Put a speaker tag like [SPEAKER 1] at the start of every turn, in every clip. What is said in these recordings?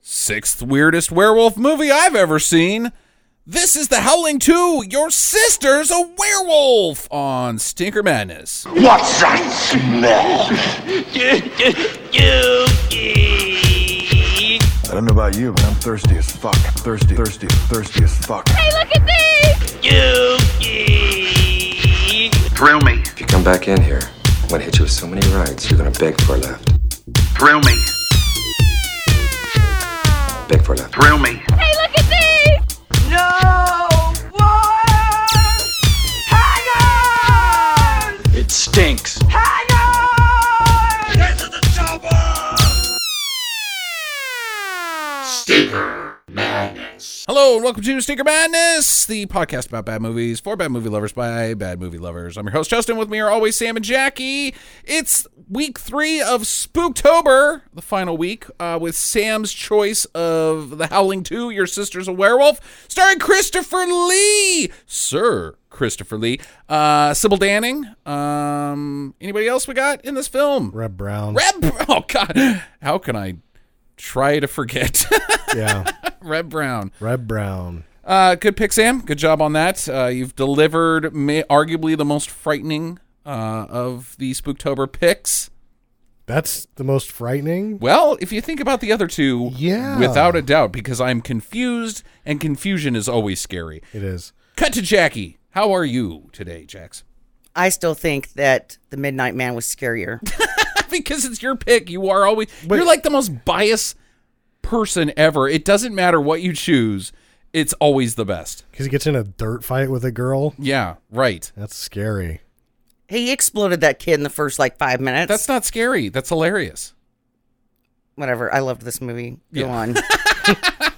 [SPEAKER 1] Sixth weirdest werewolf movie I've ever seen. This is The Howling 2 Your Sister's a Werewolf on Stinker Madness.
[SPEAKER 2] What's that smell?
[SPEAKER 3] I don't know about you, but I'm thirsty as fuck. Thirsty, thirsty, thirsty as fuck.
[SPEAKER 2] Thrill me,
[SPEAKER 4] If you come back in here, I'm gonna hit you with so many rights, you're gonna beg for a left.
[SPEAKER 2] thrill me,
[SPEAKER 4] Beg for a left.
[SPEAKER 2] thrill me.
[SPEAKER 5] It stinks.
[SPEAKER 1] Hello and welcome to Stinker Madness, the podcast about bad movies for bad movie lovers by bad movie lovers. I'm your host Justin. With me are always Sam and Jackie. It's week three of Spooktober, the final week, uh, with Sam's choice of The Howling Two: Your Sister's a Werewolf, starring Christopher Lee, Sir Christopher Lee, uh, Sybil Danning. Um, anybody else we got in this film?
[SPEAKER 6] Reb Brown.
[SPEAKER 1] Reb. Oh God, how can I try to forget?
[SPEAKER 6] Yeah.
[SPEAKER 1] Reb Brown.
[SPEAKER 6] Reb Brown.
[SPEAKER 1] Uh, good pick, Sam. Good job on that. Uh, you've delivered ma- arguably the most frightening uh, of the Spooktober picks.
[SPEAKER 6] That's the most frightening.
[SPEAKER 1] Well, if you think about the other two,
[SPEAKER 6] Yeah.
[SPEAKER 1] without a doubt, because I'm confused, and confusion is always scary.
[SPEAKER 6] It is.
[SPEAKER 1] Cut to Jackie. How are you today, Jax?
[SPEAKER 7] I still think that the Midnight Man was scarier.
[SPEAKER 1] because it's your pick. You are always you're like the most biased person ever. It doesn't matter what you choose. It's always the best.
[SPEAKER 6] Because he gets in a dirt fight with a girl.
[SPEAKER 1] Yeah, right.
[SPEAKER 6] That's scary.
[SPEAKER 7] he exploded that kid in the first like five minutes.
[SPEAKER 1] That's not scary. That's hilarious.
[SPEAKER 7] whatever. I loved this movie. Go
[SPEAKER 1] Yeah.
[SPEAKER 7] on.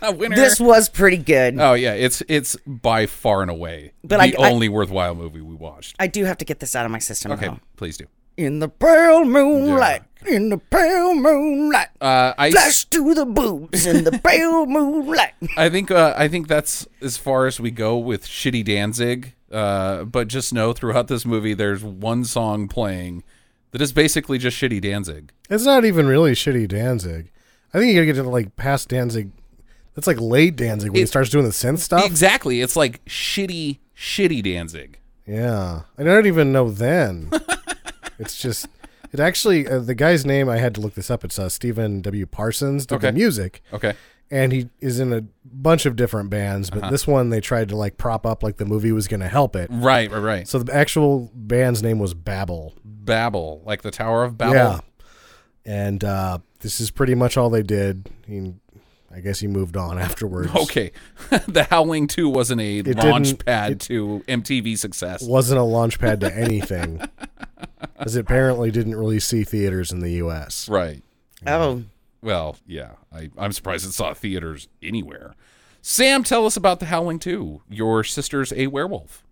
[SPEAKER 1] A winner.
[SPEAKER 7] this was pretty good.
[SPEAKER 1] Oh yeah, it's it's by far and away
[SPEAKER 7] But
[SPEAKER 1] the
[SPEAKER 7] I- I-
[SPEAKER 1] only worthwhile movie we watched.
[SPEAKER 7] I do have to get this out of my system.
[SPEAKER 1] Okay,
[SPEAKER 7] though.
[SPEAKER 1] please do.
[SPEAKER 7] In the pale moonlight, in the pale moonlight,
[SPEAKER 1] Uh, I
[SPEAKER 7] flash to the boobs in the pale moonlight.
[SPEAKER 1] I think uh, I think that's as far as we go with shitty Danzig. Uh, but just know throughout this movie, there's one song playing that is basically just shitty Danzig.
[SPEAKER 6] It's not even really shitty Danzig. I think you gotta get to like past Danzig. That's like late Danzig when he
[SPEAKER 1] It-
[SPEAKER 6] starts doing the synth
[SPEAKER 7] Oh.
[SPEAKER 6] stuff.
[SPEAKER 1] Exactly. It's like shitty, shitty Danzig.
[SPEAKER 6] yeah. And I don't even know then. it's just. It actually, uh, the guy's name, I had to look this up. It's uh, Stephen W. Parsons, did the
[SPEAKER 1] Okay.
[SPEAKER 6] music.
[SPEAKER 1] Okay.
[SPEAKER 6] and he is in a bunch of different bands,
[SPEAKER 1] Uh-huh.
[SPEAKER 6] but this one they tried to like prop up like the movie was going to help it.
[SPEAKER 1] Right, right, right.
[SPEAKER 6] So the actual band's name was Babel.
[SPEAKER 1] Babel, like the Tower of Babel.
[SPEAKER 6] Yeah. And uh, this is pretty much all they did. He, I guess he moved on afterwards.
[SPEAKER 1] Okay. the Howling 2 wasn't a
[SPEAKER 6] It
[SPEAKER 1] launch
[SPEAKER 6] didn't-
[SPEAKER 1] pad
[SPEAKER 6] it-
[SPEAKER 1] to MTV success.
[SPEAKER 6] Wasn't a launch pad to anything. Because it apparently didn't really see theaters in the U.S.
[SPEAKER 1] Right.
[SPEAKER 7] Oh,
[SPEAKER 1] Well, yeah. I, I'm surprised it saw theaters anywhere. Sam, tell us about The Howling 2. Your sister's a werewolf.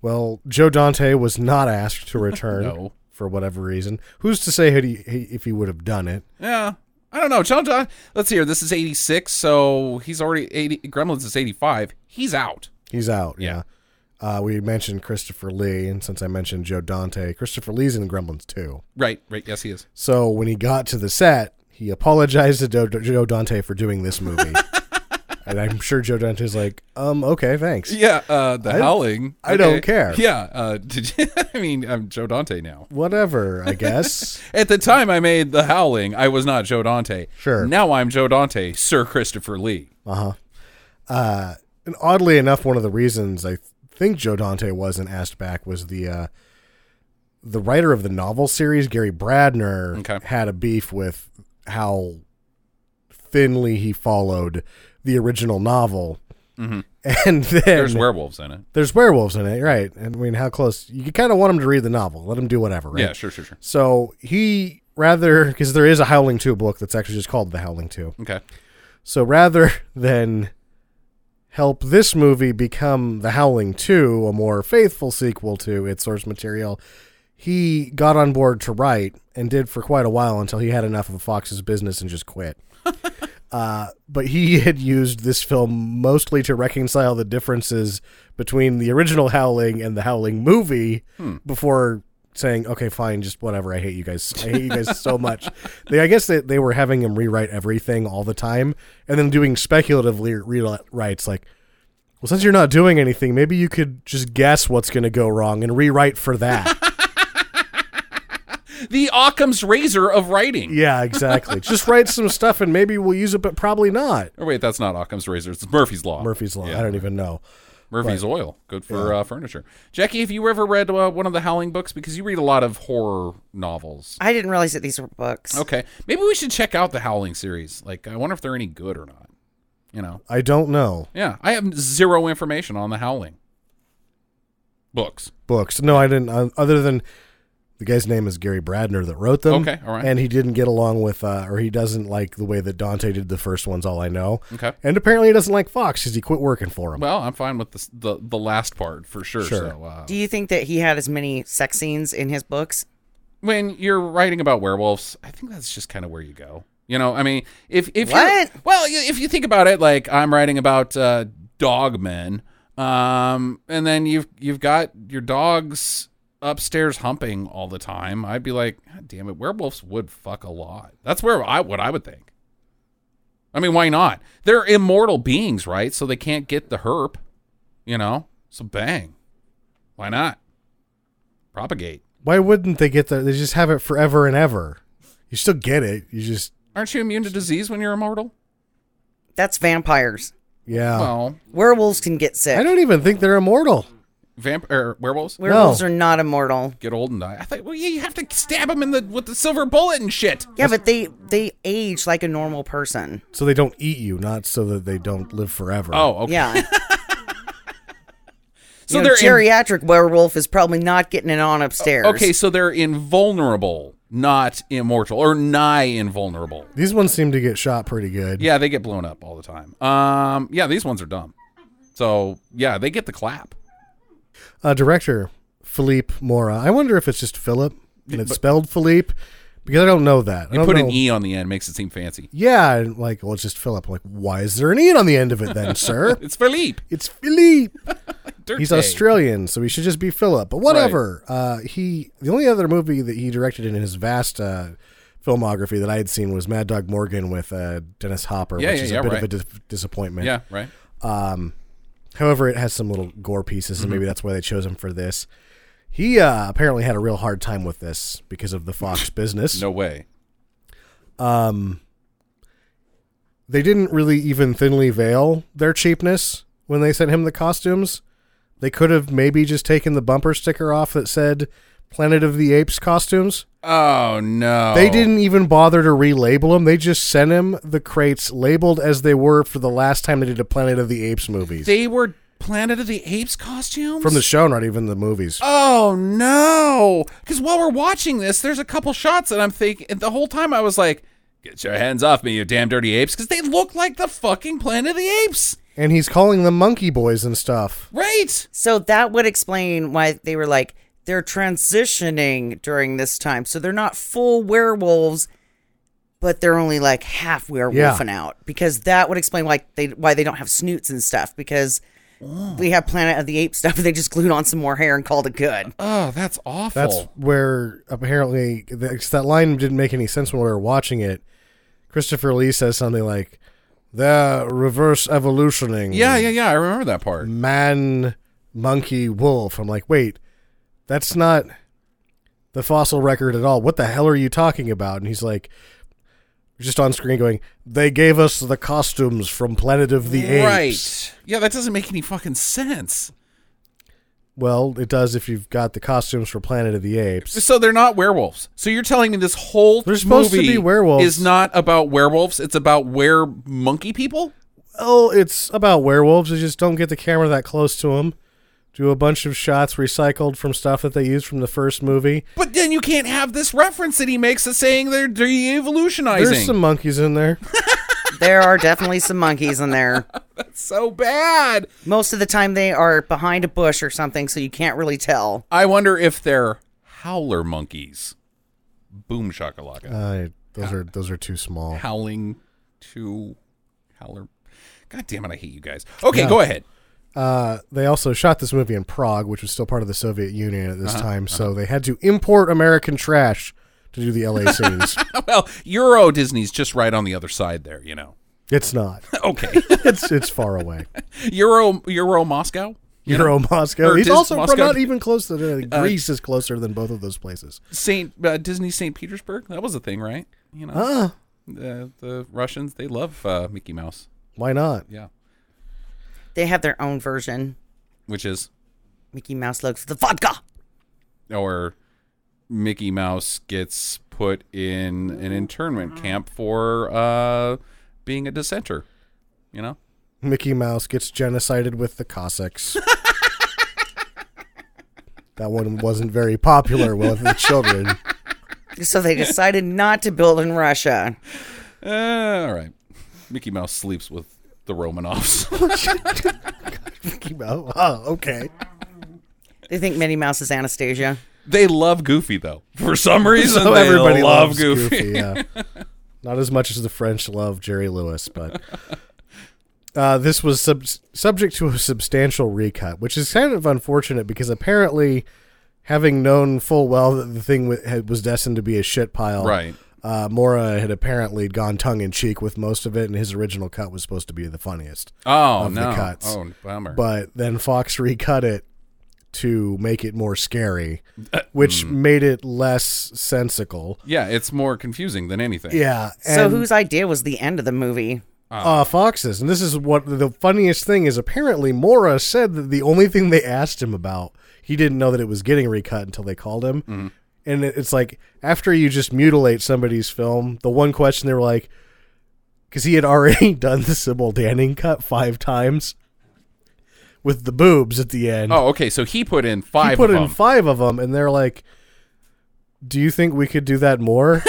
[SPEAKER 6] Well, Joe Dante was not asked to return
[SPEAKER 1] No.
[SPEAKER 6] for whatever reason. Who's to say had he, he, if he would have done it?
[SPEAKER 1] Yeah. I don't know. John, John, let's see here. This is 86, so he's already 80. Gremlins is 85. He's out.
[SPEAKER 6] He's out.
[SPEAKER 1] Yeah.
[SPEAKER 6] Yeah. Uh, we mentioned Christopher Lee, and since I mentioned Joe Dante, Christopher Lee's in Gremlins too.
[SPEAKER 1] Right, right. Yes, he is.
[SPEAKER 6] So when he got to the set, he apologized to Do- Joe Dante for doing this movie. and I'm sure Joe Dante's like, um, okay, thanks.
[SPEAKER 1] Yeah, uh, the howling.
[SPEAKER 6] I don't care.
[SPEAKER 1] Yeah, uh, did you, I mean, I'm Joe Dante now.
[SPEAKER 6] Whatever, I guess.
[SPEAKER 1] At the time I made the howling, I was not Joe Dante.
[SPEAKER 6] Sure.
[SPEAKER 1] Now I'm Joe Dante, Sir Christopher Lee.
[SPEAKER 6] and oddly enough, one of the reasons I think Joe Dante wasn't asked back was the uh, the writer of the novel series, Gary Bradner,
[SPEAKER 1] Okay.
[SPEAKER 6] had a beef with how thinly he followed the original novel. And then
[SPEAKER 1] Mm-hmm. There's werewolves in it.
[SPEAKER 6] there's werewolves in it, right? And I mean, how close? You kind of want him to read the novel, let him do whatever, right?
[SPEAKER 1] Yeah, sure, sure, sure.
[SPEAKER 6] So he rather because there is a Howling Two book that's actually just called The Howling Two.
[SPEAKER 1] Okay.
[SPEAKER 6] So rather than help this movie become The Howling 2, a more faithful sequel to its source material, he got on board to write and did for quite a while until he had enough of Fox's business and just quit. Uh, but he had used this film mostly to reconcile the differences between the original Howling and the Howling movie before saying, "Okay, fine, just whatever. I hate you guys. I hate you guys so much." They, I guess, they, they were having him rewrite everything all the time, and then doing speculative le- rewrites. Like, well, since you're not doing anything, maybe you could just guess what's going to go wrong and rewrite for that.
[SPEAKER 1] The Occam's razor of writing.
[SPEAKER 6] yeah, exactly. Just write some stuff, and maybe we'll use it, but probably not.
[SPEAKER 1] Or wait, that's not Occam's razor. It's Murphy's Law.
[SPEAKER 6] Murphy's Law.
[SPEAKER 1] Yeah.
[SPEAKER 6] I don't even know.
[SPEAKER 1] Murphy's Oil. Good for uh, furniture. Jackie, have you ever read uh, one of the Howling books? Because you read a lot of horror novels.
[SPEAKER 8] I didn't realize that these were books.
[SPEAKER 1] Okay. Maybe we should check out the Howling series. Like, I wonder if they're any good or not. You know?
[SPEAKER 6] I don't know
[SPEAKER 1] Yeah. I have zero information on the Howling books.
[SPEAKER 6] books. No, I didn't. Uh, other than the guy's name is Gary Bradner that wrote them.
[SPEAKER 1] Okay, all right.
[SPEAKER 6] And he didn't get along with, uh, or he doesn't like the way that Dante did the first ones. All I know.
[SPEAKER 1] Okay.
[SPEAKER 6] And apparently, he doesn't like Fox because he quit working for him.
[SPEAKER 1] Well, I'm fine with the the, the last part for sure. So, uh,
[SPEAKER 8] Do you think that he had as many sex scenes in his books?
[SPEAKER 1] when you're writing about werewolves, I think that's just kind of where you go. You know, I mean, if if
[SPEAKER 8] What?
[SPEAKER 1] you well, you- if you think about it, like I'm writing about uh, dog men, um, and then you've you've got your dogs upstairs humping all the time. I'd be like, God damn it, werewolves would fuck a lot. That's where I what I would think. I mean, why not? They're immortal beings, right? So they can't get the herp, you know. So bang, why not? Propagate.
[SPEAKER 6] Why wouldn't they get that? They just have it forever and ever. You still get it. You just
[SPEAKER 1] Aren't you immune to disease when you're immortal?
[SPEAKER 8] That's vampires.
[SPEAKER 6] yeah.
[SPEAKER 1] Well,
[SPEAKER 8] Werewolves can get sick.
[SPEAKER 6] I don't even think they're immortal.
[SPEAKER 1] vamp- er, werewolves
[SPEAKER 8] Werewolves are not immortal.
[SPEAKER 1] get old and die. I thought, well, yeah, you have to stab them in the with the silver bullet and shit.
[SPEAKER 8] Yeah, but they they age like a normal person.
[SPEAKER 6] So they don't eat you, not so that they don't live forever.
[SPEAKER 1] Oh, okay.
[SPEAKER 8] Yeah.
[SPEAKER 1] so
[SPEAKER 8] you know,
[SPEAKER 1] they're in-
[SPEAKER 8] geriatric werewolf is probably not getting it on upstairs.
[SPEAKER 1] okay. So they're invulnerable, not immortal, or nigh invulnerable.
[SPEAKER 6] These ones seem to get shot pretty good.
[SPEAKER 1] Yeah, they get blown up all the time. Um, yeah, these ones are dumb. So yeah, they get the clap.
[SPEAKER 6] uh, director Philippe Mora. I wonder if it's just Philip and it's spelled Philippe because I don't know that. I
[SPEAKER 1] You
[SPEAKER 6] don't
[SPEAKER 1] put
[SPEAKER 6] know.
[SPEAKER 1] an e on the end, makes it seem fancy.
[SPEAKER 6] Yeah, and like well, it's just Philip. Like, why is there an e on the end of it then, sir?
[SPEAKER 1] It's Philippe.
[SPEAKER 6] It's Philippe.
[SPEAKER 1] Dirty.
[SPEAKER 6] He's Australian, so he should just be Philip. But whatever. Uh, he the only other movie that he directed in his vast uh, filmography that I had seen was Mad Dog Morgan with uh, Dennis Hopper,
[SPEAKER 1] Yeah,
[SPEAKER 6] which
[SPEAKER 1] yeah,
[SPEAKER 6] is
[SPEAKER 1] yeah,
[SPEAKER 6] a bit
[SPEAKER 1] right.
[SPEAKER 6] of a dis- disappointment.
[SPEAKER 1] Yeah, right.
[SPEAKER 6] However, it has some little gore pieces,
[SPEAKER 1] Mm-hmm.
[SPEAKER 6] and maybe that's why they chose him for this. He uh, apparently had a real hard time with this because of the Fox business. Um,
[SPEAKER 1] No way.
[SPEAKER 6] They didn't really even thinly veil their cheapness when they sent him the costumes. They could have maybe just taken the bumper sticker off that said Planet of the Apes costumes.
[SPEAKER 1] Oh no.
[SPEAKER 6] They didn't even bother to relabel them. They just sent him the crates labeled as they were for the last time they did a Planet of the Apes movies.
[SPEAKER 1] They were Planet of the Apes costumes
[SPEAKER 6] From the show, not even the movies.
[SPEAKER 1] Oh no! Because while we're watching this, there's a couple shots that I'm thinking. and The whole time I was like, "Get your hands off me, you damn dirty apes!" Because they look like the fucking Planet of the Apes,
[SPEAKER 6] And he's calling them monkey boys and stuff.
[SPEAKER 1] right?
[SPEAKER 8] So that would explain why they were like they're transitioning during this time. So they're not full werewolves, but they're only like half werewolfing out because that would explain why they why they don't have snoots and stuff because
[SPEAKER 1] Oh.
[SPEAKER 8] we have Planet of the Apes stuff. They just glued on some more hair and called it good.
[SPEAKER 1] Oh, that's awful.
[SPEAKER 6] That's where apparently that's- that line didn't make any sense when we were watching it. Christopher Lee says something like, "The reverse evolutioning."
[SPEAKER 1] yeah, yeah, yeah. I remember that part.
[SPEAKER 6] Man, monkey, wolf. I'm like, wait, that's not the fossil record at all. What the hell are you talking about? And he's like, just on screen going, "They gave us the costumes from Planet of the Apes."
[SPEAKER 1] Right? Yeah, that doesn't make any fucking sense.
[SPEAKER 6] Well, it does if you've got the costumes for Planet of the Apes.
[SPEAKER 1] So they're not werewolves. So you're telling me this whole
[SPEAKER 6] They're supposed to
[SPEAKER 1] movie
[SPEAKER 6] be werewolves.
[SPEAKER 1] is not about werewolves. It's about were monkey people.
[SPEAKER 6] Oh, it's about werewolves. They just don't get the camera that close to them. Do a bunch of shots recycled from stuff that they used from the first movie.
[SPEAKER 1] But then you can't have this reference that he makes of saying they're de-evolutionizing.
[SPEAKER 6] There's some monkeys in there.
[SPEAKER 8] there are definitely some monkeys in there.
[SPEAKER 1] so bad.
[SPEAKER 8] Most of the time they are behind a bush or something, so you can't really tell.
[SPEAKER 1] I wonder if they're howler monkeys. Boom shakalaka.
[SPEAKER 6] Uh, those are those are too small.
[SPEAKER 1] Howling to howler. God damn it, I hate you guys. Okay, go ahead.
[SPEAKER 6] Uh, they also shot this movie in Prague, which was still part of the Soviet Union at
[SPEAKER 1] Uh-huh,
[SPEAKER 6] this time, so they had to import American trash to do the LA scenes.
[SPEAKER 1] well, Euro Disney's just right on the other side there, you know.
[SPEAKER 6] It's not.
[SPEAKER 1] Okay.
[SPEAKER 6] It's it's far away.
[SPEAKER 1] Euro Euro Moscow? You know,
[SPEAKER 6] Euro Moscow.
[SPEAKER 1] or
[SPEAKER 6] He's
[SPEAKER 1] Dis-
[SPEAKER 6] also
[SPEAKER 1] Moscow- Uh,
[SPEAKER 6] from not even close to Greece is closer than both of those places.
[SPEAKER 1] Saint uh, Disney Saint Petersburg. That was a thing, right? You know.
[SPEAKER 6] Huh?
[SPEAKER 1] Uh, the Russians, they love uh, Mickey Mouse.
[SPEAKER 6] Why not?
[SPEAKER 1] Yeah.
[SPEAKER 8] They have their own version.
[SPEAKER 1] Which is
[SPEAKER 8] Mickey Mouse looks the vodka.
[SPEAKER 1] or Mickey Mouse gets put in an
[SPEAKER 6] Mm-hmm.
[SPEAKER 1] internment camp for uh, being a dissenter. You know?
[SPEAKER 6] Mickey Mouse gets genocided with the Cossacks. that one wasn't very popular with the children.
[SPEAKER 8] So they decided not to build in Russia.
[SPEAKER 1] Uh, all right. Mickey Mouse sleeps with the Romanovs.
[SPEAKER 6] Mickey Mouse. Oh, okay.
[SPEAKER 8] They think Minnie Mouse is Anastasia.
[SPEAKER 1] they love Goofy though. For some reason,
[SPEAKER 6] So
[SPEAKER 1] they
[SPEAKER 6] everybody
[SPEAKER 1] love
[SPEAKER 6] loves
[SPEAKER 1] Goofy.
[SPEAKER 6] yeah. Not as much as the French love Jerry Lewis, but uh, this was sub- subject to a substantial recut, which is kind of unfortunate because apparently, having known full well that the thing w- had, was destined to be a shit pile,
[SPEAKER 1] Right.
[SPEAKER 6] Uh, Mora had apparently gone tongue in cheek with most of it, and his original cut was supposed to be the funniest.
[SPEAKER 1] Oh
[SPEAKER 6] Of the
[SPEAKER 1] no!
[SPEAKER 6] cuts.
[SPEAKER 1] Oh bummer.
[SPEAKER 6] But then Fox recut it to make it more scary, which made it less sensical.
[SPEAKER 1] yeah, it's more confusing than anything.
[SPEAKER 6] Yeah.
[SPEAKER 8] So
[SPEAKER 6] and-
[SPEAKER 8] whose idea was the end of the movie?
[SPEAKER 6] uh, Foxes. And this is what the funniest thing is apparently Mora said that the only thing they asked him about, he didn't know that it was getting recut until they called him. And it- it's like, after you just mutilate somebody's film, the one question they were like, because he had already done the Sybil Danning cut five times with the boobs at the end.
[SPEAKER 1] Oh, okay. So he put in five.
[SPEAKER 6] he put
[SPEAKER 1] of
[SPEAKER 6] in
[SPEAKER 1] them.
[SPEAKER 6] five of them, and they're like, "Do you think we could do that more?"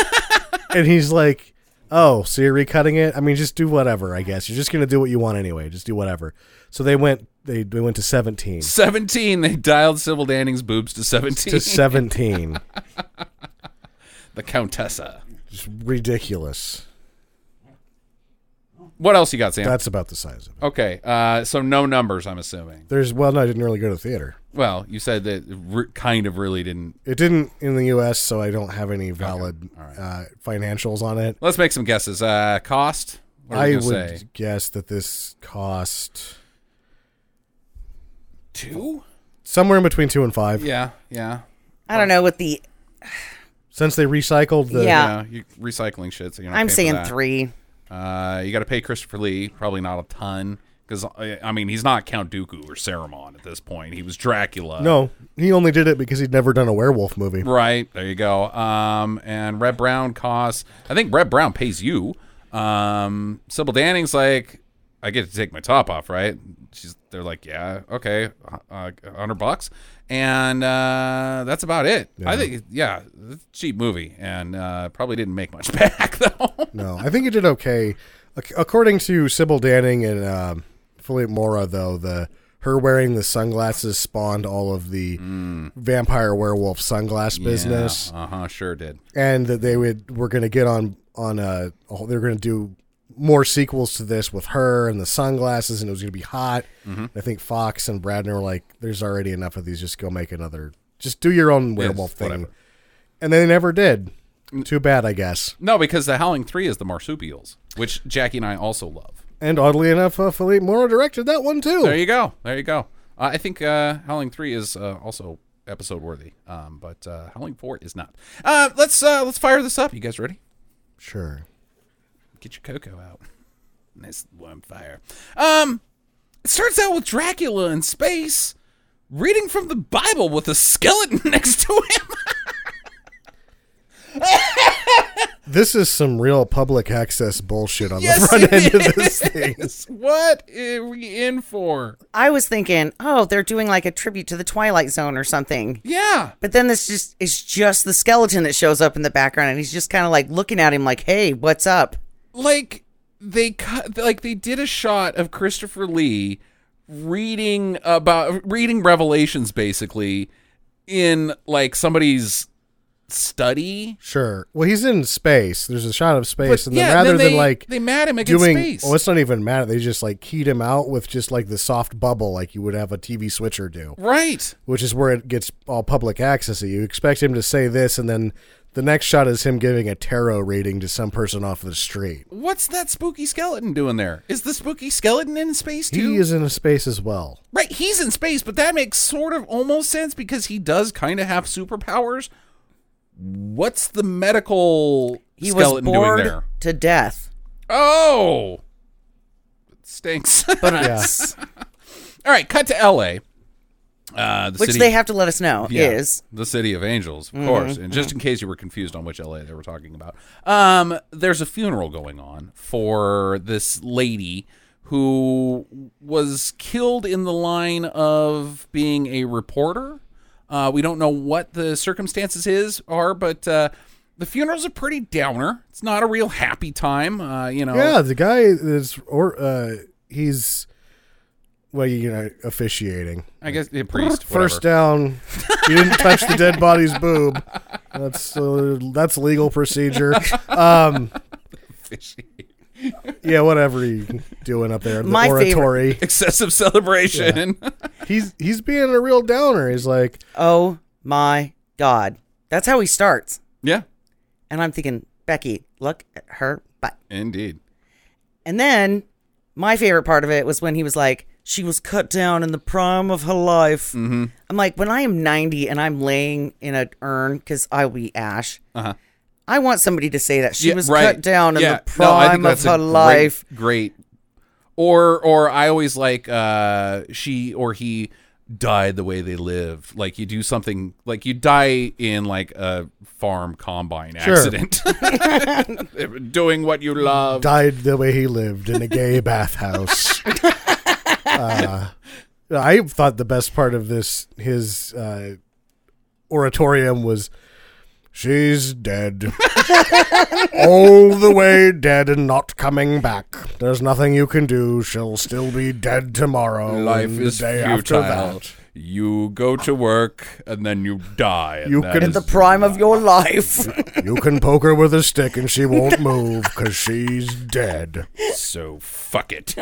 [SPEAKER 6] and he's like, "Oh, so you're recutting it? I mean, just do whatever. I guess you're just gonna do what you want anyway. Just do whatever." So they went. They, they went to seventeen
[SPEAKER 1] 17. They dialed Sybil Danning's boobs to 17.
[SPEAKER 6] to seventeen.
[SPEAKER 1] the Countessa.
[SPEAKER 6] Just ridiculous.
[SPEAKER 1] What else you got, Sam?
[SPEAKER 6] That's about the size of it.
[SPEAKER 1] okay. Uh, so no numbers, I'm assuming.
[SPEAKER 6] There's well, no, I didn't really go to theater.
[SPEAKER 1] Well, you said that re- kind of really didn't.
[SPEAKER 6] It didn't in the U.S., so I don't have any valid uh, financials on it.
[SPEAKER 1] Let's make some guesses. Uh, cost? What are we
[SPEAKER 6] I would
[SPEAKER 1] gonna say?
[SPEAKER 6] guess that this cost
[SPEAKER 1] Two?
[SPEAKER 6] somewhere in between two and five.
[SPEAKER 1] Yeah. Yeah.
[SPEAKER 8] I don't know. With the
[SPEAKER 6] Since they recycled the
[SPEAKER 8] Yeah.
[SPEAKER 1] Yeah. you recycling shit. So you're not
[SPEAKER 8] I'm
[SPEAKER 1] paying for
[SPEAKER 8] saying
[SPEAKER 1] that.
[SPEAKER 8] three.
[SPEAKER 1] Uh, you got to pay Christopher Lee, probably not a ton. Because, I mean, he's not Count Dooku or Saruman at this point. He was Dracula.
[SPEAKER 6] No, he only did it because he'd never done a werewolf movie.
[SPEAKER 1] Right. There you go. Um, and Red Brown costs. I think Red Brown pays you. Um, Sybil Danning's like, I get to take my top off, right? She's. They're like, yeah, okay, uh, hundred bucks, and uh, that's about it. I think, yeah, it's a cheap movie, and uh, probably didn't make much back though.
[SPEAKER 6] No, I think he did okay. Ac- According to Sybil Danning and um, Philippe Mora, though, the her wearing the sunglasses spawned all of the vampire werewolf sunglass business,
[SPEAKER 1] Uh huh. Sure did.
[SPEAKER 6] and that they would were going to get on on a a whole- they were going to do more sequels to this with her and the sunglasses, and it was going to be hot.
[SPEAKER 1] Mm-hmm.
[SPEAKER 6] And I think Fox and Bradner were like, "There's already enough of these. Just go make another. Just do your own werewolf thing."
[SPEAKER 1] whatever. Mm.
[SPEAKER 6] And they never did. Too bad, I guess.
[SPEAKER 1] No, because the Howling Three is the marsupials, which Jackie and I also love.
[SPEAKER 6] And oddly enough, uh, Philippe Mora directed that one too.
[SPEAKER 1] There you go. There you go. Uh, I think uh, Howling Three is uh, also episode worthy, um, but uh, Howling Four is not. Uh, let's uh, let's fire this up. You guys ready?
[SPEAKER 6] sure.
[SPEAKER 1] Get your cocoa out. Nice warm fire. Um, it starts out with Dracula in space reading from the Bible with a skeleton next to him.
[SPEAKER 6] This is some real public access bullshit on the
[SPEAKER 1] Yes,
[SPEAKER 6] front
[SPEAKER 1] it
[SPEAKER 6] end of this thing.
[SPEAKER 1] what are we in for?
[SPEAKER 8] I was thinking, oh, they're doing like a tribute to the Twilight Zone or something.
[SPEAKER 1] Yeah.
[SPEAKER 8] But then this just it's just the skeleton that shows up in the background, and he's just kind of like looking at him, like, "Hey, what's up?"
[SPEAKER 1] like they cut like they did a shot of Christopher Lee reading about reading revelations basically in like somebody's study.
[SPEAKER 6] Sure. Well, he's in space. There's a shot of space,
[SPEAKER 1] But
[SPEAKER 6] and
[SPEAKER 1] yeah,
[SPEAKER 6] then
[SPEAKER 1] and then
[SPEAKER 6] rather than
[SPEAKER 1] they-
[SPEAKER 6] like
[SPEAKER 1] they mad him against
[SPEAKER 6] doing,
[SPEAKER 1] space.
[SPEAKER 6] well, it's not even mad. They just like keyed him out with just like the soft bubble, like you would have a TV switcher do,
[SPEAKER 1] Right.
[SPEAKER 6] which is where it gets all public access. You expect him to say this, and then the next shot is him giving a tarot reading to some person off the street.
[SPEAKER 1] What's that spooky skeleton doing there? Is the spooky skeleton in space too?
[SPEAKER 6] He is in a space as well.
[SPEAKER 1] right, he's in space, but that makes sort of almost sense because he does kind of have superpowers. What's the medical
[SPEAKER 8] He
[SPEAKER 1] skeleton
[SPEAKER 8] was bored
[SPEAKER 1] doing there?
[SPEAKER 8] to death.
[SPEAKER 1] Oh, it stinks. All
[SPEAKER 8] But uh,
[SPEAKER 6] Yeah.
[SPEAKER 1] right, cut to L.A. Uh, the
[SPEAKER 8] which
[SPEAKER 1] city,
[SPEAKER 8] they have to let us know
[SPEAKER 1] yeah,
[SPEAKER 8] is Mm-hmm,
[SPEAKER 1] the city of angels, of course. And just in case you were confused on which L.A. they were talking about, um, there's a funeral going on for this lady who was killed in the line of being a reporter. Uh, we don't know what the circumstances is are, but uh, the funeral's a pretty downer. It's not a real happy time. Uh, you know,
[SPEAKER 6] Yeah, the guy is or uh, he's well, you know, officiating.
[SPEAKER 1] I guess the priest.
[SPEAKER 6] First
[SPEAKER 1] whatever.
[SPEAKER 6] down. You didn't touch the dead body's boob. That's uh, that's legal procedure. Um, yeah, whatever you doing up there, in the
[SPEAKER 8] My favorite.
[SPEAKER 6] oratory.
[SPEAKER 1] excessive celebration.
[SPEAKER 6] He's he's being a real downer. He's like,
[SPEAKER 8] oh my god. That's how he starts.
[SPEAKER 1] yeah,
[SPEAKER 8] And I'm thinking, Becky, look at her butt.
[SPEAKER 1] indeed.
[SPEAKER 8] And then my favorite part of it was when he was like, she was cut down in the prime of her life. Mm-hmm. I'm like, when I am 90 and I'm laying in an urn because I'll be ash,
[SPEAKER 1] Uh-huh.
[SPEAKER 8] I want somebody to say that she
[SPEAKER 1] Yeah,
[SPEAKER 8] was
[SPEAKER 1] right.
[SPEAKER 8] cut down in
[SPEAKER 1] Yeah.
[SPEAKER 8] the
[SPEAKER 1] No, I think
[SPEAKER 8] prime of
[SPEAKER 1] that's a
[SPEAKER 8] her
[SPEAKER 1] great-
[SPEAKER 8] life.
[SPEAKER 1] Great. Or or I always like uh she or he died the way they lived. Like you do something like you die in like a farm combine
[SPEAKER 6] Sure.
[SPEAKER 1] accident. Doing what you love.
[SPEAKER 6] died the way he lived in a gay bathhouse. uh, I thought the best part of this his uh, oratorium was she's dead. All the way dead and not coming back. There's nothing you can do. She'll still be dead tomorrow.
[SPEAKER 1] Life
[SPEAKER 6] and the
[SPEAKER 1] is
[SPEAKER 6] day
[SPEAKER 1] futile.
[SPEAKER 6] after that.
[SPEAKER 1] You go to work and then you die. and
[SPEAKER 6] You
[SPEAKER 1] that
[SPEAKER 6] can-
[SPEAKER 1] is-
[SPEAKER 8] The prime of your life.
[SPEAKER 6] You can poke her with a stick and she won't move because she's dead.
[SPEAKER 1] so fuck it.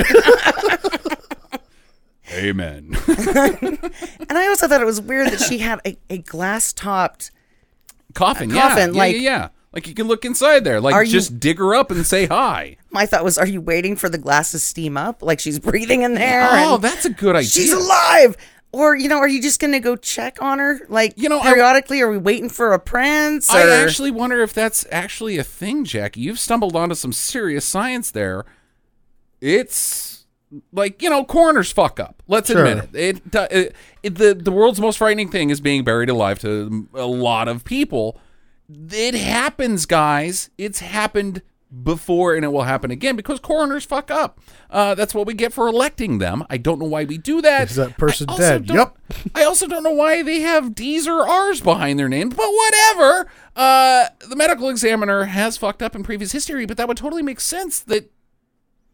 [SPEAKER 1] Amen.
[SPEAKER 8] and I also thought it was weird that she had a, a glass topped.
[SPEAKER 1] coffin,
[SPEAKER 8] A
[SPEAKER 1] yeah,
[SPEAKER 8] coffin,
[SPEAKER 1] yeah,
[SPEAKER 8] like-
[SPEAKER 1] yeah, yeah. Like you can look inside there. Like
[SPEAKER 8] Are you-
[SPEAKER 1] just dig her up and say hi.
[SPEAKER 8] My thought was, are you waiting for the glass to steam up? Like she's breathing in there.
[SPEAKER 1] Oh,
[SPEAKER 8] and-
[SPEAKER 1] that's a good idea.
[SPEAKER 8] she's alive. Or you know, are you just gonna go check on her like
[SPEAKER 1] You know, I-
[SPEAKER 8] periodically? are we waiting for a prince? Or
[SPEAKER 1] I actually wonder if that's actually a thing, Jackie. You've stumbled onto some serious science there. It's like you know, coroners fuck up. Let's
[SPEAKER 6] Sure.
[SPEAKER 1] admit it. It, do- it, it the the world's most frightening thing is being buried alive to a lot of people. It happens, guys. It's happened before and it will happen again because coroners fuck up. Uh, that's what we get for electing them. I don't know why we do that.
[SPEAKER 6] Is that person
[SPEAKER 1] I also
[SPEAKER 6] dead?
[SPEAKER 1] don't-
[SPEAKER 6] Yep.
[SPEAKER 1] I also don't know why they have D's or R's behind their name, but whatever. Uh, the medical examiner has fucked up in previous history, but that would totally make sense that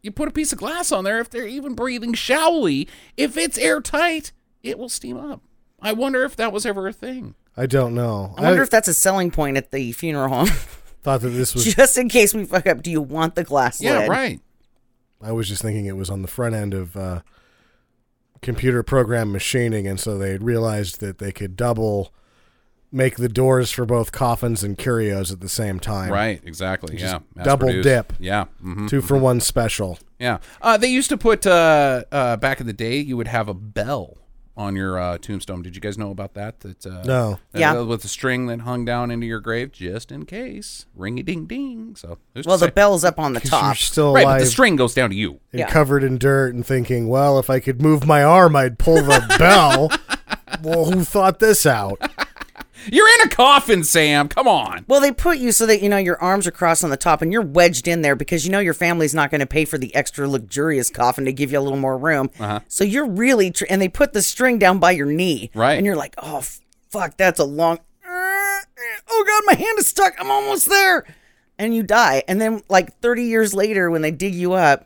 [SPEAKER 1] you put a piece of glass on there if they're even breathing shallowly. If it's airtight, it will steam up. I wonder if that was ever a thing.
[SPEAKER 6] I don't know.
[SPEAKER 8] I wonder if that's a selling point at the funeral home,
[SPEAKER 6] thought that this was
[SPEAKER 8] just in case we fuck up. Do you want the glass?
[SPEAKER 1] Yeah,
[SPEAKER 8] lid?
[SPEAKER 1] right.
[SPEAKER 6] I was just thinking it was on the front end of uh, computer program machining, and so they realized that they could double make the doors for both coffins and curios at the same time.
[SPEAKER 1] Right, exactly. Yeah. Mass
[SPEAKER 6] double
[SPEAKER 1] produced.
[SPEAKER 6] dip.
[SPEAKER 1] Yeah. mhm.
[SPEAKER 6] Two for one special.
[SPEAKER 1] Yeah. Uh, they used to put, uh, uh, back in the day, you would have a bell on your uh, tombstone. Did you guys know about that? That uh,
[SPEAKER 6] No.
[SPEAKER 1] that-
[SPEAKER 8] Yeah.
[SPEAKER 1] With a string that hung down into your grave just in case. Ring a ding ding. So, who's to
[SPEAKER 8] Well, the
[SPEAKER 1] say?
[SPEAKER 8] bell's up on the
[SPEAKER 6] 'Cause You're
[SPEAKER 8] top.
[SPEAKER 6] still
[SPEAKER 1] Right, but
[SPEAKER 6] alive
[SPEAKER 1] the string goes down to you.
[SPEAKER 6] and
[SPEAKER 8] yeah.
[SPEAKER 6] covered in dirt and thinking, well, if I could move my arm, I'd pull the bell. Well, who thought this out?
[SPEAKER 1] You're in a coffin, Sam. Come on.
[SPEAKER 8] Well, they put you so that you know your arms are crossed on the top, and you're wedged in there because you know your family's not going to pay for the extra luxurious coffin to give you a little more room. So you're really, tr- and they put the string down by your knee,
[SPEAKER 1] Right.
[SPEAKER 8] And you're like, oh f- fuck, that's a long. Oh god, my hand is stuck. I'm almost there, and you die. And then like 30 years later, when they dig you up,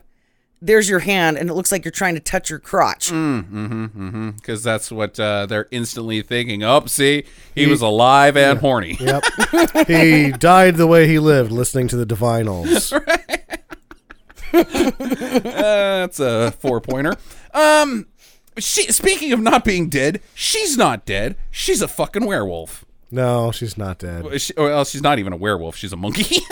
[SPEAKER 8] there's your hand, and it looks like you're trying to touch your crotch.
[SPEAKER 1] because that's what uh, they're instantly thinking. Oh, see, he was alive and horny.
[SPEAKER 6] Yep. he died the way he lived, listening to the Divinals.
[SPEAKER 1] that's a four pointer. Um, she. Speaking of not being dead, she's not dead. She's a fucking werewolf.
[SPEAKER 6] No, she's not dead.
[SPEAKER 1] She, well, she's not even a werewolf. She's a monkey.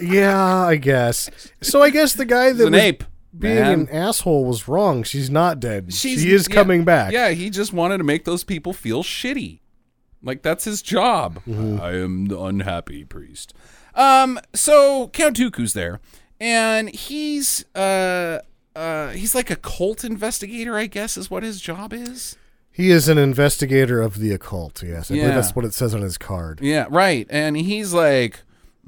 [SPEAKER 6] Yeah, I guess. So I guess the guy that
[SPEAKER 1] an
[SPEAKER 6] was
[SPEAKER 1] ape,
[SPEAKER 6] being
[SPEAKER 1] man.
[SPEAKER 6] an asshole was wrong. She's not dead.
[SPEAKER 1] She's-
[SPEAKER 6] she is
[SPEAKER 1] yeah,
[SPEAKER 6] coming back.
[SPEAKER 1] Yeah, he just wanted to make those people feel shitty. Like that's his job.
[SPEAKER 6] Mm-hmm.
[SPEAKER 1] I am the unhappy priest. Um, so Count Dooku's there, and he's uh uh he's like a cult investigator, I guess, is what his job is.
[SPEAKER 6] He is an investigator of the occult. Yes, I
[SPEAKER 1] Yeah.
[SPEAKER 6] believe that's what it says on his card.
[SPEAKER 1] Yeah, right. And he's like,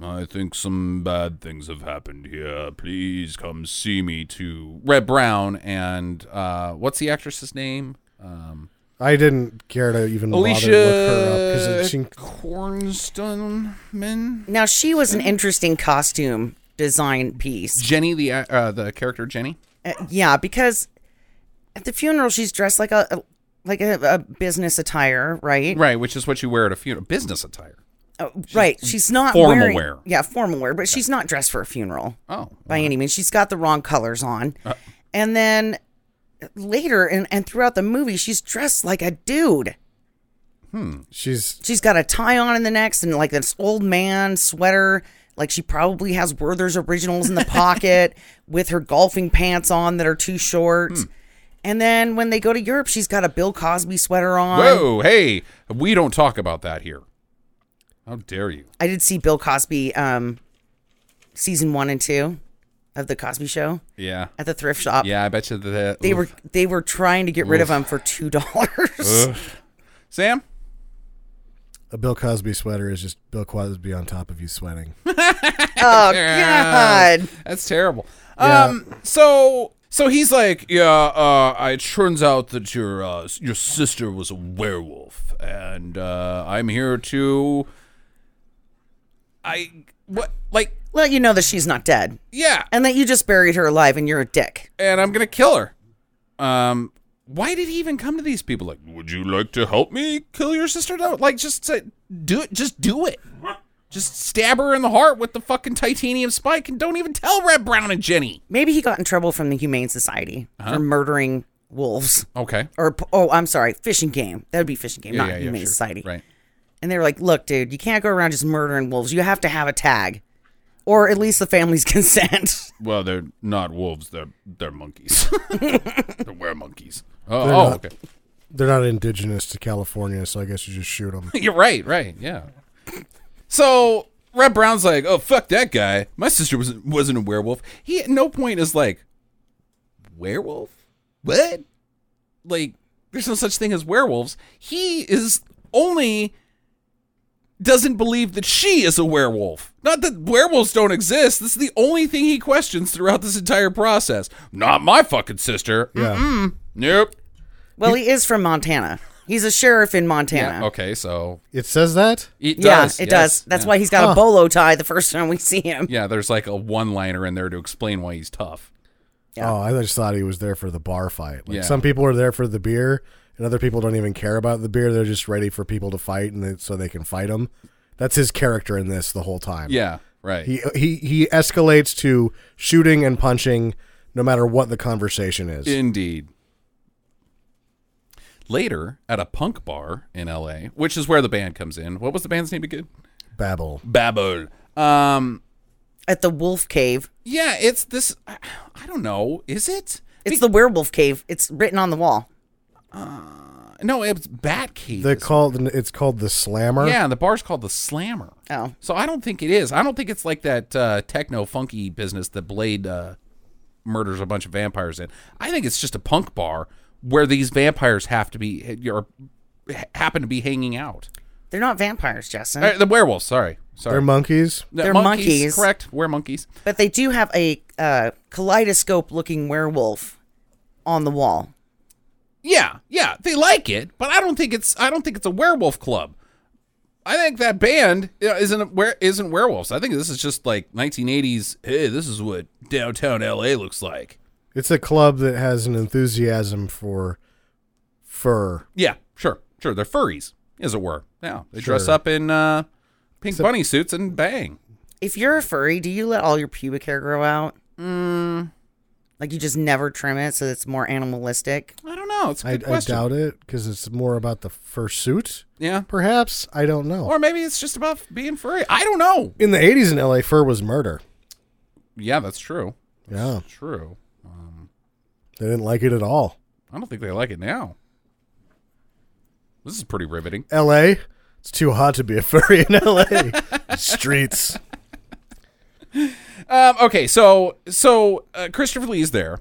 [SPEAKER 1] I think some bad things have happened here. Please come see me to Red Brown and uh what's the actress's name? Um
[SPEAKER 6] I didn't care to even
[SPEAKER 1] Alicia
[SPEAKER 6] bother to look her up because she
[SPEAKER 1] Cornstonman.
[SPEAKER 8] Now she was an interesting costume design piece.
[SPEAKER 1] Jenny, the uh, uh, the character Jenny.
[SPEAKER 8] Uh, yeah, because at the funeral she's dressed like a, a like a, a business attire, right?
[SPEAKER 1] Right, which is what you wear at a funeral. Business attire.
[SPEAKER 8] Uh, right. She's not
[SPEAKER 1] formal
[SPEAKER 8] wearing-
[SPEAKER 1] wear.
[SPEAKER 8] Yeah, formal wear, but she's not dressed for a funeral
[SPEAKER 1] Oh.
[SPEAKER 8] by any means. She's got the wrong colors on.
[SPEAKER 1] Uh-huh.
[SPEAKER 8] and then later and, and throughout the movie, she's dressed like a dude.
[SPEAKER 6] she's
[SPEAKER 8] She's got a tie on in the next and like this old man sweater. Like she probably has Werther's originals in the pocket with her golfing pants on that are too short.
[SPEAKER 1] Hmm.
[SPEAKER 8] And then when they go to Europe, she's got a Bill Cosby sweater on.
[SPEAKER 1] Whoa, hey, we don't talk about that here. How dare you?
[SPEAKER 8] I did see Bill Cosby um season 1 and 2 of the Cosby show
[SPEAKER 1] Yeah.
[SPEAKER 8] at the thrift shop.
[SPEAKER 1] Yeah, I bet you that
[SPEAKER 8] They
[SPEAKER 1] oof.
[SPEAKER 8] were they were trying to get rid of him for two dollars.
[SPEAKER 1] Sam.
[SPEAKER 6] a Bill Cosby sweater is just Bill Cosby on top of you sweating.
[SPEAKER 8] oh God!
[SPEAKER 1] That's terrible. Um, so so he's like, yeah. Uh, it turns out that your uh, your sister was a werewolf, and uh, I'm here to. I what like
[SPEAKER 8] Let you know that she's not dead,
[SPEAKER 1] yeah,
[SPEAKER 8] and that you just buried her alive, and you're a dick.
[SPEAKER 1] and I'm gonna kill her. Um, why did he even come to these people? Like, would you like to help me kill your sister? No, like just say, do it. Just do it. Just stab her in the heart with the fucking titanium spike, and don't even tell Red Brown and Jenny.
[SPEAKER 8] Maybe he got in trouble from the Humane Society
[SPEAKER 1] Uh-huh.
[SPEAKER 8] for murdering wolves,
[SPEAKER 1] Okay.
[SPEAKER 8] or oh, I'm sorry, fishing game. That would be fishing game,
[SPEAKER 1] Yeah,
[SPEAKER 8] not
[SPEAKER 1] yeah, yeah,
[SPEAKER 8] Humane
[SPEAKER 1] sure.
[SPEAKER 8] Society.
[SPEAKER 1] Right.
[SPEAKER 8] And they were like, "Look, dude, you can't go around just murdering wolves. You have to have a tag, or at least the family's consent."
[SPEAKER 1] Well, they're not wolves. They're they're monkeys. they're were monkeys. Oh,
[SPEAKER 6] They're
[SPEAKER 1] oh,
[SPEAKER 6] not.
[SPEAKER 1] okay.
[SPEAKER 6] They're not indigenous to California, so I guess you just shoot them.
[SPEAKER 1] You're right. Right. Yeah. So Red Brown's like, oh fuck that guy. My sister wasn't wasn't a werewolf. He at no point is like, werewolf. What? Like, there's no such thing as werewolves. He is only doesn't believe that she is a werewolf. Not that werewolves don't exist. This is the only thing he questions throughout this entire process. Not my fucking sister.
[SPEAKER 6] Yeah.
[SPEAKER 1] Nope.
[SPEAKER 8] well, he is from Montana. He's a sheriff in Montana. Yeah,
[SPEAKER 1] Okay, so
[SPEAKER 6] It says that?
[SPEAKER 1] it does.
[SPEAKER 8] it
[SPEAKER 1] yes,
[SPEAKER 8] does. That's
[SPEAKER 1] yeah.
[SPEAKER 8] why he's got
[SPEAKER 6] Huh.
[SPEAKER 8] a bolo tie the first time we see him.
[SPEAKER 1] Yeah, there's like a one-liner in there to explain why he's tough.
[SPEAKER 8] Yeah.
[SPEAKER 6] Oh, I just thought he was there for the bar fight. Like
[SPEAKER 1] Yeah.
[SPEAKER 6] some people are there for the beer, and other people don't even care about the beer. They're just ready for people to fight, and they, so they can fight them. That's his character in this the whole time.
[SPEAKER 1] Yeah, right.
[SPEAKER 6] he he he escalates to shooting and punching, no matter what the conversation is.
[SPEAKER 1] Indeed. Later, at a punk bar in L.A., which is where the band comes in. What was the band's name again?
[SPEAKER 6] Babel.
[SPEAKER 1] Babel. Um,
[SPEAKER 8] At the wolf cave,
[SPEAKER 1] yeah, it's this. I I don't know. Is it?
[SPEAKER 8] It's the werewolf cave. It's written on the wall.
[SPEAKER 1] No, it's Batcave.
[SPEAKER 6] They call it- it's called the Slammer.
[SPEAKER 1] yeah, the bar's called the Slammer.
[SPEAKER 8] Oh.
[SPEAKER 1] So I don't think it is. I don't think it's like that uh, techno funky business that Blade uh, murders a bunch of vampires in. I think it's just a punk bar where these vampires have to be or happen to be hanging out.
[SPEAKER 8] They're not vampires, Justin.
[SPEAKER 1] Uh, the werewolves. Sorry, sorry.
[SPEAKER 6] They're monkeys.
[SPEAKER 1] No,
[SPEAKER 8] they're monkeys.
[SPEAKER 1] Correct. We're monkeys.
[SPEAKER 8] But they do have a uh, kaleidoscope looking werewolf on the wall.
[SPEAKER 1] Yeah, yeah. They like it, but I don't think it's. I don't think it's a werewolf club. I think that band you know, isn't a- where isn't werewolves. I think this is just like 1980s. Hey, this is what downtown LA looks like.
[SPEAKER 6] It's a club that has an enthusiasm for fur.
[SPEAKER 1] Yeah, sure, sure. They're furries, as it were. Yeah, they dress
[SPEAKER 6] Sure.
[SPEAKER 1] up in uh, pink
[SPEAKER 6] Except-
[SPEAKER 1] bunny suits and bang.
[SPEAKER 8] If you're a furry, do you let all your pubic hair grow out? Mm. Like you just never trim it so it's more animalistic?
[SPEAKER 1] I don't know. It's a
[SPEAKER 6] I,
[SPEAKER 1] good
[SPEAKER 6] I
[SPEAKER 1] question.
[SPEAKER 6] doubt it because it's more about the fursuit.
[SPEAKER 1] Yeah,
[SPEAKER 6] Perhaps I don't know.
[SPEAKER 1] or maybe it's just about being furry. I don't know.
[SPEAKER 6] in the 80s in LA, fur was murder.
[SPEAKER 1] Yeah, that's true.
[SPEAKER 6] Yeah,
[SPEAKER 1] True.
[SPEAKER 6] they didn't like it at all.
[SPEAKER 1] I don't think they like it now. This is pretty riveting.
[SPEAKER 6] LA, it's too hot to be a furry in LA. Streets.
[SPEAKER 1] Um, okay, so so uh, Christopher Lee is there.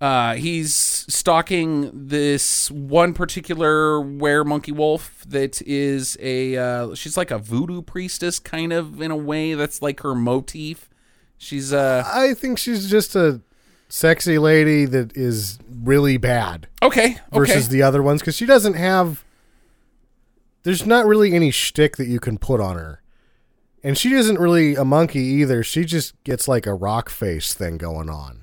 [SPEAKER 1] Uh, he's stalking this one particular were monkey wolf that is a uh, she's like a voodoo priestess kind of in a way that's like her motif. She's uh
[SPEAKER 6] I think she's just a sexy lady that is really bad
[SPEAKER 1] okay okay
[SPEAKER 6] versus the other ones because she doesn't have. There's not really any shtick that you can put on her. And she isn't really a monkey either. She just gets like a rock face thing going on.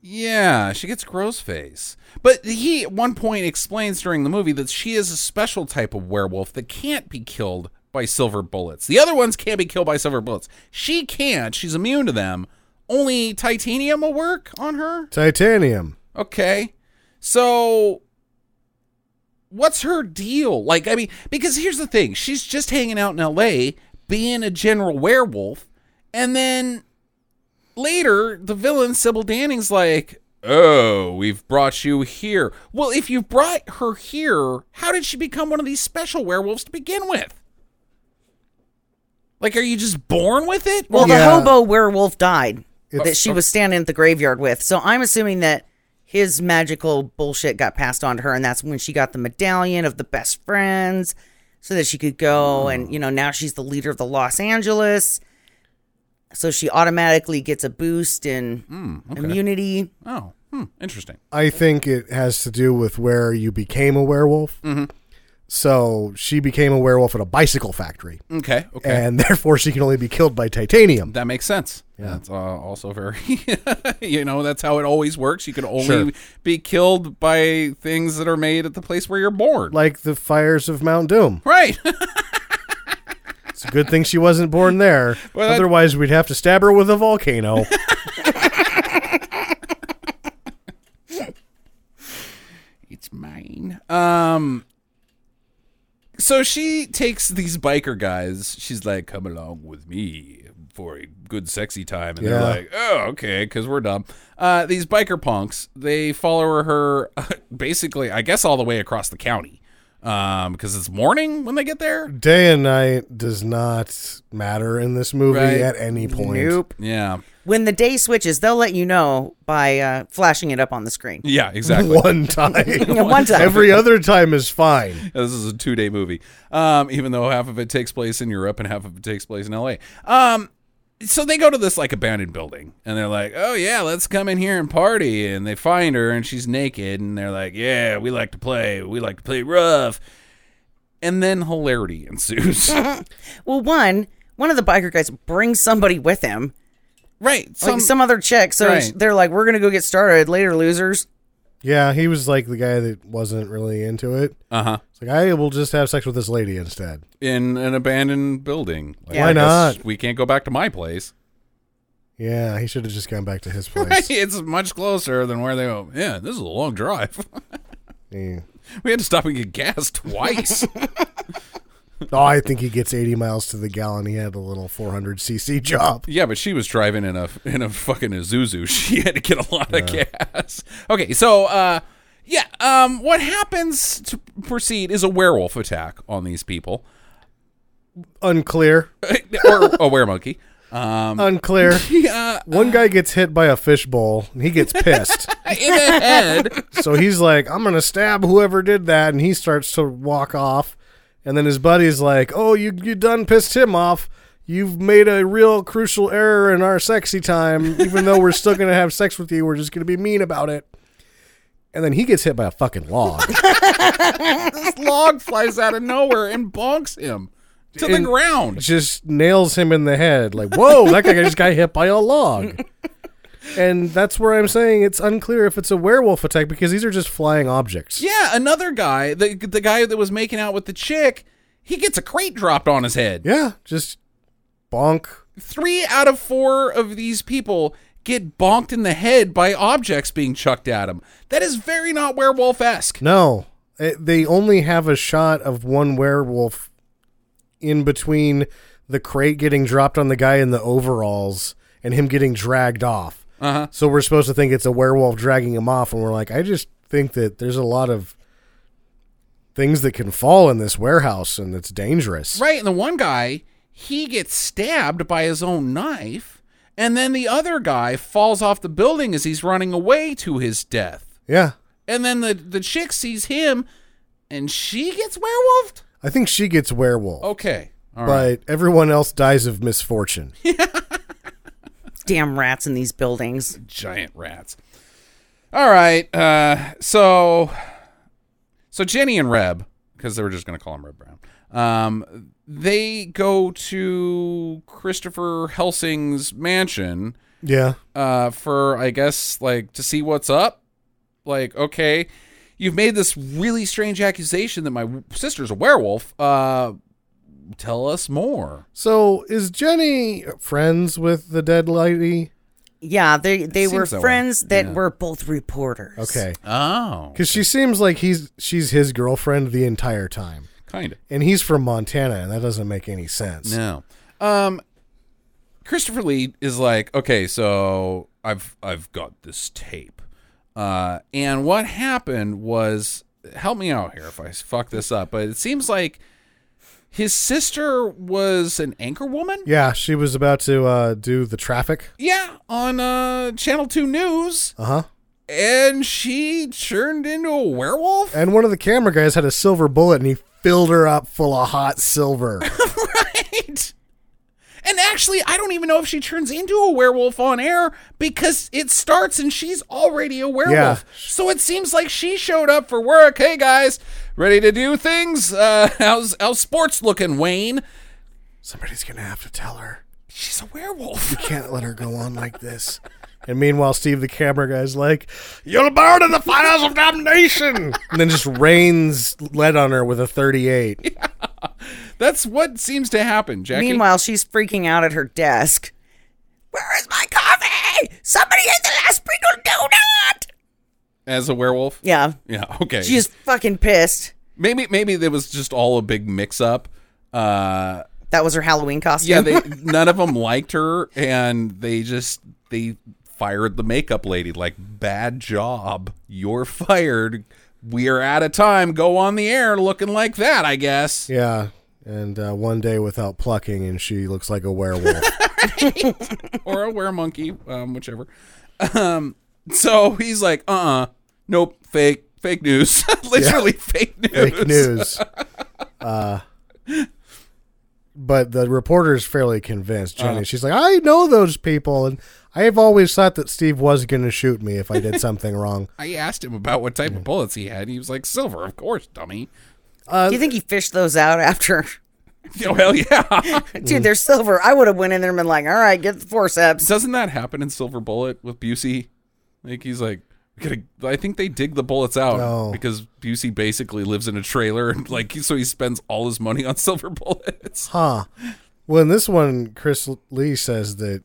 [SPEAKER 1] yeah she gets gross face. But he at one point explains during the movie that she is a special type of werewolf that can't be killed by silver bullets. The other ones can't be killed by silver bullets. She can't. She's immune to them. Only titanium will work on her.
[SPEAKER 6] Titanium.
[SPEAKER 1] Okay. So what's her deal? Like, I mean, because here's the thing. She's just hanging out in LA, being a general werewolf, and then later the villain Sybil Danning's like, "Oh, we've brought you here." Well, if you brought her here, how did she become one of these special werewolves to begin with? Like, are you just born with it?
[SPEAKER 8] Well,
[SPEAKER 6] Yeah.
[SPEAKER 8] the hobo werewolf died
[SPEAKER 6] It's-
[SPEAKER 8] that she was standing at the graveyard with. So I'm assuming that his magical bullshit got passed on to her, and that's when she got the medallion of the best friends so that she could
[SPEAKER 6] Hmm.
[SPEAKER 8] go. And, you know, now she's the leader of the Los Angeles. So she automatically gets a boost in
[SPEAKER 6] Hmm,
[SPEAKER 8] immunity.
[SPEAKER 1] oh, hmm, interesting.
[SPEAKER 6] I think it has to do with where you became a werewolf.
[SPEAKER 1] Mm-hmm.
[SPEAKER 6] So she became a werewolf at a bicycle factory,
[SPEAKER 1] Okay, okay.
[SPEAKER 6] and therefore she can only be killed by titanium.
[SPEAKER 1] That makes sense. Yeah. That's uh, also very, you know, that's how it always works. You can only
[SPEAKER 6] Sure.
[SPEAKER 1] be killed by things that are made at the place where you're born.
[SPEAKER 6] Like the fires of Mount Doom.
[SPEAKER 1] right.
[SPEAKER 6] It's a good thing she wasn't born there.
[SPEAKER 1] Well, that-
[SPEAKER 6] Otherwise, we'd have to stab her with a volcano.
[SPEAKER 1] it's mine. Um. So she takes these biker guys. She's like, "Come along with me for a good sexy time," and they're
[SPEAKER 6] Yeah.
[SPEAKER 1] like, "Oh, okay," because we're dumb. Uh, these biker punks they follow her basically, I guess, all the way across the county, um, because it's morning when they get there.
[SPEAKER 6] Day and night does not matter in this movie
[SPEAKER 1] Right.
[SPEAKER 6] at any point.
[SPEAKER 8] Nope.
[SPEAKER 1] Yeah.
[SPEAKER 8] When the day switches, they'll let you know by uh, flashing it up on the screen.
[SPEAKER 1] Yeah, exactly.
[SPEAKER 6] One time.
[SPEAKER 8] Yeah, one time.
[SPEAKER 6] Every other time is fine.
[SPEAKER 1] this is a two-day movie, um, even though half of it takes place in Europe and half of it takes place in L.A. Um, so they go to this like abandoned building, and they're like, "Oh yeah, let's come in here and party." And they find her, and she's naked, and they're like, "Yeah, we like to play. We like to play rough." And then hilarity ensues.
[SPEAKER 8] Well, one one of the biker guys brings somebody with him,
[SPEAKER 1] right.
[SPEAKER 8] like some other chick. So
[SPEAKER 1] Right.
[SPEAKER 8] they're like, "We're gonna go get started later, losers."
[SPEAKER 6] Yeah, he was like the guy that wasn't really into it.
[SPEAKER 1] uh huh.
[SPEAKER 6] It's like, I will just have sex with this lady instead.
[SPEAKER 1] In an abandoned building. Like,
[SPEAKER 8] Yeah.
[SPEAKER 1] I
[SPEAKER 8] Why
[SPEAKER 1] guess
[SPEAKER 6] not?
[SPEAKER 1] We can't go back to my place.
[SPEAKER 6] Yeah, he should have just gone back to his place.
[SPEAKER 1] it's much closer than where they go. Yeah, this is a long drive.
[SPEAKER 6] Yeah.
[SPEAKER 1] We had to stop and get gas twice.
[SPEAKER 6] Oh, I think he gets 80 miles to the gallon. He had a little 400cc job.
[SPEAKER 1] yeah, but she was driving in a in a fucking Isuzu. She had to get a lot of gas. Okay, so uh, yeah, um, what happens to proceed is a werewolf attack on these people
[SPEAKER 6] Unclear.
[SPEAKER 1] or a weremonkey. Um,
[SPEAKER 6] Unclear.
[SPEAKER 1] yeah, uh,
[SPEAKER 6] One guy gets hit by a fishbowl and he gets pissed.
[SPEAKER 1] in the head.
[SPEAKER 6] so he's like, I'm going to stab whoever did that. And he starts to walk off. And then his buddy's like, Oh, you, you done pissed him off. You've made a real crucial error in our sexy time. Even though we're still going to have sex with you, we're just going to be mean about it. And then he gets hit by a fucking log.
[SPEAKER 1] This log flies out of nowhere and bonks him to the
[SPEAKER 6] And-
[SPEAKER 1] ground.
[SPEAKER 6] just nails him in the head. Like, whoa, that guy just got hit by a log. and that's where I'm saying it's unclear if it's a werewolf attack because these are just flying objects.
[SPEAKER 1] Yeah, another guy, the the guy that was making out with the chick, he gets a crate dropped on his head.
[SPEAKER 6] Yeah, just bonk.
[SPEAKER 1] Three out of four of these people get bonked in the head by objects being chucked at him. That is very not werewolf esque.
[SPEAKER 6] No, it, they only have a shot of one werewolf in between the crate getting dropped on the guy in the overalls and him getting dragged off.
[SPEAKER 1] Uh-huh.
[SPEAKER 6] So we're supposed to think it's a werewolf dragging him off, and we're like, I just think that there's a lot of things that can fall in this warehouse, and it's dangerous.
[SPEAKER 1] Right, and the one guy, he gets stabbed by his own knife, and then the other guy falls off the building as he's running away to his death.
[SPEAKER 6] Yeah,
[SPEAKER 1] And then the, the chick sees him and she gets werewolfed?
[SPEAKER 6] I think she gets werewolf,
[SPEAKER 1] Okay. Oh, All
[SPEAKER 6] but
[SPEAKER 1] right.
[SPEAKER 6] everyone else dies of misfortune.
[SPEAKER 8] Damn rats in these buildings.
[SPEAKER 1] giant rats. All right. Uh, so, so Jenny and Reb, because they were just going to call him Reb Brown. Um, they go to Christopher Helsing's mansion
[SPEAKER 6] yeah,
[SPEAKER 1] uh, for I guess like to see what's up. Like, okay, you've made this really strange accusation that my w- sister's a werewolf. Uh, tell us more.
[SPEAKER 6] So is Jenny friends with the dead lady?
[SPEAKER 8] Yeah, they they
[SPEAKER 1] Seems
[SPEAKER 8] were
[SPEAKER 1] that way.
[SPEAKER 8] friends that
[SPEAKER 1] Yeah.
[SPEAKER 8] were both reporters.
[SPEAKER 6] Okay,
[SPEAKER 1] Oh,
[SPEAKER 6] because she seems like he's she's his girlfriend the entire time,
[SPEAKER 1] kind of.
[SPEAKER 6] and he's from Montana, and that doesn't make any sense.
[SPEAKER 1] No. Um Christopher Lee is like, okay, so I've I've got this tape. Uh and what happened was help me out here if I fuck this up, but it seems like his sister was an anchor woman?
[SPEAKER 6] Yeah, she was about to uh, do the traffic.
[SPEAKER 1] Yeah, on uh Channel 2 News
[SPEAKER 6] Uh huh.
[SPEAKER 1] and she turned into a werewolf?
[SPEAKER 6] And one of the camera guys had a silver bullet, and he filled her up full of hot silver.
[SPEAKER 1] right. And actually, I don't even know if she turns into a werewolf on air because it starts and she's already a werewolf.
[SPEAKER 6] Yeah.
[SPEAKER 1] So it seems like she showed up for work. Hey guys, ready to do things? Uh, how's how's sports looking, Wayne?
[SPEAKER 6] Somebody's gonna have to tell her.
[SPEAKER 1] She's a werewolf.
[SPEAKER 6] Can't let her go on like this. And meanwhile, Steve, the camera guy's like, "You'll burn in the fires of damnation," and then just rains lead on her with a thirty-eight.
[SPEAKER 1] That's what seems to happen, Jackie.
[SPEAKER 8] Meanwhile, she's freaking out at her desk. Where is my coffee? Somebody hit the last sprinkle donut.
[SPEAKER 1] as a werewolf.
[SPEAKER 8] Yeah,
[SPEAKER 1] Yeah. Okay.
[SPEAKER 8] she is fucking pissed.
[SPEAKER 1] maybe maybe there was just all a big mix up. Uh,
[SPEAKER 8] That was her Halloween costume.
[SPEAKER 1] yeah. They none of them liked her, and they just they fired the makeup lady. Like bad job, you're fired. We're out of time. Go on the air looking like that, I guess.
[SPEAKER 6] Yeah, and uh, one day without plucking, and she looks like a werewolf.
[SPEAKER 1] or a were monkey, um, whichever. Um, so he's like, uh, uh nope, fake, fake news, literally fake news.
[SPEAKER 6] Fake news. Uh, but the reporter's fairly convinced.
[SPEAKER 1] Uh-huh.
[SPEAKER 6] Jenny, she's like, I know those people, and I have always thought that Steve was going to shoot me if I did something wrong.
[SPEAKER 1] I asked him about what type of bullets he had. He was like, silver, of course, dummy. uh,
[SPEAKER 8] Do you think he fished those out after?
[SPEAKER 1] Oh hell yeah!
[SPEAKER 8] Dude, they're silver. I would have went in there and been like, "All right, get the forceps."
[SPEAKER 1] Doesn't that happen in Silver Bullet with Busey? Like he's like, we gotta, I think they dig the bullets out
[SPEAKER 6] No.
[SPEAKER 1] because Busey basically lives in a trailer, and like so he spends all his money on silver bullets.
[SPEAKER 6] Huh. Well, in this one, Chris Lee says that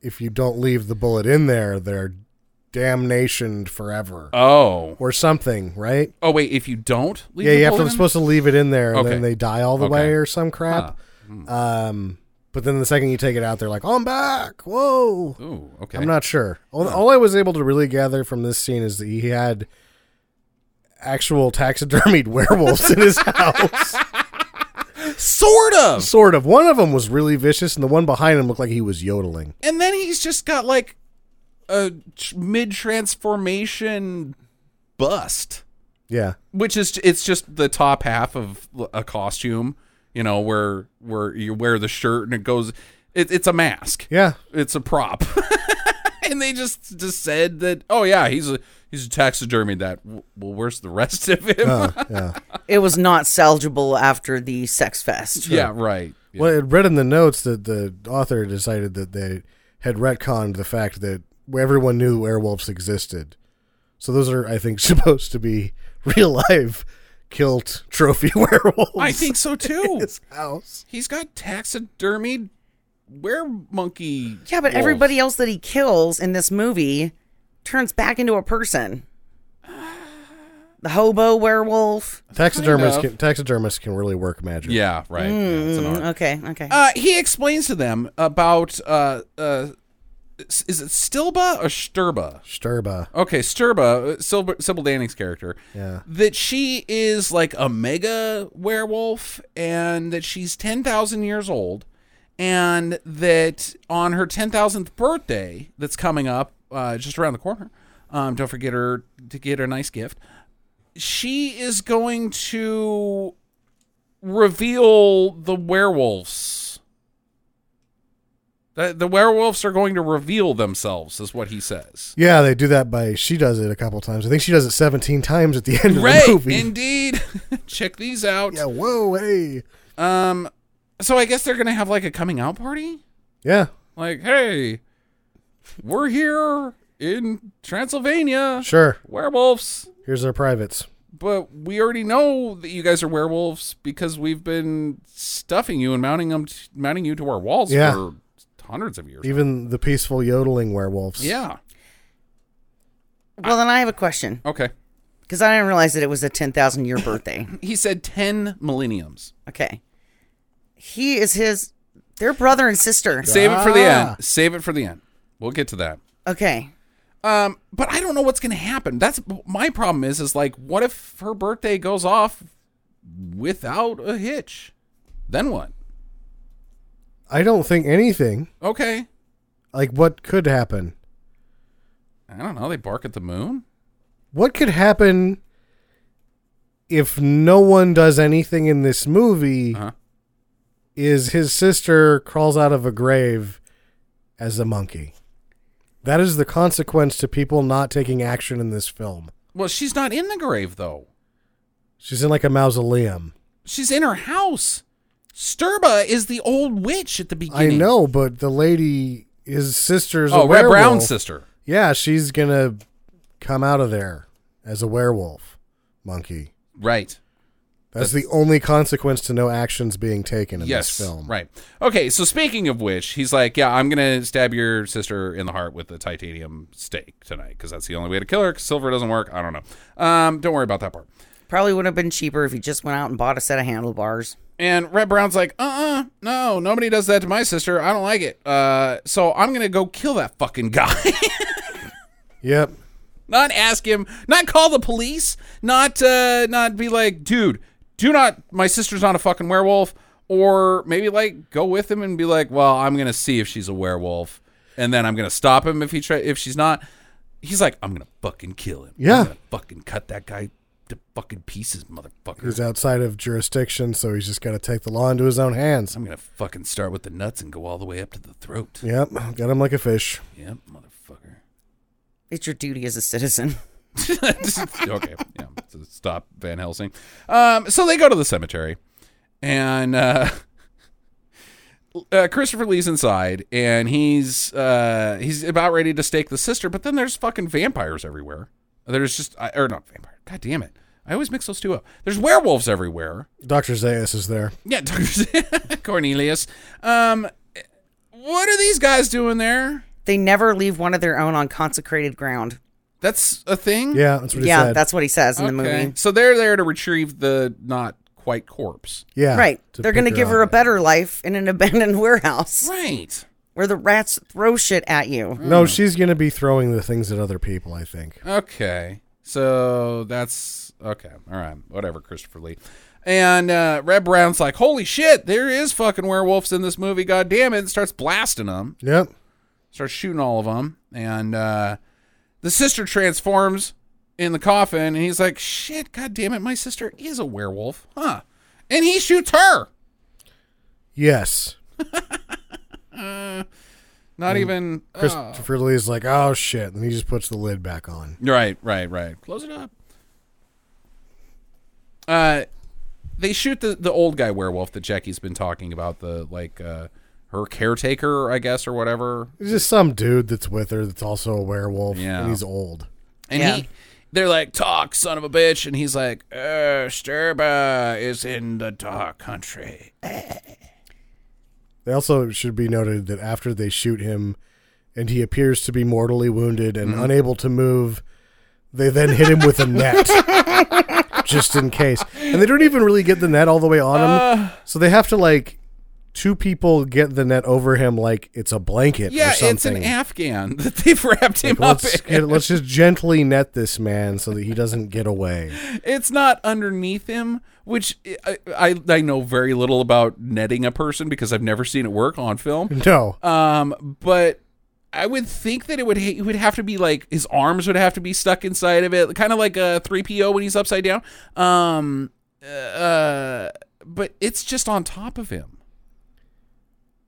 [SPEAKER 6] if you don't leave the bullet in there, they're damnationed forever
[SPEAKER 1] Oh,
[SPEAKER 6] or something, right?
[SPEAKER 1] oh wait, if you don't, leave
[SPEAKER 6] yeah,
[SPEAKER 1] the
[SPEAKER 6] you have to,
[SPEAKER 1] bullet
[SPEAKER 6] I'm
[SPEAKER 1] in-
[SPEAKER 6] supposed to leave it in there, and
[SPEAKER 1] Okay.
[SPEAKER 6] then they die all the
[SPEAKER 1] Okay. Hmm.
[SPEAKER 6] way or some crap. Um, but then the second you take it out, they're like, "Oh, I'm back!" Whoa,
[SPEAKER 1] Ooh, okay.
[SPEAKER 6] I'm not sure. All, all I was able to really gather from this scene is that he had actual taxidermied werewolves in his house,
[SPEAKER 1] sort of.
[SPEAKER 6] sort of. One of them was really vicious, and the one behind him looked like he was yodeling.
[SPEAKER 1] And then he's just got like a tr- mid transformation bust.
[SPEAKER 6] Yeah,
[SPEAKER 1] which is it's just the top half of a costume you know where where you wear the shirt and it goes it, it's a mask
[SPEAKER 6] yeah.
[SPEAKER 1] it's a prop and they just just said that oh yeah he's a he's a taxidermy that well where's the rest of him
[SPEAKER 8] It was not salvageable after the sex fest.
[SPEAKER 1] yeah right Yeah.
[SPEAKER 6] Well, I read in the notes that the author decided that they had retconned the fact that where everyone knew werewolves existed. So those are, I think, supposed to be real life kilt trophy werewolves.
[SPEAKER 1] I think so too.
[SPEAKER 6] in his house.
[SPEAKER 1] He's got taxidermied were monkey.
[SPEAKER 8] Yeah, but everybody else that he kills in this movie turns back into a person. The hobo werewolf.
[SPEAKER 6] Taxidermists
[SPEAKER 1] Kind of.
[SPEAKER 6] can, taxidermists can really work magic.
[SPEAKER 1] Yeah, right. Yeah, it's an art.
[SPEAKER 8] Mm, Hmm, Okay, okay.
[SPEAKER 1] Uh, he explains to them about uh, uh, s- is it Stilba or Sturba?
[SPEAKER 6] Sturba.
[SPEAKER 1] Okay, Sturba, uh, Sybil, Sybil Danning's character.
[SPEAKER 6] Yeah.
[SPEAKER 1] That she is like a mega werewolf and that she's 10,000 years old and that on her 10,000th birthday that's coming up uh, just around the corner, um, don't forget her to get her a nice gift. She is going to reveal the werewolves. The, the werewolves are going to reveal themselves, is what he says.
[SPEAKER 6] Yeah, they do that by she does it a couple times. I think she does it seventeen times at the end of
[SPEAKER 1] Right,
[SPEAKER 6] the movie.
[SPEAKER 1] indeed. Check these out.
[SPEAKER 6] yeah, whoa, hey,
[SPEAKER 1] Um, so I guess they're gonna have like a coming out party.
[SPEAKER 6] yeah,
[SPEAKER 1] Like, hey, we're here in Transylvania,
[SPEAKER 6] sure.
[SPEAKER 1] werewolves.
[SPEAKER 6] Here's our privates.
[SPEAKER 1] But we already know that you guys are werewolves because we've been stuffing you and mounting them, mounting you to our walls
[SPEAKER 6] Yeah.
[SPEAKER 1] for hundreds of years.
[SPEAKER 6] Even the peaceful yodeling werewolves.
[SPEAKER 1] Yeah.
[SPEAKER 8] well, then I have a question
[SPEAKER 1] Okay.
[SPEAKER 8] because I didn't realize that it was a 10,000 year birthday.
[SPEAKER 1] He said ten millenniums.
[SPEAKER 8] Okay. He is his, they're brother and sister.
[SPEAKER 1] Save it for the
[SPEAKER 6] Ah.
[SPEAKER 1] end. Save it for the end. We'll get to that.
[SPEAKER 8] Okay.
[SPEAKER 1] Um, but I don't know what's going to happen. That's my problem is is like what if her birthday goes off without a hitch? Then what?
[SPEAKER 6] I don't think anything
[SPEAKER 1] Okay.
[SPEAKER 6] like what could happen.
[SPEAKER 1] I don't know. They bark at the moon?
[SPEAKER 6] What could happen if no one does anything in this movie?
[SPEAKER 1] Uh-huh.
[SPEAKER 6] Is his sister crawls out of a grave as a monkey? That is the consequence to people not taking action in this film.
[SPEAKER 1] Well, she's not in the grave though.
[SPEAKER 6] She's in like a mausoleum.
[SPEAKER 1] She's in her house. Sturba is the old witch at the
[SPEAKER 6] I
[SPEAKER 1] beginning.
[SPEAKER 6] know, but the lady, his sister's
[SPEAKER 1] Oh,
[SPEAKER 6] a
[SPEAKER 1] Red
[SPEAKER 6] werewolf.
[SPEAKER 1] Brown's sister.
[SPEAKER 6] Yeah, she's gonna come out of there as a werewolf monkey.
[SPEAKER 1] Right.
[SPEAKER 6] That's, the only consequence to no actions being taken in
[SPEAKER 1] yes,
[SPEAKER 6] this film.
[SPEAKER 1] Right. Okay, so speaking of which, he's like, Yeah, I'm going to stab your sister in the heart with a titanium stake tonight because that's the only way to kill her 'cause silver doesn't work. I don't know. Um, don't worry about that part.
[SPEAKER 8] Probably would have been cheaper if he just went out and bought a set of handlebars.
[SPEAKER 1] And Red Brown's like, uh uh no, nobody does that to my sister. I don't like it. Uh, so I'm going to go kill that fucking guy.
[SPEAKER 6] Yep.
[SPEAKER 1] not ask him, not call the police, not, uh, not be like, dude, do not, my sister's not a fucking werewolf. Or maybe like go with him and be like, well, I'm going to see if she's a werewolf. And then I'm going to stop him if he try, if she's not. He's like, I'm going to fucking kill him. I'm
[SPEAKER 6] Yeah.
[SPEAKER 1] gonna fucking cut that guy to fucking pieces, motherfucker.
[SPEAKER 6] He's outside of jurisdiction, so he's just gotta take the law into his own hands.
[SPEAKER 1] I'm going to fucking start with the nuts and go all the way up to the throat.
[SPEAKER 6] Yep, got him like a fish.
[SPEAKER 1] Yep, motherfucker.
[SPEAKER 8] It's your duty as a citizen.
[SPEAKER 1] okay, yeah. So stop Van Helsing. Um, so they go to the cemetery, and uh, uh, Christopher Lee's inside, and he's uh, he's about ready to stake the sister, but then there's fucking vampires everywhere. There's just I- or not vampire. God damn it! I always mix those two up. There's werewolves everywhere.
[SPEAKER 6] Doctor Zaius is there.
[SPEAKER 1] Yeah, Dr. Cornelius. Um, what are these guys doing there?
[SPEAKER 8] They never leave one of their own on consecrated ground.
[SPEAKER 1] That's a thing.
[SPEAKER 6] Yeah, that's what he
[SPEAKER 8] yeah,
[SPEAKER 6] said.
[SPEAKER 8] that's what he says in the
[SPEAKER 1] Okay.
[SPEAKER 8] movie.
[SPEAKER 1] So they're there to retrieve the not quite corpse.
[SPEAKER 6] yeah.
[SPEAKER 8] right.
[SPEAKER 6] to
[SPEAKER 8] They're going to
[SPEAKER 6] pick
[SPEAKER 8] give her a
[SPEAKER 6] up.
[SPEAKER 8] better life in an abandoned warehouse
[SPEAKER 1] Right.
[SPEAKER 8] where the rats throw shit at you.
[SPEAKER 6] No, she's gonna be throwing the things at other people, I think.
[SPEAKER 1] Okay. So that's okay. All right. Whatever, Christopher Lee. And uh, Red Brown's like, holy shit, there is fucking werewolves in this movie. God damn it. And starts blasting them,
[SPEAKER 6] Yep.
[SPEAKER 1] starts shooting all of them. And uh, the sister transforms in the coffin. And he's like, shit, god damn it. My sister is a werewolf. Huh. And he shoots her.
[SPEAKER 6] Yes.
[SPEAKER 1] Not even. oh.
[SPEAKER 6] Christopher Lee Lee's like, oh shit, and he just puts the lid back on.
[SPEAKER 1] Right, right, right. Close it up. Uh, they shoot the the old guy werewolf that Jackie's been talking about. The like uh, her caretaker, I guess, or whatever.
[SPEAKER 6] It's just some dude that's with her that's also a werewolf.
[SPEAKER 1] Yeah.
[SPEAKER 6] And he's old.
[SPEAKER 1] And
[SPEAKER 8] Yeah.
[SPEAKER 1] he, they're like, talk, son of a bitch. And he's like, uh, Sturba is in the dark country.
[SPEAKER 6] They also should be noted that after they shoot him and he appears to be mortally wounded and unable to move, they then hit him with a net. just in case. And they don't even really get the net all the way on him.
[SPEAKER 1] Uh.
[SPEAKER 6] so they have to like two people get the net over him like it's a blanket or
[SPEAKER 1] Yeah,
[SPEAKER 6] something.
[SPEAKER 1] it's an Afghan that they've wrapped him up
[SPEAKER 6] Let's,
[SPEAKER 1] in.
[SPEAKER 6] get- let's just gently net this man so that he doesn't get away.
[SPEAKER 1] It's not underneath him, which I, I, I know very little about netting a person because I've never seen it work on film.
[SPEAKER 6] No.
[SPEAKER 1] Um, but I would think that it would it would have to be like his arms would have to be stuck inside of it, kind of like a three PO when he's upside down. Um, uh, but it's just on top of him.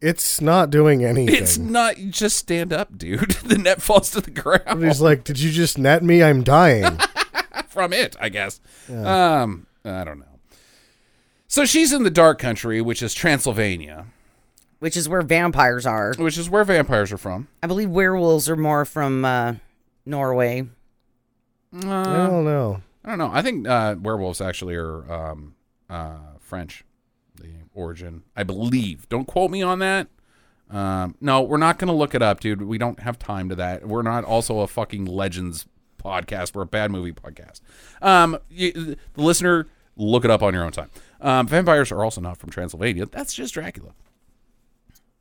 [SPEAKER 6] It's not doing anything.
[SPEAKER 1] It's not just stand up, dude. the net falls to the ground
[SPEAKER 6] He's like, Did you just net me? I'm dying.
[SPEAKER 1] Uh-huh. from it, I guess. Um, I don't know. So she's in the dark country, which is Transylvania,
[SPEAKER 8] which is where vampires are.
[SPEAKER 1] which is where vampires are from.
[SPEAKER 8] I believe werewolves are more from uh, Norway.
[SPEAKER 6] I don't know.
[SPEAKER 1] I don't know. I think uh, werewolves actually are um, uh, French, the origin. I believe. Don't quote me on that. Um, no, we're not going to look it up, dude. We don't have time to that. We're not also a fucking legends podcast. We're a bad movie podcast. Um, you, the listener, look it up on your own time. Um, vampires are also not from Transylvania. That's just Dracula.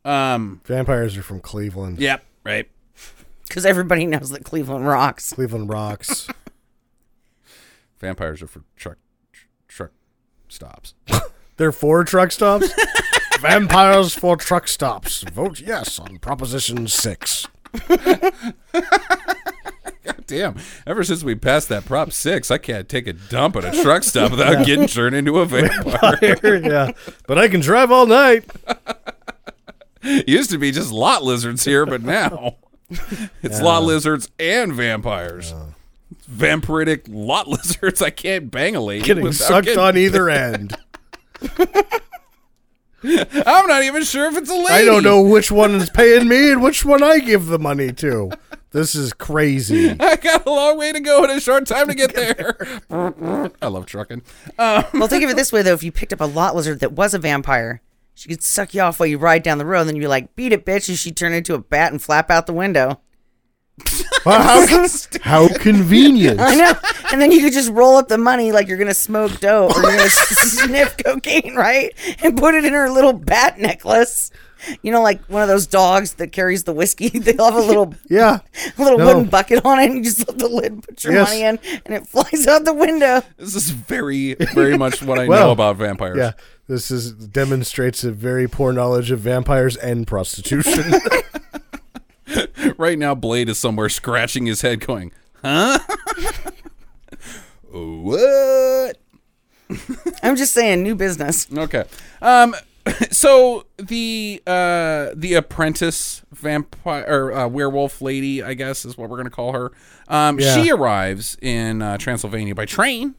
[SPEAKER 1] Um.
[SPEAKER 6] Vampires are from Cleveland.
[SPEAKER 1] Yep. Right.
[SPEAKER 8] Because everybody knows that Cleveland rocks.
[SPEAKER 6] Cleveland rocks.
[SPEAKER 1] Vampires are for truck tr- truck stops.
[SPEAKER 6] They're for truck stops? Vampires for truck stops. Vote yes on Proposition 6.
[SPEAKER 1] Damn, ever since we passed that Prop 6, I can't take a dump at a truck stop without getting turned into a vampire.
[SPEAKER 6] yeah. But I can drive all night.
[SPEAKER 1] Used to be just lot lizards here, but now it's lot lizards and vampires. Vampiric lot lizards. I can't bang a lady.
[SPEAKER 6] Getting
[SPEAKER 1] without
[SPEAKER 6] sucked
[SPEAKER 1] getting-
[SPEAKER 6] on either end.
[SPEAKER 1] I'm not even sure if it's a lady.
[SPEAKER 6] I don't know which one is paying me and which one I give the money to. This is crazy.
[SPEAKER 1] I got a long way to go and a short time to get there. I love trucking. Uh,
[SPEAKER 8] well, think of it this way, though. If you picked up a lot lizard that was a vampire, she could suck you off while you ride down the road, and then you're like, beat it, bitch, and she'd turn into a bat and flap out the window.
[SPEAKER 6] Well, how, how convenient.
[SPEAKER 8] I know. and then you could just roll up the money like you're going to smoke dope or you're going to sniff cocaine, right? And put it in her little bat necklace. You know, like one of those dogs that carries the whiskey. They'll have a little
[SPEAKER 6] Yeah.
[SPEAKER 8] a little
[SPEAKER 6] No.
[SPEAKER 8] wooden bucket on it and you just lift the lid, put your
[SPEAKER 6] Yes.
[SPEAKER 8] money in, and it flies out the window.
[SPEAKER 1] This is very, very much what I know
[SPEAKER 6] Well,
[SPEAKER 1] about vampires.
[SPEAKER 6] Yeah. This is demonstrates a very poor knowledge of vampires and prostitution.
[SPEAKER 1] Right now, Blade is somewhere scratching his head, going, "Huh? what?"
[SPEAKER 8] I'm just saying, new business.
[SPEAKER 1] Okay. Um. So the uh the apprentice vampire or uh, werewolf lady, I guess, is what we're gonna call her. Um.
[SPEAKER 6] Yeah.
[SPEAKER 1] She arrives in uh, Transylvania by train,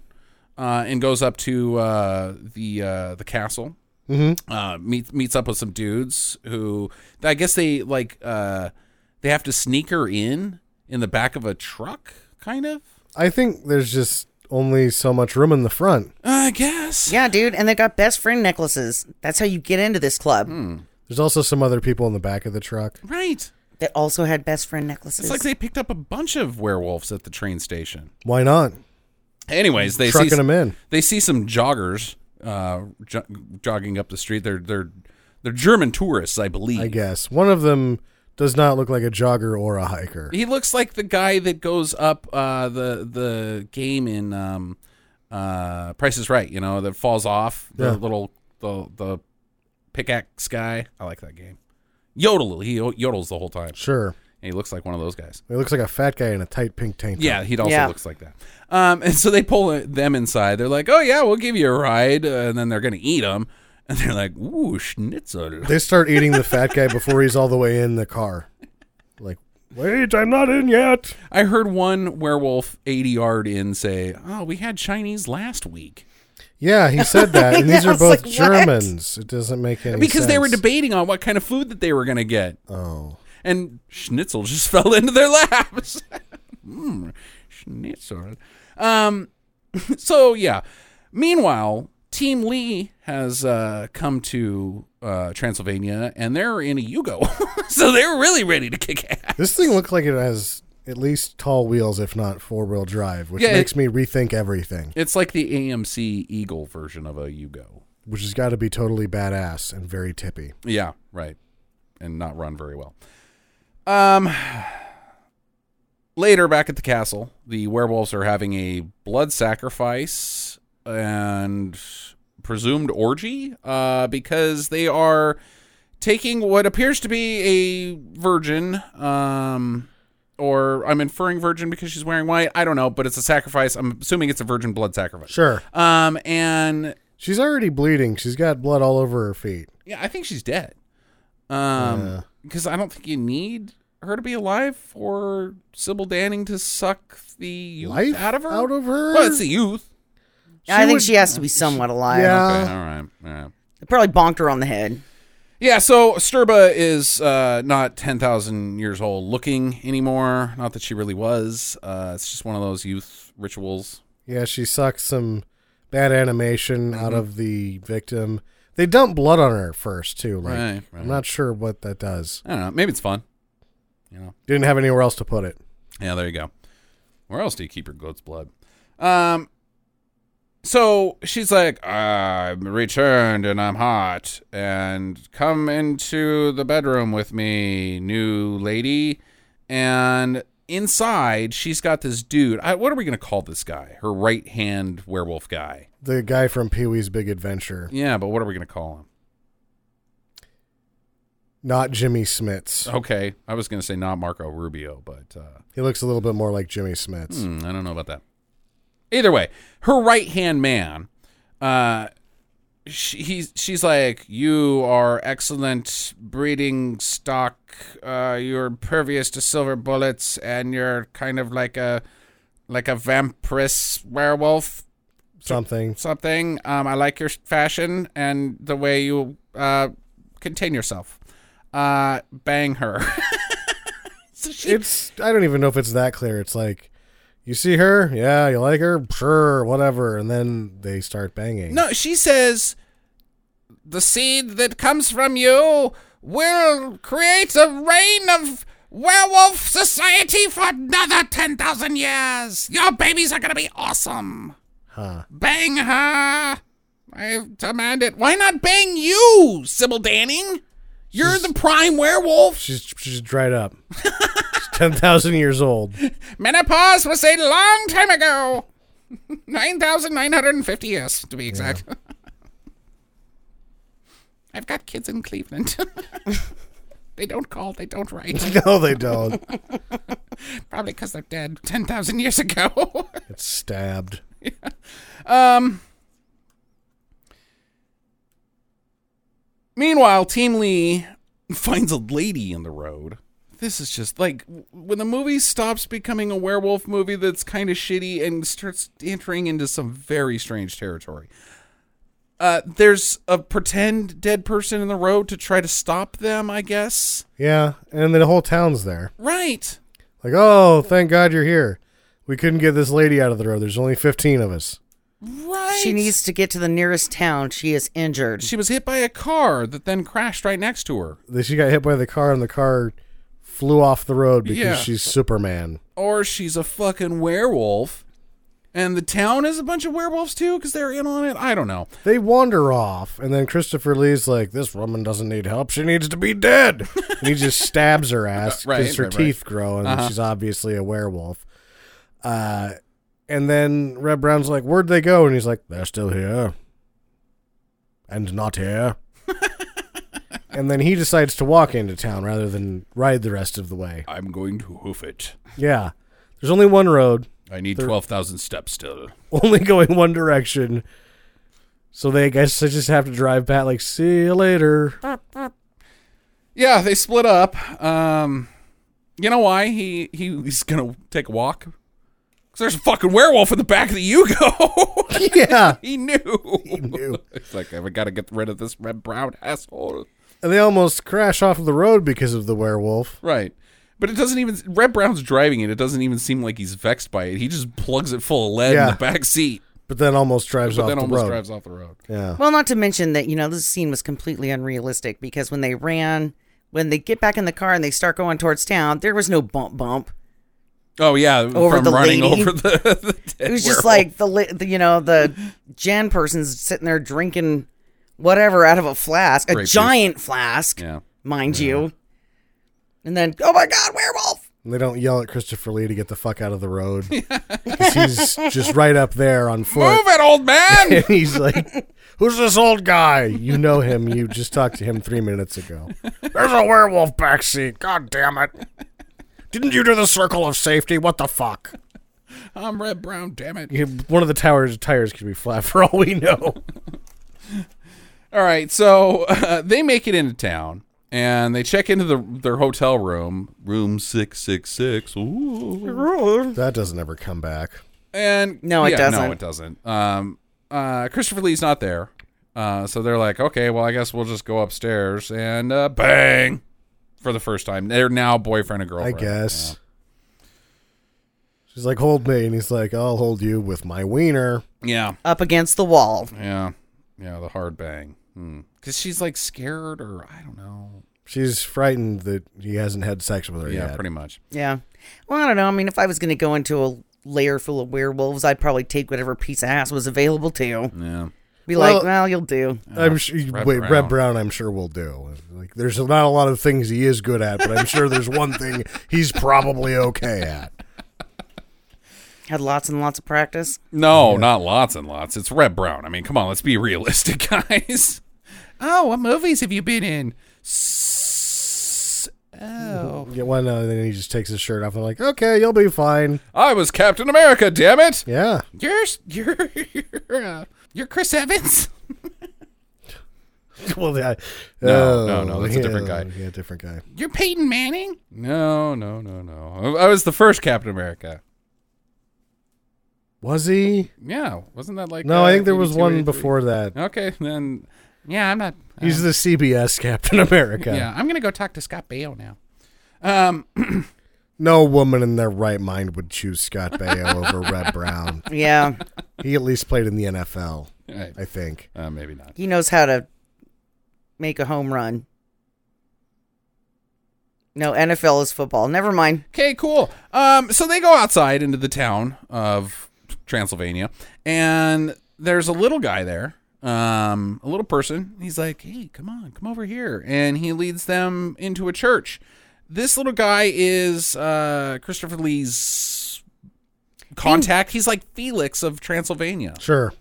[SPEAKER 1] uh, and goes up to uh the uh the castle. Mm-hmm. Uh, meets meets up with some dudes who I guess they like uh they have to sneak her in in the back of a truck, kind of.
[SPEAKER 6] I think there's just only so much room in the front.
[SPEAKER 1] I guess.
[SPEAKER 8] Yeah, dude. And they got best friend necklaces. That's how you get into this club
[SPEAKER 6] There's also some other people in the back of the truck.
[SPEAKER 1] Right.
[SPEAKER 8] that also had best friend necklaces.
[SPEAKER 1] It's like they picked up a bunch of werewolves at the train station.
[SPEAKER 6] Why not?
[SPEAKER 1] Anyways, they
[SPEAKER 6] Trucking
[SPEAKER 1] see,
[SPEAKER 6] them in.
[SPEAKER 1] They see some joggers uh, jo- jogging up the street. They're they're they're German tourists, I believe.
[SPEAKER 6] I guess. One of them does not look like a jogger or a hiker.
[SPEAKER 1] He looks like the guy that goes up uh, the the game in um, uh, Price is Right. You know that falls off the
[SPEAKER 6] Yeah.
[SPEAKER 1] little the the pickaxe guy. I like that game. Yodel. He yo- yodels the whole time.
[SPEAKER 6] Sure.
[SPEAKER 1] And he looks like one of those guys.
[SPEAKER 6] He looks like a fat guy in a tight pink tank top.
[SPEAKER 1] Yeah, he also
[SPEAKER 8] Yeah.
[SPEAKER 1] looks like that. Um, and so they pull uh, them inside. They're like, "Oh yeah, we'll give you a ride," uh, and then they're gonna eat them. And they're like, "Ooh, schnitzel."
[SPEAKER 6] They start eating the fat guy before he's all the way in the car. Like, wait, I'm not in yet.
[SPEAKER 1] I heard one werewolf eighty yard in say, "Oh, we had Chinese last week."
[SPEAKER 6] Yeah, he said that. And these
[SPEAKER 8] I
[SPEAKER 6] are
[SPEAKER 8] was
[SPEAKER 6] both
[SPEAKER 8] like, what?
[SPEAKER 6] Germans. It doesn't make any
[SPEAKER 1] because they were
[SPEAKER 6] sense.
[SPEAKER 1] debating on what kind of food that they were going to get. Oh. And schnitzel just fell into their laps. mm, schnitzel. Um, so, yeah. Meanwhile, Team Lee has uh, come to uh, Transylvania and they're in a Yugo. so they're really ready to kick ass.
[SPEAKER 6] This thing looked like it has at least tall wheels, if not four wheel drive, which
[SPEAKER 1] Yeah, it-
[SPEAKER 6] makes me rethink everything,
[SPEAKER 1] It's like the AMC Eagle version of a Yugo.
[SPEAKER 6] which has got to be totally badass and very tippy.
[SPEAKER 1] Yeah, right. And not run very well. Um later back at the castle, the werewolves are having a blood sacrifice and presumed orgy uh because they are taking what appears to be a virgin um or I'm inferring virgin because she's wearing white. I don't know, but it's a sacrifice. I'm assuming it's a virgin blood sacrifice.
[SPEAKER 6] Sure.
[SPEAKER 1] Um and
[SPEAKER 6] She's already bleeding. She's got blood all over her feet.
[SPEAKER 1] yeah, I think she's dead. Um, because I don't think you need her to be alive for Sybil Danning to suck the youth
[SPEAKER 6] Life
[SPEAKER 1] out of her.
[SPEAKER 6] out of her?
[SPEAKER 1] Well, it's the youth.
[SPEAKER 8] I think
[SPEAKER 6] would-
[SPEAKER 8] she has to be somewhat alive.
[SPEAKER 6] Yeah.
[SPEAKER 1] Okay, all right, all right.
[SPEAKER 8] They probably bonked her on the head.
[SPEAKER 1] Yeah, so Sturba is uh, not 10,000 years old looking anymore. Not that she really was. Uh, it's just one of those youth rituals.
[SPEAKER 6] Yeah, she sucks some bad animation out of the victim. They dump blood on her first too. Like
[SPEAKER 1] Right, right.
[SPEAKER 6] I'm not sure what that does.
[SPEAKER 1] I don't know. Maybe it's fun.
[SPEAKER 6] Didn't have anywhere else to put it.
[SPEAKER 1] Yeah, there you go. Where else do you keep your goat's blood? Um, so she's like, I'm returned and I'm hot, and come into the bedroom with me, new lady. And inside, she's got this dude. I, what are we going to call this guy? Her right hand werewolf guy.
[SPEAKER 6] The guy from Pee Wee's Big Adventure,
[SPEAKER 1] Yeah, but what are we going to call him?
[SPEAKER 6] not Jimmy Smits.
[SPEAKER 1] Okay, I was going to say not Marco Rubio, but uh,
[SPEAKER 6] He looks a little bit more like Jimmy Smits.
[SPEAKER 1] Hmm, I don't know about that. Either way, her right hand man, uh, she, he's she's like, you are excellent breeding stock. Uh, you're pervious to silver bullets, and you're kind of like a like a vampirous werewolf
[SPEAKER 6] Something.
[SPEAKER 1] something. Um, I like your fashion and the way you uh, contain yourself. Uh, bang her. so she
[SPEAKER 6] It's I don't even know if it's that clear. It's like you see her, yeah, you like her, sure, whatever, and then they start banging.
[SPEAKER 1] No, she says the seed that comes from you will create a reign of werewolf society for another 10,000 years. Your babies are going to be awesome.
[SPEAKER 6] Huh.
[SPEAKER 1] Bang her. I demand it. Why not bang you, Sybil Danning? You're the prime werewolf.
[SPEAKER 6] She's she's dried up. she's ten thousand years old.
[SPEAKER 1] Menopause was a long time ago. 9,950 years, to be exact. I've got kids in Cleveland. they don't call, they don't write.
[SPEAKER 6] No, they don't.
[SPEAKER 1] Probably because they're dead 10,000 years ago.
[SPEAKER 6] It's stabbed.
[SPEAKER 1] Meanwhile, Team Lee finds a lady in the road. This is just like w- when the movie stops becoming a werewolf movie that's kind of shitty and starts entering into some very strange territory. Uh, there's a pretend dead person in the road to try to stop them, I guess.
[SPEAKER 6] Yeah, and the whole town's there.
[SPEAKER 1] Right.
[SPEAKER 6] Like, oh, thank God you're here. We couldn't get this lady out of the road. There's only 15 of us.
[SPEAKER 1] Right.
[SPEAKER 8] She needs to get to the nearest town. She is injured.
[SPEAKER 1] She was hit by a car that then crashed right next to her.
[SPEAKER 6] Then She got hit by the car, and the car flew off the road because
[SPEAKER 1] Yeah.
[SPEAKER 6] she's Superman.
[SPEAKER 1] Or she's a fucking werewolf. And the town is a bunch of werewolves too because they're in on it. I don't know.
[SPEAKER 6] They wander off, and then Christopher Lee's like, "This woman doesn't need help. She needs to be dead." and he just stabs her ass
[SPEAKER 1] Right,
[SPEAKER 6] because her
[SPEAKER 1] right, Uh-huh. right.
[SPEAKER 6] teeth grow, and she's obviously a werewolf. Uh, and then Red Brown's like, "Where'd they go?" And he's like, "They're still here, and not here." and then he decides to walk into town rather than ride the rest of the way.
[SPEAKER 1] I'm going to hoof it.
[SPEAKER 6] Yeah, there's only one road,
[SPEAKER 1] I need 12,000 steps still.
[SPEAKER 6] only going one direction. So they, I guess, they just have to drive back. Like, see you later.
[SPEAKER 1] Yeah, they split up. Um, you know why? He, he he's going to take a walk. 'Cause there's a fucking werewolf in the back of the Yugo.
[SPEAKER 6] yeah.
[SPEAKER 1] he knew. He
[SPEAKER 6] knew.
[SPEAKER 1] It's like, I've got to get rid of this red brown asshole.
[SPEAKER 6] And they almost crash off the road because of the werewolf.
[SPEAKER 1] Right. But it doesn't even. Red Brown's driving it. It doesn't even seem like he's vexed by it. He just plugs it full of lead in
[SPEAKER 6] Yeah.
[SPEAKER 1] the back seat,
[SPEAKER 6] But then almost drives
[SPEAKER 1] but
[SPEAKER 6] off
[SPEAKER 1] then
[SPEAKER 6] the
[SPEAKER 1] almost
[SPEAKER 6] road.
[SPEAKER 1] drives off the road.
[SPEAKER 6] Yeah.
[SPEAKER 8] Well, not to mention that, you know, this scene was completely unrealistic because when they ran, when they get back in the car and they start going towards town, there was no bump bump.
[SPEAKER 1] Oh yeah,
[SPEAKER 8] Over
[SPEAKER 1] from
[SPEAKER 8] the
[SPEAKER 1] running
[SPEAKER 8] lady.
[SPEAKER 1] over the. the
[SPEAKER 8] It was just like the, li- the, you know, the Jan person's sitting there drinking whatever out of a flask, a
[SPEAKER 1] Grape juice.
[SPEAKER 8] giant flask,
[SPEAKER 1] Yeah.
[SPEAKER 8] mind you. And then, oh my God, werewolf!
[SPEAKER 6] And they don't yell at Christopher Lee to get the fuck out of the road. 'Cause he's just right up there on foot.
[SPEAKER 1] Move it, old man.
[SPEAKER 6] And he's like, Who's this old guy? You know him. You just talked to him three minutes ago. There's a werewolf backseat. God damn it. Didn't you do the circle of safety? What the fuck?
[SPEAKER 1] I'm Red Brown. Damn it.
[SPEAKER 6] You- One of the towers tires could be flat for all we know.
[SPEAKER 1] All right, so uh, they make it into town and they check into the their hotel room, room six six six.
[SPEAKER 6] That doesn't ever come back.
[SPEAKER 1] And
[SPEAKER 8] No, it
[SPEAKER 1] yeah, No,
[SPEAKER 8] doesn't.
[SPEAKER 1] it doesn't. Um, uh, Christopher Lee's not there, uh, so they're like, okay, well, I guess we'll just go upstairs and uh, bang for the first time. They're now boyfriend and
[SPEAKER 6] I
[SPEAKER 1] girlfriend.
[SPEAKER 6] guess. She's like, Hold me. And he's like, I'll hold you with my wiener.
[SPEAKER 1] Yeah,
[SPEAKER 8] Up against the wall.
[SPEAKER 1] yeah, yeah, yeah the hard bang. Because she's like scared, or I don't know.
[SPEAKER 6] She's frightened that he hasn't had sex with her
[SPEAKER 1] Yeah,
[SPEAKER 6] yet.
[SPEAKER 1] pretty much.
[SPEAKER 8] Yeah. Well, I don't know. I mean, if I was going to go into a lair full of werewolves, I'd probably take whatever piece of ass was available to.
[SPEAKER 1] Yeah.
[SPEAKER 8] Be
[SPEAKER 6] Well-
[SPEAKER 8] like, well, you'll do.
[SPEAKER 6] I'm sure.
[SPEAKER 1] Red
[SPEAKER 6] wait,
[SPEAKER 1] Brown.
[SPEAKER 6] Red Brown. I'm sure will do. Like, there's not a lot of things he is good at, but I'm sure there's one thing he's probably okay at.
[SPEAKER 8] Had lots and lots of practice.
[SPEAKER 1] No, not lots and lots. It's Red Brown. I mean, come on, let's be realistic, guys. Oh, what movies have you been in? S- Oh.
[SPEAKER 6] Yeah, one uh, then he just takes his shirt off. and like, okay, you'll be fine.
[SPEAKER 1] I was Captain America, damn it.
[SPEAKER 6] Yeah,
[SPEAKER 1] You're you're you're, uh, you're Chris Evans.
[SPEAKER 6] well, that,
[SPEAKER 1] No, no, no, that's a different guy.
[SPEAKER 6] uh, Yeah, different guy.
[SPEAKER 1] You're Peyton Manning? No, no, no, no. I I was the first Captain America.
[SPEAKER 6] Was he?
[SPEAKER 1] Yeah, wasn't that like
[SPEAKER 6] No,
[SPEAKER 1] uh,
[SPEAKER 6] I think there was
[SPEAKER 1] 82,
[SPEAKER 6] one
[SPEAKER 1] 83?
[SPEAKER 6] before that.
[SPEAKER 1] Okay, then yeah, I'm not uh,
[SPEAKER 6] He's the CBS Captain America.
[SPEAKER 1] Yeah, I'm going to go talk to Scott Baio now. Um
[SPEAKER 6] No woman in their right mind would choose Scott Baio over Red Brown.
[SPEAKER 8] Yeah.
[SPEAKER 6] He at least played in the NFL,
[SPEAKER 1] right.
[SPEAKER 6] I think.
[SPEAKER 1] uh, maybe not.
[SPEAKER 8] he knows how to make a home run. No, NFL is football. Never mind.
[SPEAKER 1] Okay, cool. Um, so they go outside into the town of Transylvania, and there's a little guy there, um, a little person. He's like, "Hey, come on, come over here," and he leads them into a church. This little guy is uh, Christopher Lee's contact. He's like Felix of Transylvania.
[SPEAKER 6] Sure.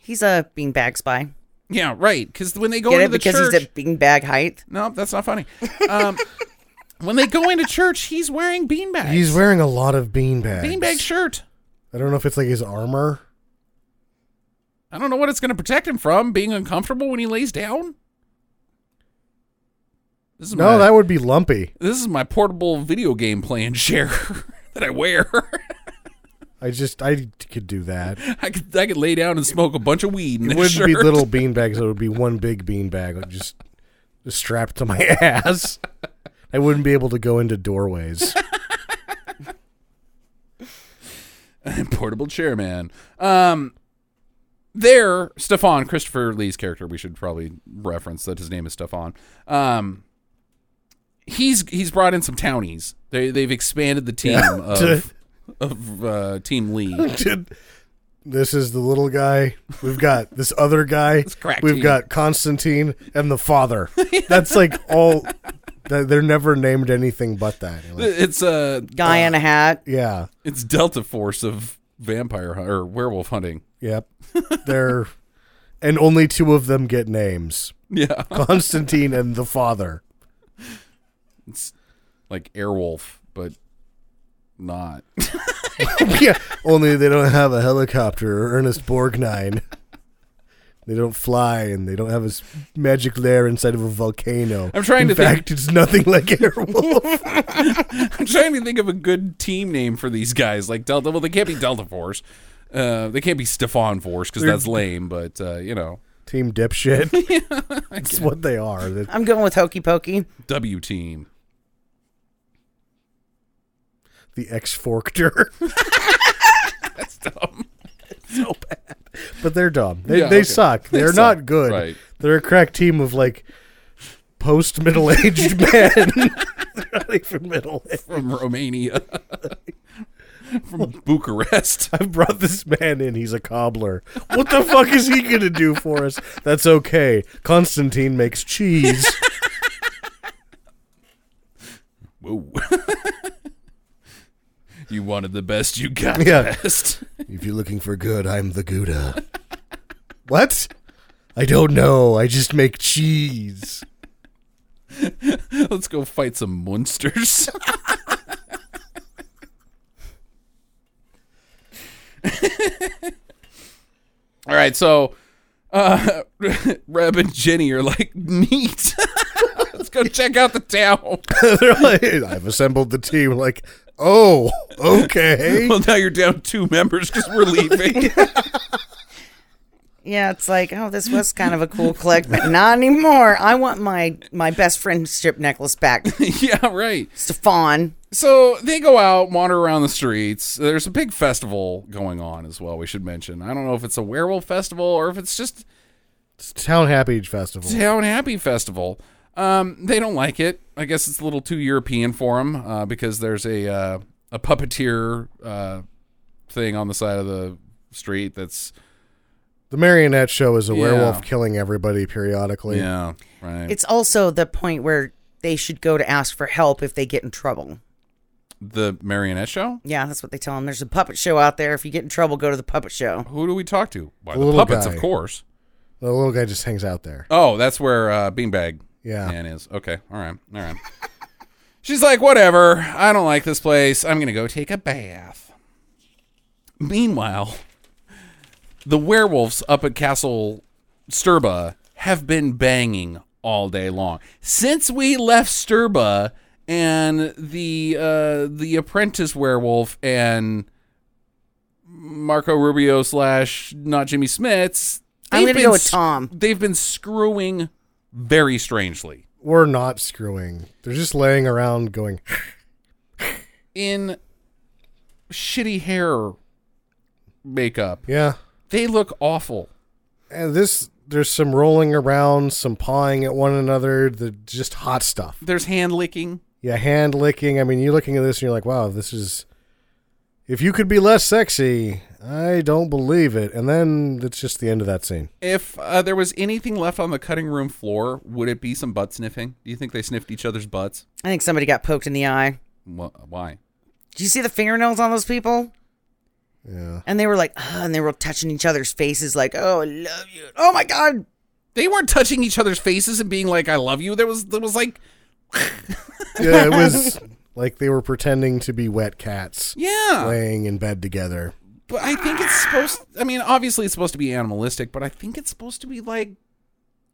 [SPEAKER 8] He's a beanbag spy.
[SPEAKER 1] Yeah, right. Because when they go
[SPEAKER 8] Get
[SPEAKER 1] into
[SPEAKER 8] it?
[SPEAKER 1] the
[SPEAKER 8] Because
[SPEAKER 1] church,
[SPEAKER 8] he's at beanbag height.
[SPEAKER 1] no, that's not funny. Um, when they go into church, he's wearing beanbags.
[SPEAKER 6] He's wearing a lot of beanbags.
[SPEAKER 1] beanbag shirt.
[SPEAKER 6] I don't know if it's like his armor.
[SPEAKER 1] I don't know what it's going to protect him from being uncomfortable when he lays down. This is my,
[SPEAKER 6] No, that would be lumpy.
[SPEAKER 1] this is my portable video game playing chair that I wear.
[SPEAKER 6] I just I could do that. It
[SPEAKER 1] I could I could lay down and smoke a bunch of weed. In this
[SPEAKER 6] wouldn't
[SPEAKER 1] shirt.
[SPEAKER 6] be little beanbags. It would be one big beanbag, like, just just strapped to my ass. I wouldn't be able to go into doorways.
[SPEAKER 1] portable chair man. Um, there, Stefan Christopher Lee's character. We should probably reference that his name is Stefan. Um, he's he's brought in some townies. They they've expanded the team of of uh, Team Lee.
[SPEAKER 6] Did- this is the little guy. We've got this other guy.
[SPEAKER 1] crack
[SPEAKER 6] We've
[SPEAKER 1] team.
[SPEAKER 6] got Constantine and the father. That's like all. th- They're never named anything but that. You're like,
[SPEAKER 1] It's a
[SPEAKER 8] Guy in a hat.
[SPEAKER 6] yeah.
[SPEAKER 1] It's Delta Force of vampire hun- or werewolf hunting.
[SPEAKER 6] Yep. They're and only two of them get names.
[SPEAKER 1] Yeah,
[SPEAKER 6] Constantine and the father.
[SPEAKER 1] it's like Airwolf, but not.
[SPEAKER 6] yeah, only they don't have a helicopter or Ernest Borgnine. They don't fly, and they don't have a s- magic lair inside of a volcano.
[SPEAKER 1] I'm trying
[SPEAKER 6] In
[SPEAKER 1] to think-
[SPEAKER 6] fact, it's nothing like Airwolf.
[SPEAKER 1] I'm trying to think of a good team name for these guys. Like Delta. Well, they can't be Delta Force. Uh, they can't be Stefan Force because that's lame. But uh, you know,
[SPEAKER 6] Team dipshit. That's what they are. They-
[SPEAKER 8] I'm going with Hokey Pokey.
[SPEAKER 1] W Team.
[SPEAKER 6] the X Forkter. That's dumb. so bad. But they're dumb. They,
[SPEAKER 1] Yeah,
[SPEAKER 6] they
[SPEAKER 1] okay.
[SPEAKER 6] suck.
[SPEAKER 1] They
[SPEAKER 6] They're
[SPEAKER 1] suck,
[SPEAKER 6] not good.
[SPEAKER 1] right.
[SPEAKER 6] They're a crack team of like post middle aged men. they're not even middle aged.
[SPEAKER 1] from Romania, from Bucharest.
[SPEAKER 6] I brought this man in. He's a cobbler. What the fuck is he going to do for us? That's okay. Constantine makes cheese.
[SPEAKER 1] Whoa. you wanted the best, you got
[SPEAKER 6] Yeah.
[SPEAKER 1] the best.
[SPEAKER 6] if you're looking for good, I'm the Gouda. what? I don't know. I just make cheese.
[SPEAKER 1] Let's go fight some monsters. All right, so uh, Reb and Jenny are like, neat. Let's go check out the town.
[SPEAKER 6] They're like, I've assembled the team. Like, oh, okay.
[SPEAKER 1] Well, now you're down two members because we're leaving.
[SPEAKER 8] Yeah, it's like, oh, this was kind of a cool click, but not anymore. I want my my best friendship necklace back,
[SPEAKER 1] yeah, right.
[SPEAKER 8] Stefan.
[SPEAKER 1] So they go out, wander around the streets. There's a big festival going on as well, we should mention. I don't know if it's a werewolf festival or if it's just
[SPEAKER 6] It's Town Happy Age Festival.
[SPEAKER 1] Town Happy Festival. Um, they don't like it. I guess it's a little too European for them uh, because there's a uh, a puppeteer uh, thing on the side of the street that's
[SPEAKER 6] The marionette show is a
[SPEAKER 1] Yeah.
[SPEAKER 6] werewolf killing everybody periodically.
[SPEAKER 1] yeah right.
[SPEAKER 8] It's also the point where they should go to ask for help if they get in trouble.
[SPEAKER 1] the marionette show.
[SPEAKER 8] Yeah, that's what they tell them. There's a puppet show out there. If you get in trouble, go to the puppet show.
[SPEAKER 1] Who do we talk to? Why
[SPEAKER 6] The
[SPEAKER 1] the
[SPEAKER 6] little
[SPEAKER 1] puppets,
[SPEAKER 6] guy.
[SPEAKER 1] of course.
[SPEAKER 6] The little guy just hangs out there.
[SPEAKER 1] Oh, that's where uh, Beanbag
[SPEAKER 6] Yeah.
[SPEAKER 1] Man is. Okay. All right. All right. She's like, whatever. I don't like this place. I'm going to go take a bath. Meanwhile, the werewolves up at Castle Sturba have been banging all day long. Since we left Sturba and the uh, the apprentice werewolf and Marco Rubio slash not Jimmy Smiths.
[SPEAKER 8] I'm
[SPEAKER 1] they've
[SPEAKER 8] gonna
[SPEAKER 1] been
[SPEAKER 8] go with
[SPEAKER 1] s-
[SPEAKER 8] Tom.
[SPEAKER 1] They've been screwing very strangely.
[SPEAKER 6] We're not screwing. They're just laying around going,
[SPEAKER 1] in shitty hair makeup.
[SPEAKER 6] yeah.
[SPEAKER 1] They look awful.
[SPEAKER 6] And this, there's some rolling around, some pawing at one another, the just hot stuff.
[SPEAKER 1] There's hand licking.
[SPEAKER 6] Yeah, hand licking. I mean, you're looking at this and you're like, wow, this is. If you could be less sexy, I don't believe it. And then it's just the end of that scene.
[SPEAKER 1] If uh, there was anything left on the cutting room floor, would it be some butt sniffing? Do you think they sniffed each other's butts?
[SPEAKER 8] I think somebody got poked in the eye.
[SPEAKER 1] Wh- Why?
[SPEAKER 8] Do you see the fingernails on those people?
[SPEAKER 6] Yeah.
[SPEAKER 8] And they were like, Ugh, and they were touching each other's faces, like, oh, I love you. Oh my God.
[SPEAKER 1] They weren't touching each other's faces and being like, "I love you." There was, there was like,
[SPEAKER 6] yeah, it was like they were pretending to be wet cats
[SPEAKER 1] yeah.
[SPEAKER 6] laying in bed together.
[SPEAKER 1] But I think it's supposed. I mean, obviously, it's supposed to be animalistic, but I think it's supposed to be like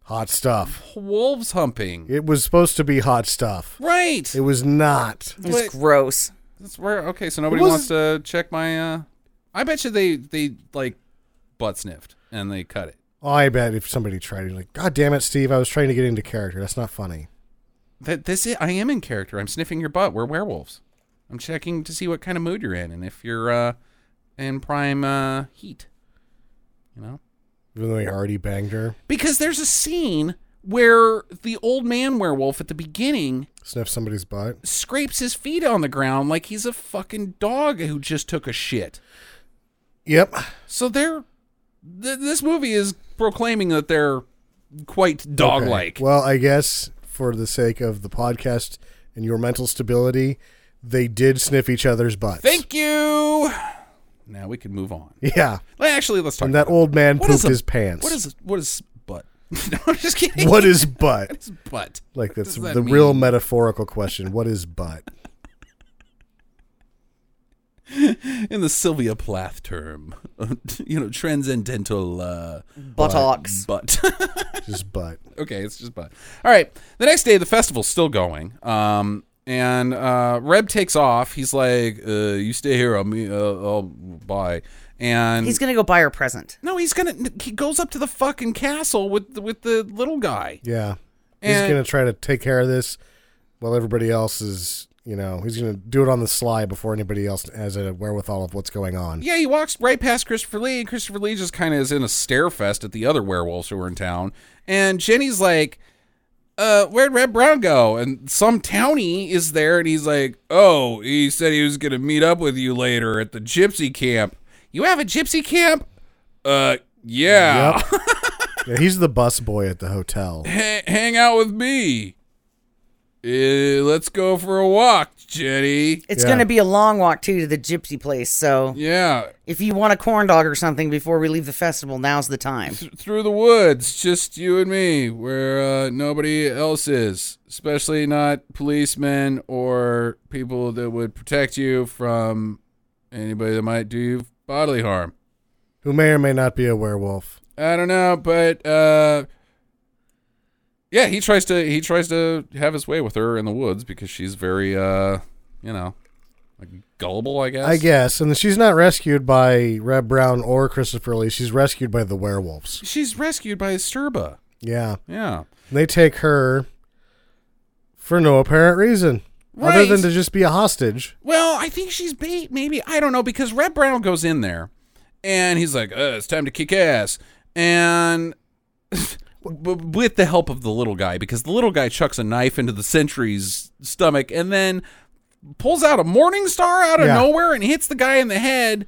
[SPEAKER 6] Hot stuff.
[SPEAKER 1] wolves humping,
[SPEAKER 6] It was supposed to be hot stuff.
[SPEAKER 1] right?
[SPEAKER 6] It was not.
[SPEAKER 8] It was
[SPEAKER 1] What?
[SPEAKER 8] gross.
[SPEAKER 1] That's where okay, so nobody
[SPEAKER 6] was-
[SPEAKER 1] wants to check my uh I bet you they they like butt sniffed and they cut it.
[SPEAKER 6] Oh, I bet if somebody tried it, like, God damn it, Steve, I was trying to get into character. That's not funny.
[SPEAKER 1] That this is I am in character. I'm sniffing your butt. We're werewolves. I'm checking to see what kind of mood you're in and if you're uh in prime uh heat. You know?
[SPEAKER 6] Even though he already banged her,
[SPEAKER 1] Because there's a scene where the old man werewolf at the beginning
[SPEAKER 6] sniffed somebody's butt.
[SPEAKER 1] scrapes his feet on the ground like he's a fucking dog who just took a shit.
[SPEAKER 6] Yep.
[SPEAKER 1] So they're th- this movie is proclaiming that they're quite dog like.
[SPEAKER 6] Okay. Well, I guess for the sake of the podcast and your mental stability, they did sniff each other's butts.
[SPEAKER 1] Thank you. Now we can move on.
[SPEAKER 6] Yeah.
[SPEAKER 1] Well, Actually, let's talk.
[SPEAKER 6] And that
[SPEAKER 1] about-
[SPEAKER 6] old man
[SPEAKER 1] What is
[SPEAKER 6] pooped
[SPEAKER 1] a-
[SPEAKER 6] his pants.
[SPEAKER 1] What is what is butt? no, I'm just kidding.
[SPEAKER 6] what is butt?
[SPEAKER 1] It's butt?
[SPEAKER 6] Like
[SPEAKER 1] What
[SPEAKER 6] that's
[SPEAKER 1] does that
[SPEAKER 6] the
[SPEAKER 1] mean?
[SPEAKER 6] real metaphorical question. What is butt?
[SPEAKER 1] in the Sylvia Plath term, you know, transcendental uh,
[SPEAKER 8] Buttocks.
[SPEAKER 1] butt.
[SPEAKER 6] Just butt.
[SPEAKER 1] okay, it's just butt. All right. The next day, the festival's still going. Um, and uh, Reb takes off. He's like, uh, "You stay here. I'll meet. Uh, I'll bye." And
[SPEAKER 8] He's gonna go buy her present.
[SPEAKER 1] no, he's gonna. He goes up to the fucking castle with with the little guy.
[SPEAKER 6] Yeah. he's
[SPEAKER 1] And-
[SPEAKER 6] going to try to take care of this while everybody else is, you know, he's going to do it on the sly before anybody else has a wherewithal of what's going on.
[SPEAKER 1] Yeah, he walks right past Christopher Lee, and Christopher Lee just kind of is in a stare fest at the other werewolves who are in town. And Jenny's like, uh, where'd Red Brown go? And some townie is there, and he's like, oh, he said he was going to meet up with you later at the gypsy camp. You have a gypsy camp? Uh, yeah.
[SPEAKER 6] Yeah, he's the bus boy at the hotel.
[SPEAKER 1] Ha- hang out with me. Uh, let's go for a walk, Jenny.
[SPEAKER 8] It's
[SPEAKER 6] Yeah.
[SPEAKER 8] gonna be a long walk too to the gypsy place. So
[SPEAKER 1] Yeah,
[SPEAKER 8] if you want a corn dog or something before we leave the festival, now's the time.
[SPEAKER 1] through the woods, just you and me, where uh, nobody else is, especially not policemen or people that would protect you from anybody that might do you bodily harm.
[SPEAKER 6] Who may or may not be a werewolf.
[SPEAKER 1] I don't know, but uh, yeah, he tries to he tries to have his way with her in the woods because she's very uh, you know, like gullible, I guess.
[SPEAKER 6] I guess. And she's not rescued by Reb Brown or Christopher Lee. She's rescued by the werewolves.
[SPEAKER 1] She's rescued by Sturba.
[SPEAKER 6] Yeah.
[SPEAKER 1] Yeah.
[SPEAKER 6] They take her for no apparent reason other
[SPEAKER 1] Right.
[SPEAKER 6] than to just be a hostage.
[SPEAKER 1] Well, I think she's bait, maybe. I don't know, because Red Brown goes in there and he's like, uh, it's time to kick ass. And w- with the help of the little guy, because the little guy chucks a knife into the sentry's stomach and then pulls out a morning star out of
[SPEAKER 6] Yeah.
[SPEAKER 1] nowhere and hits the guy in the head.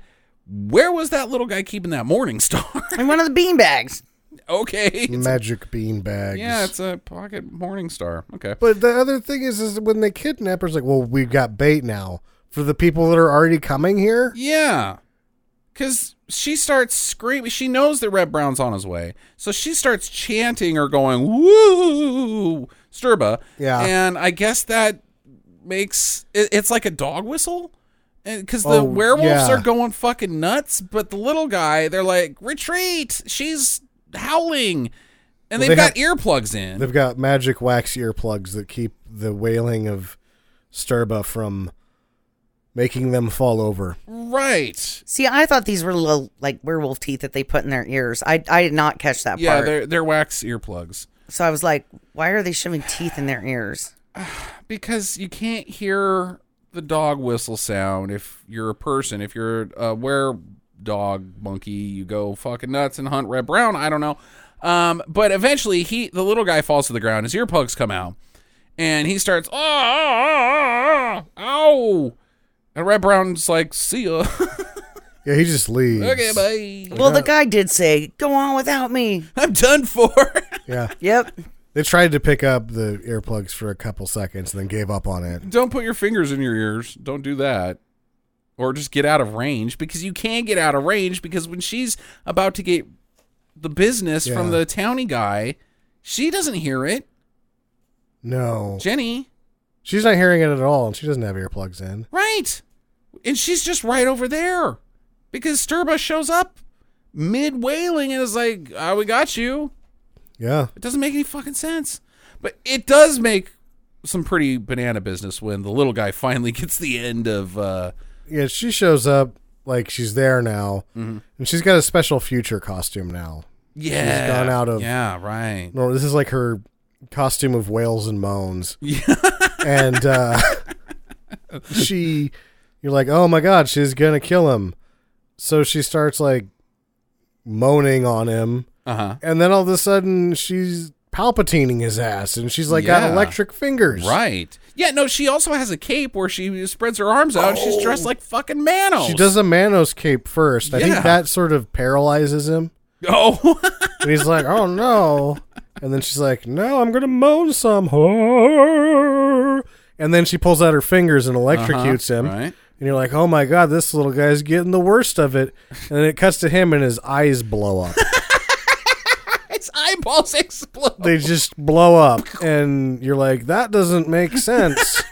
[SPEAKER 1] Where was that little guy keeping that morning star?
[SPEAKER 8] And one of the bean bags.
[SPEAKER 1] okay. It's-
[SPEAKER 6] Magic bean bags.
[SPEAKER 1] yeah, it's a pocket morning star. Okay.
[SPEAKER 6] But the other thing is, is when they kidnap her, it's like, well, we've got bait now for the people that are already coming here.
[SPEAKER 1] Yeah. Cause she starts screaming. She knows that Red Brown's on his way, so she starts chanting or going "woo" Sturba.
[SPEAKER 6] Yeah.
[SPEAKER 1] and I guess that makes it, it's like a dog whistle, because the
[SPEAKER 6] Oh,
[SPEAKER 1] werewolves
[SPEAKER 6] yeah.
[SPEAKER 1] are going fucking nuts. But the little guy, they're like retreat. She's howling, and
[SPEAKER 6] Well,
[SPEAKER 1] they've
[SPEAKER 6] they
[SPEAKER 1] got
[SPEAKER 6] have-
[SPEAKER 1] earplugs in.
[SPEAKER 6] They've got magic wax earplugs that keep the wailing of Sturba from making them fall over.
[SPEAKER 1] right?
[SPEAKER 8] See, I thought these were little like werewolf teeth that they put in their ears. I I did not catch that
[SPEAKER 1] Yeah,
[SPEAKER 8] part.
[SPEAKER 1] they're they're wax earplugs.
[SPEAKER 8] So I was like, why are they shoving teeth in their ears?
[SPEAKER 1] because you can't hear the dog whistle sound if you're a person. If you're a were dog monkey, you go fucking nuts and hunt red brown. I don't know. Um, but eventually, he the little guy falls to the ground. His earplugs come out, and he starts oh, oh, oh, oh, and red brown's like, "See ya,
[SPEAKER 6] Yeah, he just leaves.
[SPEAKER 1] okay, bye.
[SPEAKER 8] Well, the guy did say, "Go on without me."
[SPEAKER 1] I'm done for."
[SPEAKER 6] Yeah.
[SPEAKER 8] Yep.
[SPEAKER 6] They tried to pick up the earplugs for a couple seconds and then gave up on it.
[SPEAKER 1] don't put your fingers in your ears. Don't do that. Or just get out of range because you can get out of range because when she's about to get the business from
[SPEAKER 6] Yeah.
[SPEAKER 1] the townie guy, she doesn't hear it.
[SPEAKER 6] No.
[SPEAKER 1] Jenny,
[SPEAKER 6] She's not hearing it at all, and she doesn't have earplugs in.
[SPEAKER 1] right. And she's just right over there because Sturba shows up mid wailing and is like, ah, We got you.
[SPEAKER 6] Yeah.
[SPEAKER 1] It doesn't make any fucking sense. But it does make some pretty banana business when the little guy finally gets the end of. Uh,
[SPEAKER 6] Yeah, she shows up like she's there now, and she's got a special future costume now.
[SPEAKER 1] yeah.
[SPEAKER 6] gone out of-
[SPEAKER 1] Yeah, right.
[SPEAKER 6] No, this is like her costume of wails and moans. and uh, she, you're like, oh my god, she's gonna kill him. So she starts like moaning on him,
[SPEAKER 1] Uh huh.
[SPEAKER 6] and then all of a sudden she's palpatining his ass, and she's like got
[SPEAKER 1] Yeah.
[SPEAKER 6] electric fingers.
[SPEAKER 1] Right. Yeah, no, she also has a cape where she spreads her arms out and she's dressed like fucking Manos.
[SPEAKER 6] Oh. She does a Manos cape first. I
[SPEAKER 1] Yeah.
[SPEAKER 6] think that sort of paralyzes him.
[SPEAKER 1] Oh.
[SPEAKER 6] And he's like, oh no. And then she's like, no, I'm going to moan some. And then she pulls out her fingers and electrocutes him.
[SPEAKER 1] Uh-huh. Right.
[SPEAKER 6] And you're like, oh my God, this little guy's getting the worst of it. And then it cuts to him and his eyes blow up.
[SPEAKER 1] Its eyeballs explode.
[SPEAKER 6] they just blow up. And you're like, that doesn't make sense.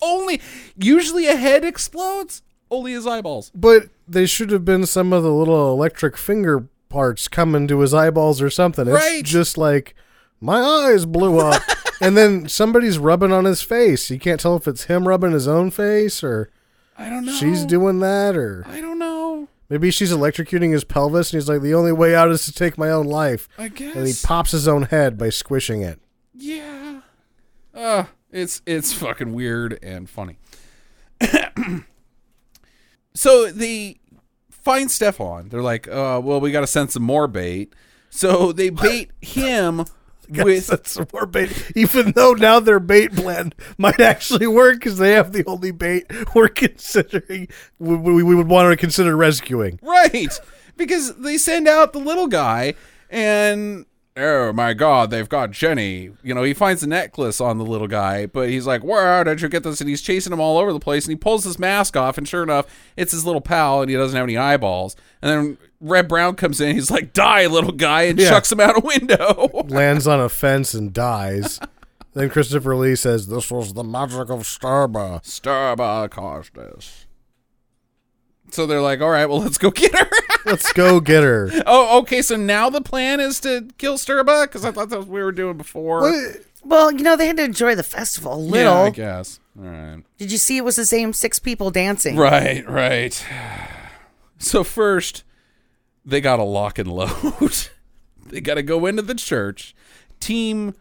[SPEAKER 1] Only usually a head explodes. only his eyeballs.
[SPEAKER 6] But they should have been some of the little electric finger parts coming to his eyeballs or something. It's
[SPEAKER 1] Right.
[SPEAKER 6] just like my eyes blew up. and then somebody's rubbing on his face. You can't tell if it's him rubbing his own face or
[SPEAKER 1] I don't know.
[SPEAKER 6] she's doing that or
[SPEAKER 1] I don't know.
[SPEAKER 6] maybe she's electrocuting his pelvis and he's like the only way out is to take my own life.
[SPEAKER 1] I guess.
[SPEAKER 6] And he pops his own head by squishing it.
[SPEAKER 1] Yeah. Uh, it's it's fucking weird and funny. so they find Stefan. They're like, uh, well, we got to send some more bait. So they bait him with
[SPEAKER 6] that's some more bait. Even though now their bait plan might actually work because they have the only bait we're considering we, we, we would want to consider rescuing.
[SPEAKER 1] right because they send out the little guy and oh my god they've got jenny you know he finds a necklace on the little guy but he's like where did you get this and he's chasing him all over the place and he pulls his mask off and sure enough it's his little pal and he doesn't have any eyeballs and then red brown comes in he's like die little guy and
[SPEAKER 6] Yeah.
[SPEAKER 1] chucks him out a window
[SPEAKER 6] Lands on a fence and dies. then Christopher Lee says, "This was the magic of Starba."
[SPEAKER 1] starbuck caused this so they're like all right well let's go get her
[SPEAKER 6] Let's go get her.
[SPEAKER 1] oh okay so now the plan is to kill starbuck because i thought that's what we were doing before
[SPEAKER 8] Well, you know, they had to enjoy the festival a little.
[SPEAKER 1] Yeah, I guess. All right.
[SPEAKER 8] Did you see it was the same six people dancing?
[SPEAKER 1] Right, right. So first, they got to lock and load. they got to go into the church. Team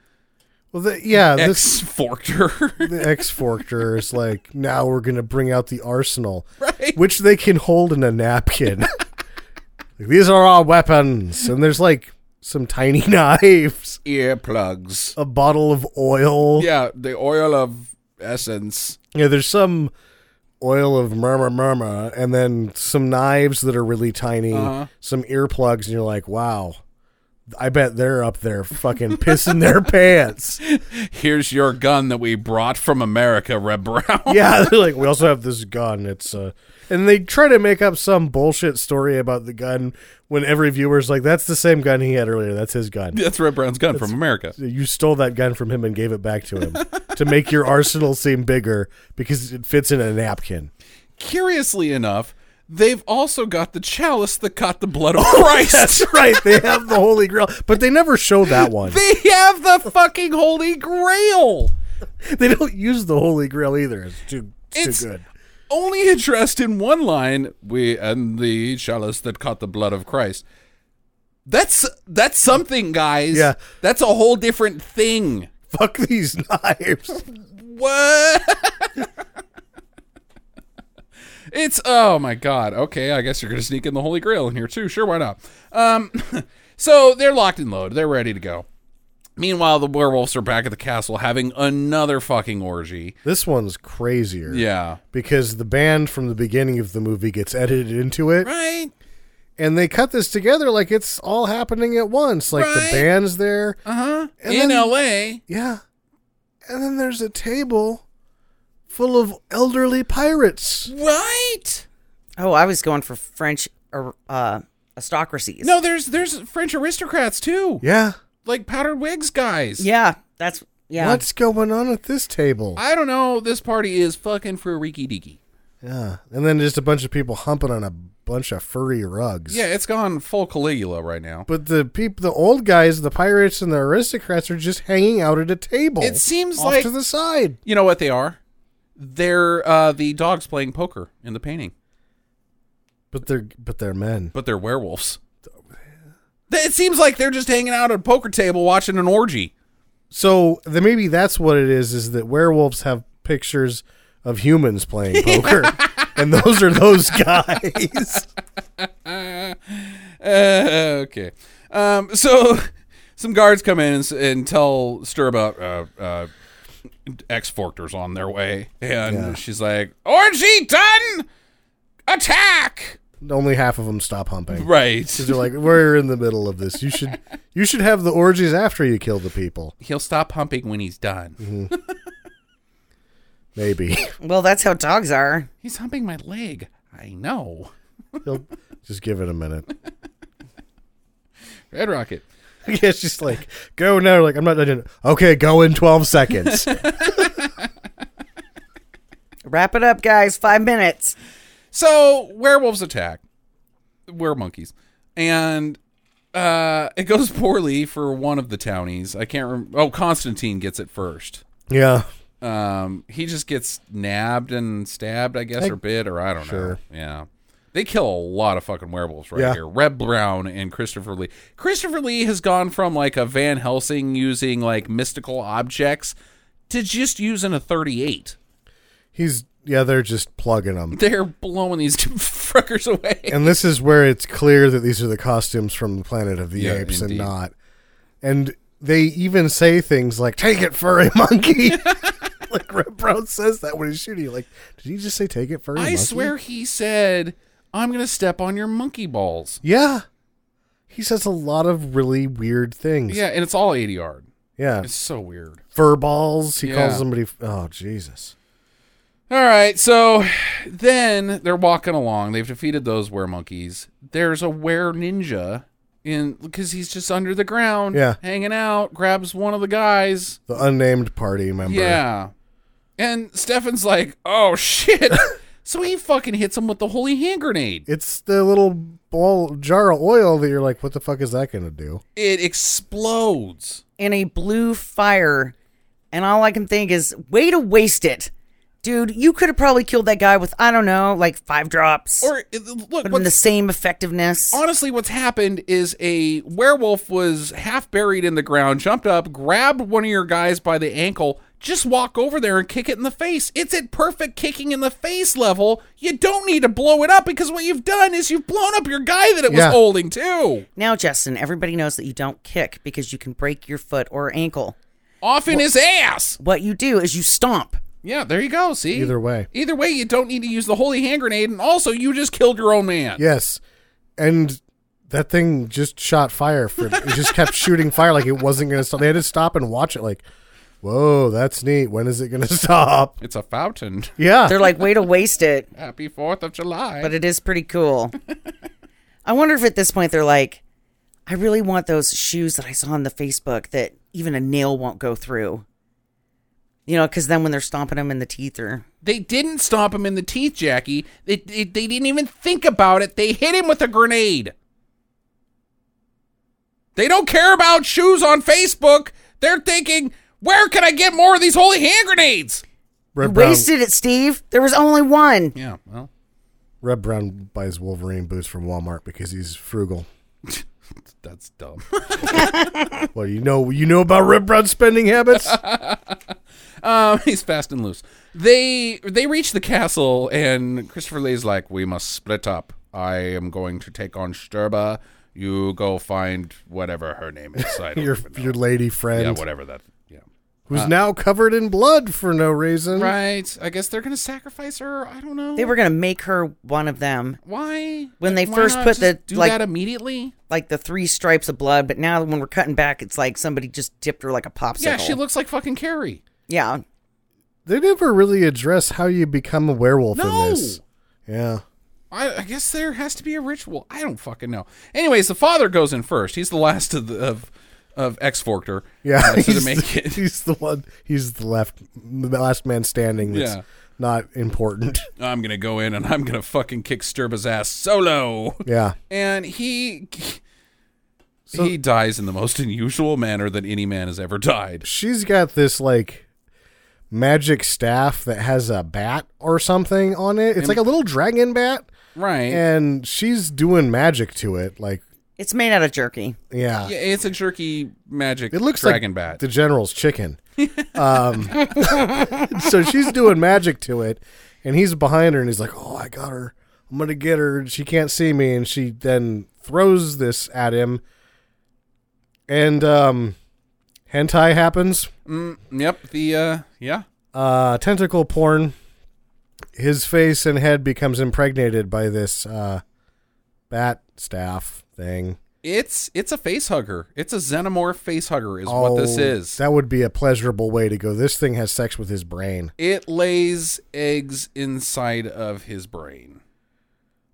[SPEAKER 6] Well, the, yeah, this
[SPEAKER 1] X Forkter.
[SPEAKER 6] the X Forkter is like now we're gonna bring out the arsenal,
[SPEAKER 1] Right.
[SPEAKER 6] which they can hold in a napkin. Like, These are our weapons, and there's like some tiny knives.
[SPEAKER 1] Earplugs.
[SPEAKER 6] a bottle of oil. Yeah,
[SPEAKER 1] Yeah, the oil of essence.
[SPEAKER 6] there's some oil of murmur murmur, and then some knives that are really tiny, some earplugs, and you're like, wow. I bet they're up there fucking pissing their pants.
[SPEAKER 1] Here's your gun that we brought from America, Reb Brown.
[SPEAKER 6] Yeah, they're like, we also have this gun. It's uh and they try to make up some bullshit story about the gun when every viewer's like, That's the same gun he had earlier, that's his gun.
[SPEAKER 1] That's Reb Brown's gun from America.
[SPEAKER 6] you stole that gun from him and gave it back to him to make your arsenal seem bigger because it fits in a napkin.
[SPEAKER 1] Curiously enough, they've also got the chalice that caught the blood of Christ.
[SPEAKER 6] That's right. They have the Holy Grail, but they never show that one.
[SPEAKER 1] They have the fucking Holy Grail.
[SPEAKER 6] They don't use the Holy Grail either. It's too
[SPEAKER 1] It's-
[SPEAKER 6] too good.
[SPEAKER 1] only addressed in one line we and the chalice that caught the blood of christ that's that's something guys
[SPEAKER 6] Yeah.
[SPEAKER 1] that's a whole different thing
[SPEAKER 6] Fuck these knives.
[SPEAKER 1] what it's oh my god okay i guess you're gonna sneak in the holy grail in here too sure why not um so they're locked and loaded they're ready to go meanwhile the werewolves are back at the castle having another fucking orgy
[SPEAKER 6] This one's crazier.
[SPEAKER 1] yeah
[SPEAKER 6] Because the band from the beginning of the movie gets edited into it,
[SPEAKER 1] right
[SPEAKER 6] and they cut this together like it's all happening at once. Like
[SPEAKER 1] Right.
[SPEAKER 6] the band's there.
[SPEAKER 1] uh-huh
[SPEAKER 6] And
[SPEAKER 1] in
[SPEAKER 6] then-
[SPEAKER 1] la
[SPEAKER 6] Yeah. And then there's a table full of elderly pirates.
[SPEAKER 1] Right?
[SPEAKER 8] Oh, I was going for French uh, uh, aristocracies.
[SPEAKER 1] No, there's there's French aristocrats too,
[SPEAKER 6] Yeah.
[SPEAKER 1] like powdered wigs guys.
[SPEAKER 8] Yeah, that's yeah.
[SPEAKER 6] What's going on at this table?
[SPEAKER 1] I don't know. This party is fucking freaky deaky.
[SPEAKER 6] Yeah, and then just a bunch of people humping on a bunch of furry rugs.
[SPEAKER 1] Yeah, it's gone full Caligula right now.
[SPEAKER 6] but the peop the old guys, the pirates and the aristocrats are just hanging out at a table.
[SPEAKER 1] It seems
[SPEAKER 6] off
[SPEAKER 1] like-
[SPEAKER 6] to the side.
[SPEAKER 1] You know what they are? They're uh, the dogs playing poker in the painting,
[SPEAKER 6] But they're but they're men.
[SPEAKER 1] but they're werewolves. Th- It seems like they're just hanging out at a poker table watching an orgy.
[SPEAKER 6] So then maybe that's what it is: is that werewolves have pictures of humans playing poker, and those are those guys.
[SPEAKER 1] Uh, okay. Um, so some guards come in and, s- and tell Stir about uh, uh, ex Forkter's on their way. And she's like, Orgy done! Attack!
[SPEAKER 6] Only half of them stop humping.
[SPEAKER 1] Right.
[SPEAKER 6] They're like, we're in the middle of this. You should you should have the orgies after you kill the people.
[SPEAKER 1] He'll stop humping when he's done.
[SPEAKER 6] Maybe
[SPEAKER 8] well, that's how dogs are.
[SPEAKER 1] He's humping my leg. I know.
[SPEAKER 6] He'll- just give it a minute.
[SPEAKER 1] Red Rocket.
[SPEAKER 6] Yeah, it's just like go now. Like I'm not done. yet. Okay, go in twelve seconds.
[SPEAKER 8] Wrap it up, guys. Five minutes.
[SPEAKER 1] So werewolves attack were monkeys, and uh, it goes poorly for one of the townies. I can't remember. Oh, Constantine gets it first.
[SPEAKER 6] Yeah.
[SPEAKER 1] Um, he just gets nabbed and stabbed, I guess,
[SPEAKER 6] I-
[SPEAKER 1] or bit, or I don't
[SPEAKER 6] Sure.
[SPEAKER 1] know. Yeah. They kill a lot of fucking werewolves right
[SPEAKER 6] Yeah.
[SPEAKER 1] here. Reb Brown and Christopher Lee. Christopher Lee has gone from like a Van Helsing using like mystical objects to just using a 38.
[SPEAKER 6] He's yeah, they're just plugging them.
[SPEAKER 1] They're blowing these fuckers away.
[SPEAKER 6] And this is where it's clear that these are the costumes from the Planet of the
[SPEAKER 1] Yeah,
[SPEAKER 6] Apes
[SPEAKER 1] indeed.
[SPEAKER 6] and not. And they even say things like "Take it, furry monkey." like Red Brown says that when he's shooting. you, Like, did he just say "Take it, furry
[SPEAKER 1] I
[SPEAKER 6] monkey"?
[SPEAKER 1] swear he said, I'm going to step on your monkey balls.
[SPEAKER 6] Yeah. He says a lot of really weird things.
[SPEAKER 1] Yeah, and it's all 80 yard.
[SPEAKER 6] Yeah.
[SPEAKER 1] It's so weird.
[SPEAKER 6] Fur balls. He
[SPEAKER 1] Yeah.
[SPEAKER 6] calls somebody. f- Oh, Jesus.
[SPEAKER 1] All right, so then they're walking along. They've defeated those were monkeys. There's a were ninja in because he's just under the ground,
[SPEAKER 6] Yeah.
[SPEAKER 1] hanging out. Grabs one of the guys,
[SPEAKER 6] The unnamed party member.
[SPEAKER 1] yeah. And Stefan's like, "Oh shit!" so he fucking hits him with the holy hand grenade.
[SPEAKER 6] It's the little ball jar of oil that you're like, what the fuck is that going to do?
[SPEAKER 1] It explodes.
[SPEAKER 8] in a blue fire, and all I can think is, way to waste it. Dude, you could have probably killed that guy with, I don't know, like five drops.
[SPEAKER 1] Or it- look,
[SPEAKER 8] would have been the
[SPEAKER 1] what's,
[SPEAKER 8] same effectiveness.
[SPEAKER 1] honestly, what's happened is a werewolf was half buried in the ground, jumped up, grabbed one of your guys by the ankle, just walk over there and kick it in the face. It's at perfect kicking in the face level. You don't need to blow it up because what you've done is you've blown up your guy that it
[SPEAKER 6] Yeah.
[SPEAKER 1] was holding too.
[SPEAKER 8] now, Justin, everybody knows that you don't kick because you can break your foot or ankle.
[SPEAKER 1] Off in his ass.
[SPEAKER 8] What you do is you stomp.
[SPEAKER 1] Yeah, there you go. See?
[SPEAKER 6] Either way.
[SPEAKER 1] Either way, you don't need to use the holy hand grenade, and also you just killed your own man.
[SPEAKER 6] Yes. And that thing just shot fire. For, it just kept shooting fire like it wasn't going to stop. They had to stop and watch it like, whoa, that's neat. When is it going to stop?
[SPEAKER 1] It's a fountain.
[SPEAKER 6] Yeah.
[SPEAKER 8] They're like, way to waste it.
[SPEAKER 1] Happy Fourth of July.
[SPEAKER 8] but it is pretty cool. I wonder if at this point they're like, I really want those shoes that I saw on the Facebook that even a nail won't go through. You know, because then when they're stomping them in the teeth or
[SPEAKER 1] They didn't stomp him in the teeth, Jackie. They, they, they didn't even think about it. They hit him with a grenade. They don't care about shoes on Facebook. They're thinking, where can I get more of these holy hand grenades?
[SPEAKER 8] you
[SPEAKER 6] Red Brown,
[SPEAKER 8] wasted it, Steve. There was only one.
[SPEAKER 1] Yeah, well,
[SPEAKER 6] Red Brown buys Wolverine boots from Walmart because he's frugal.
[SPEAKER 1] that's dumb.
[SPEAKER 6] Well, you know, you know about Red Brown's spending habits.
[SPEAKER 1] um, he's fast and loose. They they reach the castle, and Christopher Lee's like, "We must split up. I am going to take on Sturba. You go find whatever her name is. I don't
[SPEAKER 6] your
[SPEAKER 1] even know.
[SPEAKER 6] your lady
[SPEAKER 1] yeah,
[SPEAKER 6] friend
[SPEAKER 1] whatever that. Yeah."
[SPEAKER 6] who's now covered in blood for no reason.
[SPEAKER 1] Right. I guess they're gonna sacrifice her. I don't know.
[SPEAKER 8] They were gonna make her one of them,
[SPEAKER 1] why
[SPEAKER 8] When they
[SPEAKER 1] why
[SPEAKER 8] first
[SPEAKER 1] not
[SPEAKER 8] put
[SPEAKER 1] just
[SPEAKER 8] the,
[SPEAKER 1] do
[SPEAKER 8] like-
[SPEAKER 1] that immediately.
[SPEAKER 8] like the three stripes of blood. But now when we're cutting back, it's like somebody just dipped her like a popsicle.
[SPEAKER 1] Yeah, she looks like fucking Carrie.
[SPEAKER 8] Yeah,
[SPEAKER 6] They never really address how you become a werewolf in this.
[SPEAKER 1] No.
[SPEAKER 6] Yeah.
[SPEAKER 1] I, I guess there has to be a ritual. I don't fucking know. Anyways, the father goes in first. He's the last of the, of of X Forktor.
[SPEAKER 6] Yeah.
[SPEAKER 1] uh, to
[SPEAKER 6] he's,
[SPEAKER 1] the make
[SPEAKER 6] the,
[SPEAKER 1] it.
[SPEAKER 6] he's the one he's the left the last man standing that's
[SPEAKER 1] Yeah.
[SPEAKER 6] not important.
[SPEAKER 1] I'm gonna go in and I'm gonna fucking kick Sturba's ass solo.
[SPEAKER 6] Yeah.
[SPEAKER 1] And he. he dies in the most unusual manner that any man has ever died.
[SPEAKER 6] She's got this like magic staff that has a bat or something on it. It's like a little dragon bat.
[SPEAKER 1] Right.
[SPEAKER 6] And she's doing magic to it. Like
[SPEAKER 8] it's made out of jerky.
[SPEAKER 6] yeah.
[SPEAKER 1] yeah, it's a jerky magic
[SPEAKER 6] It looks
[SPEAKER 1] dragon
[SPEAKER 6] like
[SPEAKER 1] bat.
[SPEAKER 6] the general's chicken. um, so she's doing magic to it, and he's behind her, and he's like, "Oh, I got her! I'm gonna get her!" She can't see me, and she then throws this at him, and um, hentai happens.
[SPEAKER 1] Yep. The uh yeah.
[SPEAKER 6] Uh, tentacle porn. His face and head becomes impregnated by this uh, bat staff thing.
[SPEAKER 1] It's it's a face hugger. It's a xenomorph face hugger is what this
[SPEAKER 6] Oh,
[SPEAKER 1] is.
[SPEAKER 6] That would be a pleasurable way to go. This thing has sex with his brain.
[SPEAKER 1] it lays eggs inside of his brain.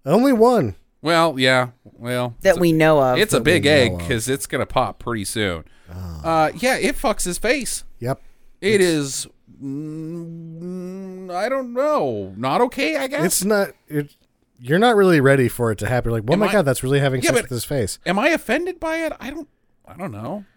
[SPEAKER 6] Only one.
[SPEAKER 1] Well, yeah. Well,
[SPEAKER 8] That we know of.
[SPEAKER 1] it's a big
[SPEAKER 6] we know
[SPEAKER 1] egg
[SPEAKER 6] of.
[SPEAKER 1] cuz it's going to pop pretty soon.
[SPEAKER 6] Ah.
[SPEAKER 1] Uh yeah, it fucks his face.
[SPEAKER 6] Yep.
[SPEAKER 1] It is mm, I don't know. Not okay, I guess.
[SPEAKER 6] It's not. It, you're not really ready for it to happen. You're like, oh
[SPEAKER 1] Am
[SPEAKER 6] my
[SPEAKER 1] I-
[SPEAKER 6] god, that's really having
[SPEAKER 1] Yeah,
[SPEAKER 6] sex
[SPEAKER 1] but-
[SPEAKER 6] with his face.
[SPEAKER 1] Am I offended by it? I don't. I don't know.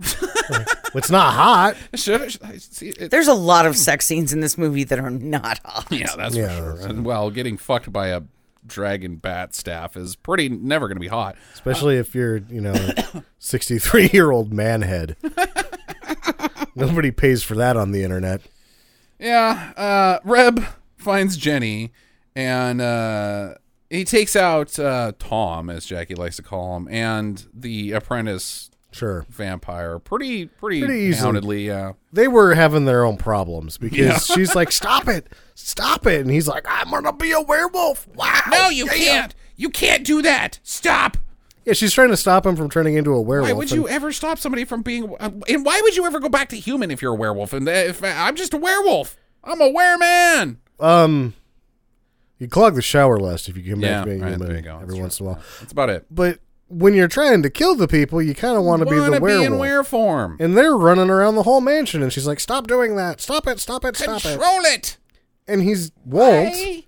[SPEAKER 6] It's not hot.
[SPEAKER 1] Should I, should I see it?
[SPEAKER 8] There's a lot of sex scenes in this movie that are not hot.
[SPEAKER 1] Yeah, that's
[SPEAKER 6] Yeah,
[SPEAKER 1] for
[SPEAKER 6] that's-
[SPEAKER 1] sure. And well, getting fucked by a dragon bat staff is pretty never going to be hot.
[SPEAKER 6] Especially if you're, you know, 63 year old man head. Nobody pays for that on the internet.
[SPEAKER 1] Yeah, uh, Reb finds Jenny, and uh, he takes out uh, Tom, as Jackie likes to call him, and the apprentice
[SPEAKER 6] Sure.
[SPEAKER 1] vampire pretty pretty, uh,
[SPEAKER 6] Pretty easily.
[SPEAKER 1] handedly. Yeah,
[SPEAKER 6] They were having their own problems because she's like, stop it. Stop it. And he's like, I'm going to be a werewolf. Wow. yeah."
[SPEAKER 1] You can't do that. Stop.
[SPEAKER 6] Yeah, she's trying to stop him from turning into a werewolf.
[SPEAKER 1] Why would
[SPEAKER 6] and-
[SPEAKER 1] you ever stop somebody from being? uh, And why would you ever go back to human if you're a werewolf? And uh, if I'm just a werewolf, I'm a wereman.
[SPEAKER 6] um, you clog the shower less if you come
[SPEAKER 1] Yeah,
[SPEAKER 6] back to being
[SPEAKER 1] right,
[SPEAKER 6] human
[SPEAKER 1] there you go.
[SPEAKER 6] every
[SPEAKER 1] That's
[SPEAKER 6] once in a while.
[SPEAKER 1] That's about it.
[SPEAKER 6] But when you're trying to kill the people, you kind of want to be the
[SPEAKER 1] Wanna
[SPEAKER 6] werewolf.
[SPEAKER 1] in were form.
[SPEAKER 6] and they're running around the whole mansion, and she's like, "Stop doing that! Stop it! Stop it! Stop it!"
[SPEAKER 1] Control it.
[SPEAKER 6] And he's won't.
[SPEAKER 1] I-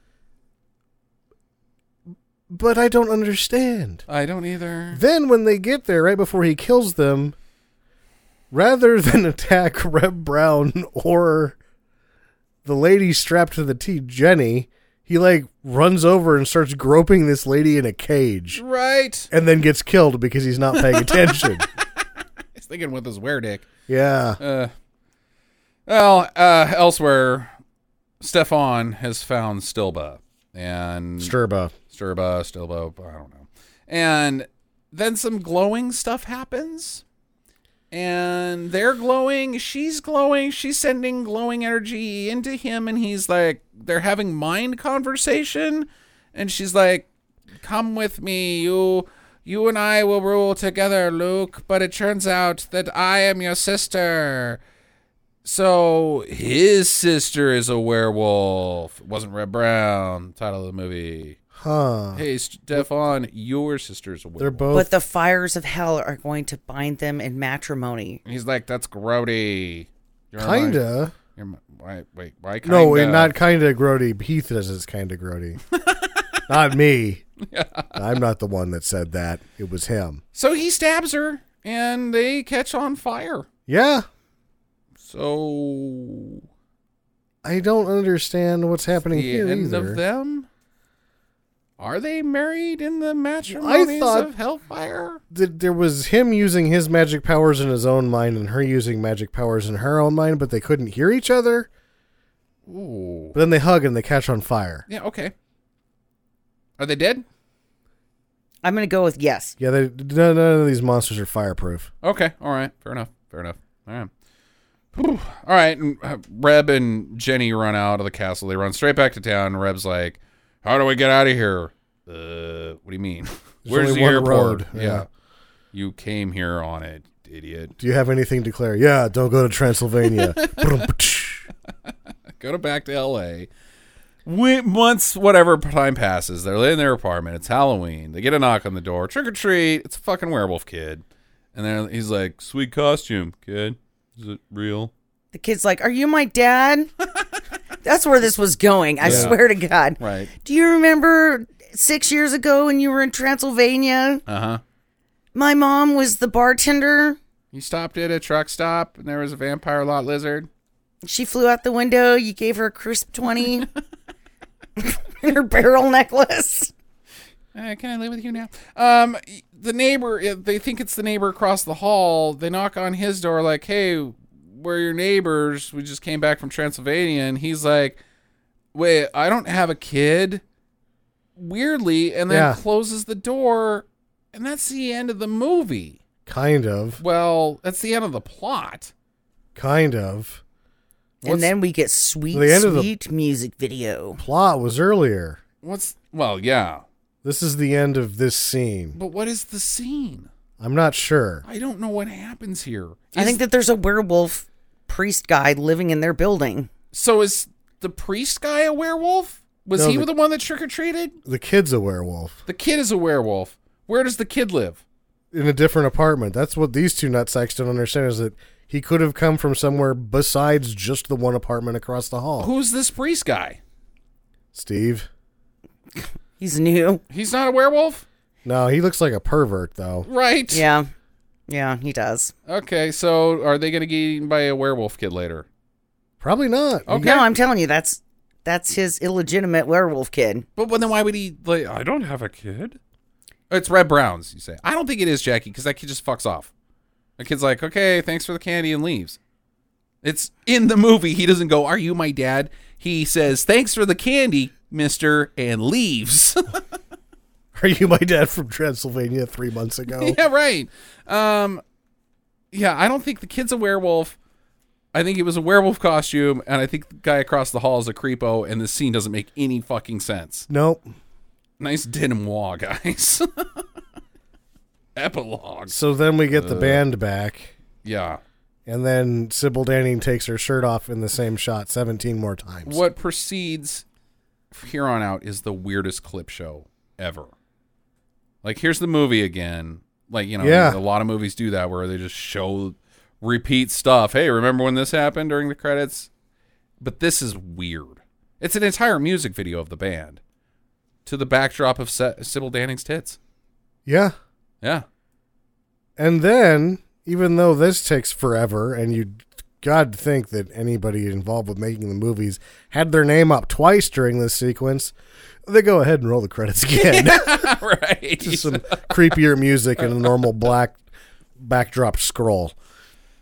[SPEAKER 6] But I don't understand.
[SPEAKER 1] I don't either.
[SPEAKER 6] Then when they get there, right before he kills them, rather than attack Reb Brown or the lady strapped to the T, Jenny, he like runs over and starts groping this lady in a cage,
[SPEAKER 1] Right.
[SPEAKER 6] and then gets killed because he's not paying attention.
[SPEAKER 1] He's thinking with his wear dick.
[SPEAKER 6] yeah.
[SPEAKER 1] Uh, well, uh, elsewhere, Stefan has found Stilba and
[SPEAKER 6] Sturba.
[SPEAKER 1] Sturba, Stilbo, I don't know. And then some glowing stuff happens. And they're glowing, she's glowing, she's sending glowing energy into him, and he's like, they're having mind conversation, and she's like, Come with me, you you and I will rule together, Luke, but it turns out that I am your sister. So his sister is a werewolf. It wasn't Red Brown, title of the movie.
[SPEAKER 6] Huh.
[SPEAKER 1] Hey, Stefan, your sister's a
[SPEAKER 6] Uh-huh. They're
[SPEAKER 1] werewolf.
[SPEAKER 6] both.
[SPEAKER 8] But the fires of hell are going to bind them in matrimony.
[SPEAKER 1] And he's like, that's grody. You're my-
[SPEAKER 6] Kinda.
[SPEAKER 1] you're my- why, wait, why kinda?
[SPEAKER 6] No, and not kinda grody. Heath says it's kinda grody. not me. I'm not the one that said that. It was him.
[SPEAKER 1] So he stabs her, and they catch on fire.
[SPEAKER 6] Yeah.
[SPEAKER 1] So
[SPEAKER 6] I don't understand what's happening
[SPEAKER 1] the
[SPEAKER 6] here
[SPEAKER 1] end
[SPEAKER 6] either.
[SPEAKER 1] of them? Are they married in the matrimonies
[SPEAKER 6] I thought-
[SPEAKER 1] of Hellfire?
[SPEAKER 6] Th- there was him using his magic powers in his own mind and her using magic powers in her own mind, but they couldn't hear each other.
[SPEAKER 1] Ooh.
[SPEAKER 6] But then they hug and they catch on fire.
[SPEAKER 1] Yeah, okay. Are they dead?
[SPEAKER 8] I'm going to go with yes.
[SPEAKER 6] Yeah, they, none, none of these monsters are fireproof.
[SPEAKER 1] Okay, all right, fair enough, fair enough. All right, Whew. all right. And uh, Reb and Jenny run out of the castle. They run straight back to town. Reb's like, "How do we get out of here?" Uh, what do you mean? Where's
[SPEAKER 6] only
[SPEAKER 1] the
[SPEAKER 6] one
[SPEAKER 1] airport?
[SPEAKER 6] road,
[SPEAKER 1] Yeah.
[SPEAKER 6] yeah.
[SPEAKER 1] you came here on it, idiot.
[SPEAKER 6] Do you have anything to declare? Yeah, don't go to Transylvania. Brum-ptsh.
[SPEAKER 1] Go to back to L.A. We, once whatever time passes, they're in their apartment. It's Halloween. They get a knock on the door. Trick or treat! It's a fucking werewolf kid. And then he's like, "Sweet costume, kid. Is it real?"
[SPEAKER 8] The kid's like, Are you my dad? That's where this was going. I
[SPEAKER 1] Yeah.
[SPEAKER 8] swear to God.
[SPEAKER 1] Right.
[SPEAKER 8] Do you remember six years ago when you were in Transylvania?
[SPEAKER 1] Uh huh.
[SPEAKER 8] My mom was the bartender.
[SPEAKER 1] You stopped at a truck stop and there was a vampire lot lizard.
[SPEAKER 8] She flew out the window. You gave her a crisp 20 and her barrel necklace.
[SPEAKER 1] Uh, can I live with you now? Um, y- the neighbor, uh, they think it's the neighbor across the hall. They knock on his door, like, hey, we're your neighbors. We just came back from Transylvania. And he's like, wait, I don't have a kid. Weirdly, and then
[SPEAKER 6] Yeah.
[SPEAKER 1] closes the door. And that's the end of the movie.
[SPEAKER 6] kind of.
[SPEAKER 1] Well, that's the end of the plot.
[SPEAKER 6] Kind of.
[SPEAKER 1] What's-
[SPEAKER 8] and then we get sweet,
[SPEAKER 6] The end of the-
[SPEAKER 8] sweet music video.
[SPEAKER 6] Plot was earlier.
[SPEAKER 1] What's, well, yeah.
[SPEAKER 6] This is the end of this scene.
[SPEAKER 1] But what is the scene?
[SPEAKER 6] I'm not sure.
[SPEAKER 1] I don't know what happens here.
[SPEAKER 8] I think that there's a werewolf priest guy living in their building.
[SPEAKER 1] So is the priest guy a werewolf? Was
[SPEAKER 6] No,
[SPEAKER 1] he
[SPEAKER 6] the-
[SPEAKER 1] the, one that trick or treated?
[SPEAKER 6] The kid's a werewolf
[SPEAKER 1] The kid is a werewolf. Where does the kid live?
[SPEAKER 6] in a different apartment. That's what these two nutsacks don't understand is that he could have come from somewhere besides just the
[SPEAKER 1] Oh.
[SPEAKER 6] one apartment across the hall.
[SPEAKER 1] Who's this priest guy?
[SPEAKER 6] Steve.
[SPEAKER 8] He's new.
[SPEAKER 1] He's not a werewolf?
[SPEAKER 6] No, he looks like a pervert though.
[SPEAKER 1] Right.
[SPEAKER 8] Yeah. Yeah, he does.
[SPEAKER 1] Okay, so are they going to get eaten by a werewolf kid later?
[SPEAKER 6] Probably not.
[SPEAKER 1] Okay.
[SPEAKER 8] No, I'm telling you, that's that's his illegitimate werewolf kid.
[SPEAKER 1] But well, then why would he? Like, I don't have a kid. It's Red Brown's. You say. I don't think it is Jackie because that kid just fucks off. The kid's like, okay, thanks for the candy and leaves. It's in the movie. He doesn't go, "Are you my dad?" He says, "Thanks for the candy, Mister," and leaves.
[SPEAKER 6] Are you my dad from Transylvania three months ago?
[SPEAKER 1] yeah, right. Um, yeah, I don't think the kid's a werewolf. I think it was a werewolf costume, and I think the guy across the hall is a creepo, and this scene doesn't make any fucking sense.
[SPEAKER 6] Nope.
[SPEAKER 1] Nice denim wall, guys. Epilogue.
[SPEAKER 6] So then we get the band back,
[SPEAKER 1] Yeah.
[SPEAKER 6] and then Sybil Danning takes her shirt off in the same shot 17 more times.
[SPEAKER 1] What proceeds from here on out is the weirdest clip show ever. Like, here's the movie again. Like, you know,
[SPEAKER 6] Yeah.
[SPEAKER 1] a lot of movies do that where they just show, repeat stuff. Hey, remember when this happened during the credits? But this is weird. It's an entire music video of the band to the backdrop of Sy- Sybil Danning's tits.
[SPEAKER 6] Yeah.
[SPEAKER 1] Yeah.
[SPEAKER 6] And then, even though this takes forever, and you'd God think that anybody involved with making the movies had their name up twice during this sequence, they go ahead and roll the credits again.
[SPEAKER 1] right.
[SPEAKER 6] Just some creepier music and a normal black backdrop scroll.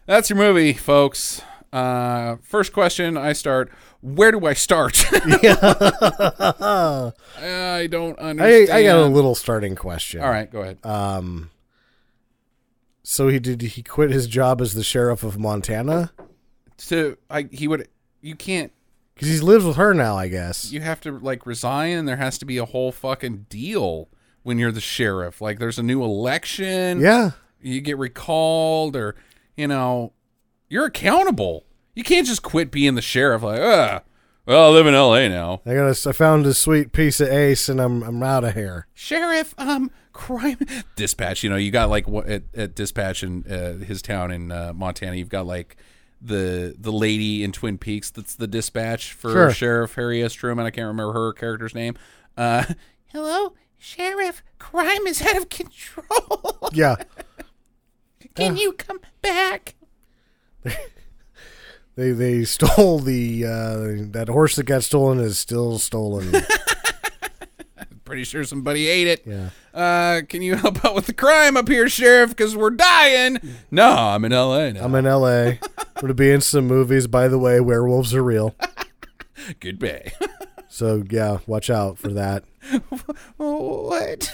[SPEAKER 1] That's your movie, folks. Uh, first question I start. Where do I start? I don't
[SPEAKER 6] I,
[SPEAKER 1] understand.
[SPEAKER 6] I got a little starting question.
[SPEAKER 1] All right, go ahead.
[SPEAKER 6] Um, so he did he quit his job as the sheriff of Montana
[SPEAKER 1] so I he would you can't
[SPEAKER 6] because he lives with her now, I guess.
[SPEAKER 1] you have to like resign and there has to be a whole fucking deal when you're the sheriff. Like there's a new election.
[SPEAKER 6] Yeah,
[SPEAKER 1] You get recalled or you know you're accountable. You can't just quit being the sheriff like, uh well, I live in LA now.
[SPEAKER 6] I got a, I found a sweet piece of ace, and I'm I'm out of here.
[SPEAKER 1] sheriff um crime dispatch you know you got like wha- at, at dispatch in uh, his town in uh, montana you've got like the the lady in twin peaks that's the dispatch for
[SPEAKER 6] Sure.
[SPEAKER 1] sheriff harry s truman i can't remember her character's name uh hello sheriff crime is out of control
[SPEAKER 6] Yeah,
[SPEAKER 1] can you come back
[SPEAKER 6] they they stole the uh, that horse that got stolen is still stolen.
[SPEAKER 1] pretty sure somebody ate it
[SPEAKER 6] Yeah.
[SPEAKER 1] uh can you help out with the crime up here sheriff because we're dying no i'm in la now
[SPEAKER 6] I'm in L.A. Would be in some movies, by the way. Werewolves are real,
[SPEAKER 1] goodbye
[SPEAKER 6] so yeah, watch out for that.
[SPEAKER 1] what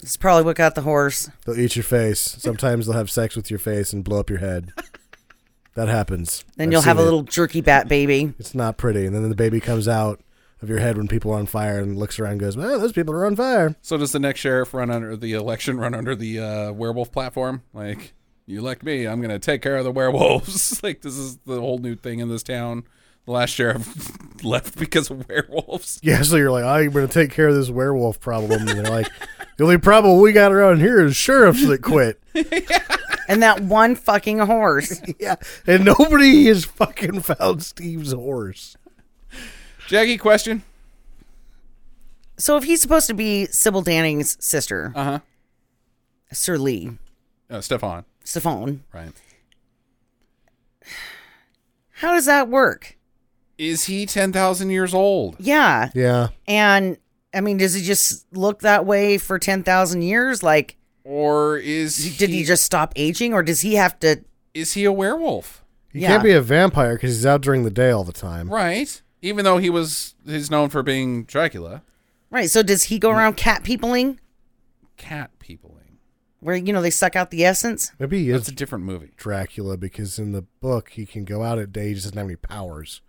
[SPEAKER 8] It's probably what got the horse.
[SPEAKER 6] They'll eat your face. Sometimes they'll have sex with your face and blow up your head. That happens.
[SPEAKER 8] Then
[SPEAKER 6] I've
[SPEAKER 8] you'll
[SPEAKER 6] seen
[SPEAKER 8] have a
[SPEAKER 6] it.
[SPEAKER 8] little jerky bat baby.
[SPEAKER 6] It's not pretty. And then the baby comes out of your head when people are on fire and looks around and goes, well, those people are on fire.
[SPEAKER 1] So does the next sheriff run under the election run under the uh, werewolf platform? Like you elect me, I'm gonna take care of the werewolves. like this is the whole new thing in this town. The last sheriff left because of werewolves.
[SPEAKER 6] Yeah, so you're like, oh, you're going to take care of this werewolf problem. And they're like, the only problem we got around here is sheriffs that quit.
[SPEAKER 8] And that one fucking horse.
[SPEAKER 6] yeah. And nobody has fucking found Steve's horse.
[SPEAKER 1] Jackie, question.
[SPEAKER 8] So if he's supposed to be Sybil Danning's sister,
[SPEAKER 1] Uh-huh.
[SPEAKER 8] Sir Lee,
[SPEAKER 1] Uh, Stefan,
[SPEAKER 8] Stephane,
[SPEAKER 1] right?
[SPEAKER 8] how does that work?
[SPEAKER 1] Is he ten thousand years old?
[SPEAKER 8] Yeah.
[SPEAKER 6] Yeah.
[SPEAKER 8] And I mean, does he just look that way for 10,000 years? Like,
[SPEAKER 1] Or is
[SPEAKER 8] did he just stop aging or does he have to?
[SPEAKER 1] is he a werewolf?
[SPEAKER 6] He
[SPEAKER 8] Yeah.
[SPEAKER 6] can't be a vampire because he's out during the day all the time.
[SPEAKER 1] Right. Even though he was he's known for being Dracula.
[SPEAKER 8] Right. So does he go around cat peopling
[SPEAKER 1] Cat peopling.
[SPEAKER 8] where, you know, they suck out the essence?
[SPEAKER 6] Maybe he
[SPEAKER 1] That's a
[SPEAKER 6] is
[SPEAKER 1] different movie.
[SPEAKER 6] Dracula because in the book he can go out at day. He just doesn't have any powers.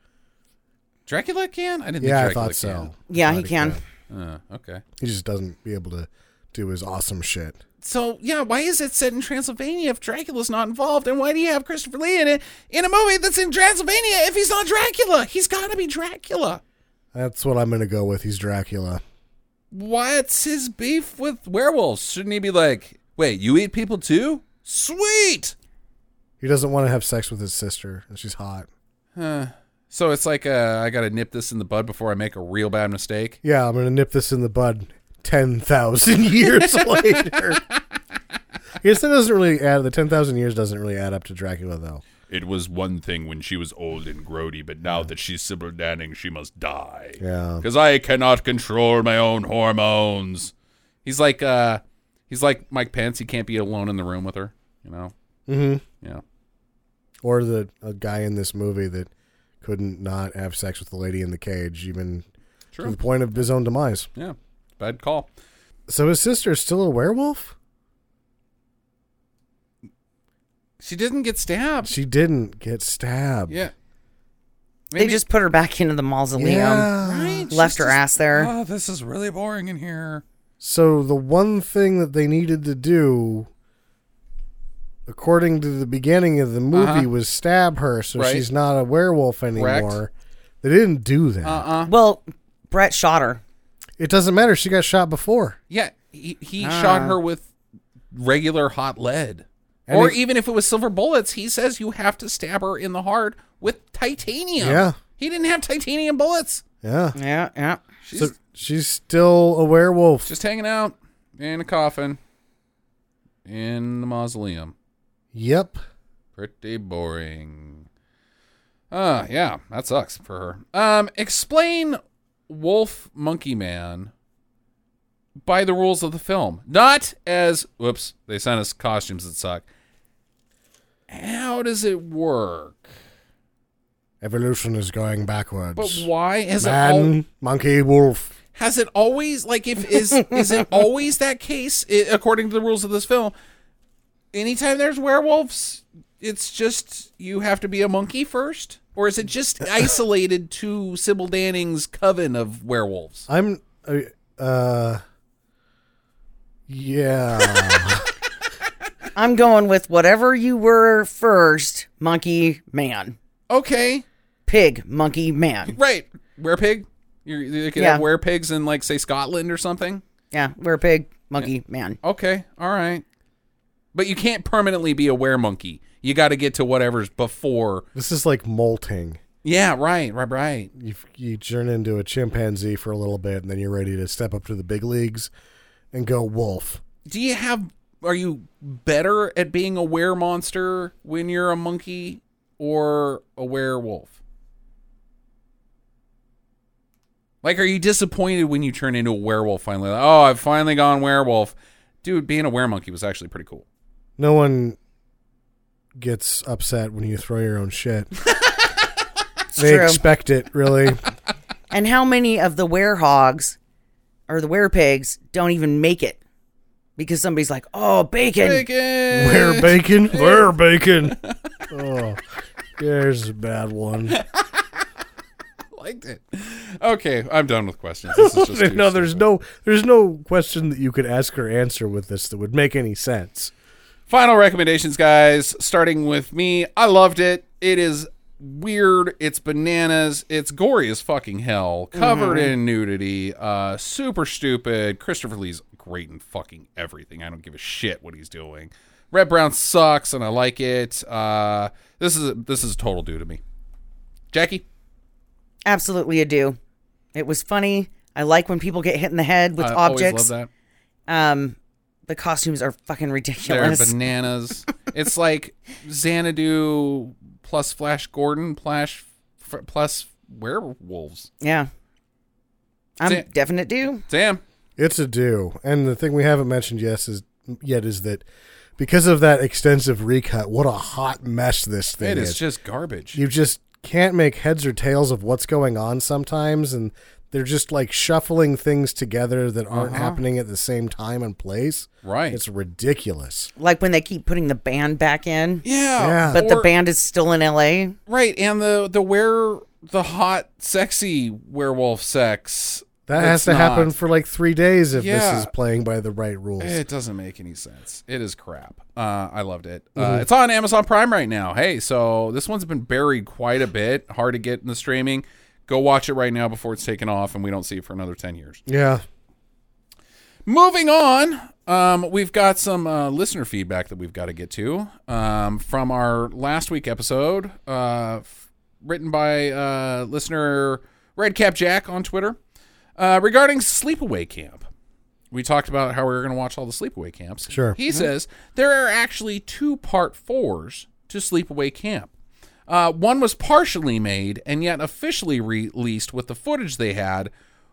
[SPEAKER 1] Dracula can? I didn't
[SPEAKER 6] Yeah, I
[SPEAKER 1] think Dracula
[SPEAKER 6] thought so.
[SPEAKER 8] Yeah, he
[SPEAKER 6] Thought
[SPEAKER 8] can.
[SPEAKER 1] Uh, okay.
[SPEAKER 6] He just doesn't be able to do his awesome shit.
[SPEAKER 1] So yeah, why is it set in Transylvania if Dracula's not involved, and why do you have Christopher Lee in it in a movie that's in Transylvania if he's not Dracula? He's got to be Dracula.
[SPEAKER 6] That's what I'm gonna go with. He's Dracula.
[SPEAKER 1] What's his beef with werewolves? Shouldn't he be like, wait, you eat people too? Sweet.
[SPEAKER 6] He doesn't want to have sex with his sister, and she's hot.
[SPEAKER 1] Huh. So it's like uh, I got to nip this in the bud before I make a real bad mistake.
[SPEAKER 6] Yeah, I'm gonna nip this in the bud. Ten thousand years later. I guess that doesn't really add. The ten thousand years doesn't really add up to Dracula, though.
[SPEAKER 1] It was one thing when she was old and grody, but now that she's Sybil Danning, she must die.
[SPEAKER 6] Yeah.
[SPEAKER 1] Because I cannot control my own hormones. He's like, uh, he's like Mike Pence. He can't be alone in the room with her. You know. Mm-hmm. Yeah.
[SPEAKER 6] Or the a guy in this movie that couldn't not have sex with the lady in the cage, even to
[SPEAKER 1] True.
[SPEAKER 6] the point of his own demise.
[SPEAKER 1] Yeah. Bad call.
[SPEAKER 6] So his sister's still a werewolf?
[SPEAKER 1] She didn't get stabbed.
[SPEAKER 6] She didn't get stabbed.
[SPEAKER 1] Yeah.
[SPEAKER 8] They just put her back into the mausoleum.
[SPEAKER 6] Yeah.
[SPEAKER 1] Right?
[SPEAKER 8] Left
[SPEAKER 1] She's
[SPEAKER 8] her
[SPEAKER 1] just-
[SPEAKER 8] ass there.
[SPEAKER 1] Oh, this is really boring in here.
[SPEAKER 6] So the one thing that they needed to do, according to the beginning of the movie,
[SPEAKER 1] Uh-huh.
[SPEAKER 6] was stab her so
[SPEAKER 1] Right.
[SPEAKER 6] she's not a werewolf anymore. They didn't do that.
[SPEAKER 1] Uh-huh.
[SPEAKER 8] Well, Brett shot her.
[SPEAKER 6] It doesn't matter. She got shot before.
[SPEAKER 1] Yeah, he, he shot her with regular hot lead.
[SPEAKER 6] And
[SPEAKER 1] or
[SPEAKER 6] it-
[SPEAKER 1] even if it was silver bullets, he says you have to stab her in the heart with titanium.
[SPEAKER 6] Yeah.
[SPEAKER 1] He didn't have titanium bullets.
[SPEAKER 6] Yeah.
[SPEAKER 8] Yeah, yeah.
[SPEAKER 1] She's
[SPEAKER 6] So she's still a werewolf.
[SPEAKER 1] just hanging out in a coffin in the mausoleum.
[SPEAKER 6] yep.
[SPEAKER 1] Pretty boring. Uh, yeah, that sucks for her. Um, explain Wolf Monkey Man by the rules of the film. Not as whoops, they sent us costumes that suck. How does it work?
[SPEAKER 6] Evolution is going backwards.
[SPEAKER 1] But why has it
[SPEAKER 6] Man,
[SPEAKER 1] al-
[SPEAKER 6] monkey, wolf.
[SPEAKER 1] has it always like if is is it always that case i according to the rules of this film? Anytime there's werewolves, it's just you have to be a monkey first, or is it just isolated to Sybil Danning's coven of werewolves?
[SPEAKER 6] I'm uh, uh yeah.
[SPEAKER 8] I'm going with whatever you were first, monkey man.
[SPEAKER 1] Okay,
[SPEAKER 8] Pig, monkey man.
[SPEAKER 1] right, werepig. You're, you could have
[SPEAKER 8] Yeah.
[SPEAKER 1] werepigs in like say Scotland or something.
[SPEAKER 8] Yeah, we're a pig, monkey man.
[SPEAKER 1] Okay, all right, but you can't permanently be a weremonkey. You got to get to whatever's before.
[SPEAKER 6] this is like molting.
[SPEAKER 1] Yeah, right, right, right.
[SPEAKER 6] You you turn into a chimpanzee for a little bit and then you're ready to step up to the big leagues and go wolf.
[SPEAKER 1] do you have are you better at being a were monster when you're a monkey or a werewolf like are you disappointed when you turn into a werewolf finally Like, oh i've finally gone werewolf dude being a weremonkey was actually pretty cool
[SPEAKER 6] No one gets upset when you throw your own shit. they
[SPEAKER 8] true.
[SPEAKER 6] expect it, really.
[SPEAKER 8] And how many of the werehogs or the werepigs don't even make it? Because somebody's like, oh, bacon.
[SPEAKER 1] Bacon!
[SPEAKER 6] Where bacon? Where bacon? Oh, there's a bad one.
[SPEAKER 1] liked it okay i'm done with questions this is just too
[SPEAKER 6] no, there's
[SPEAKER 1] stupid.
[SPEAKER 6] no there's no question that you could ask or answer with this that would make any sense.
[SPEAKER 1] Final recommendations, guys. Starting with me, I loved it. It is weird. It's bananas. It's gory as fucking hell. Covered
[SPEAKER 8] Mm-hmm.
[SPEAKER 1] in nudity. Uh, super stupid. Christopher Lee's great in fucking everything. I don't give a shit what he's doing. Red Brown sucks, and I like it. Uh, this is this is a total do to me. Jackie,
[SPEAKER 8] Absolutely a do. It was funny. I like when people get hit in the head with
[SPEAKER 1] I always
[SPEAKER 8] objects.
[SPEAKER 1] love that.
[SPEAKER 8] Um, the costumes are fucking
[SPEAKER 1] They're
[SPEAKER 8] ridiculous.
[SPEAKER 1] bananas. it's like Xanadu plus Flash Gordon plus f- plus werewolves.
[SPEAKER 8] yeah. I'm
[SPEAKER 1] Zan-
[SPEAKER 8] definite do.
[SPEAKER 1] Damn.
[SPEAKER 6] It's a do. And the thing we haven't mentioned yes is yet is that because of that extensive recut, what a hot mess this thing
[SPEAKER 1] It is
[SPEAKER 6] is.
[SPEAKER 1] just garbage.
[SPEAKER 6] you just can't make heads or tails of what's going on sometimes and they're just like shuffling things together that aren't happening at the same time and place.
[SPEAKER 1] Uh-huh. right.
[SPEAKER 6] It's ridiculous.
[SPEAKER 8] Like when they keep putting the band back in,
[SPEAKER 1] yeah.
[SPEAKER 6] Yeah.
[SPEAKER 8] but the
[SPEAKER 1] or-
[SPEAKER 8] band is still in LA.
[SPEAKER 1] Right, and the the where the hot sexy werewolf sex.
[SPEAKER 6] That
[SPEAKER 1] that's
[SPEAKER 6] has to happen
[SPEAKER 1] not-
[SPEAKER 6] for like three days if
[SPEAKER 1] Yeah.
[SPEAKER 6] this is playing by the right rules.
[SPEAKER 1] It doesn't make any sense. It is crap. Uh, I loved it. Uh,
[SPEAKER 6] Mm-hmm.
[SPEAKER 1] it's on Amazon Prime right now. Hey, so this one's been buried quite a bit. Hard to get in the streaming. Go watch it right now before it's taken off, and we don't see it for another ten years.
[SPEAKER 6] yeah.
[SPEAKER 1] Moving on, um, we've got some uh, listener feedback that we've got to get to um, from our last week episode. Uh, f- written by uh, listener Redcap Jack on Twitter uh, regarding Sleepaway Camp. We talked about how we were going to watch all the Sleepaway Camps.
[SPEAKER 6] Sure.
[SPEAKER 1] He says there are actually two part fours to Sleepaway Camp. Uh, one was partially made and yet officially released with the footage they had,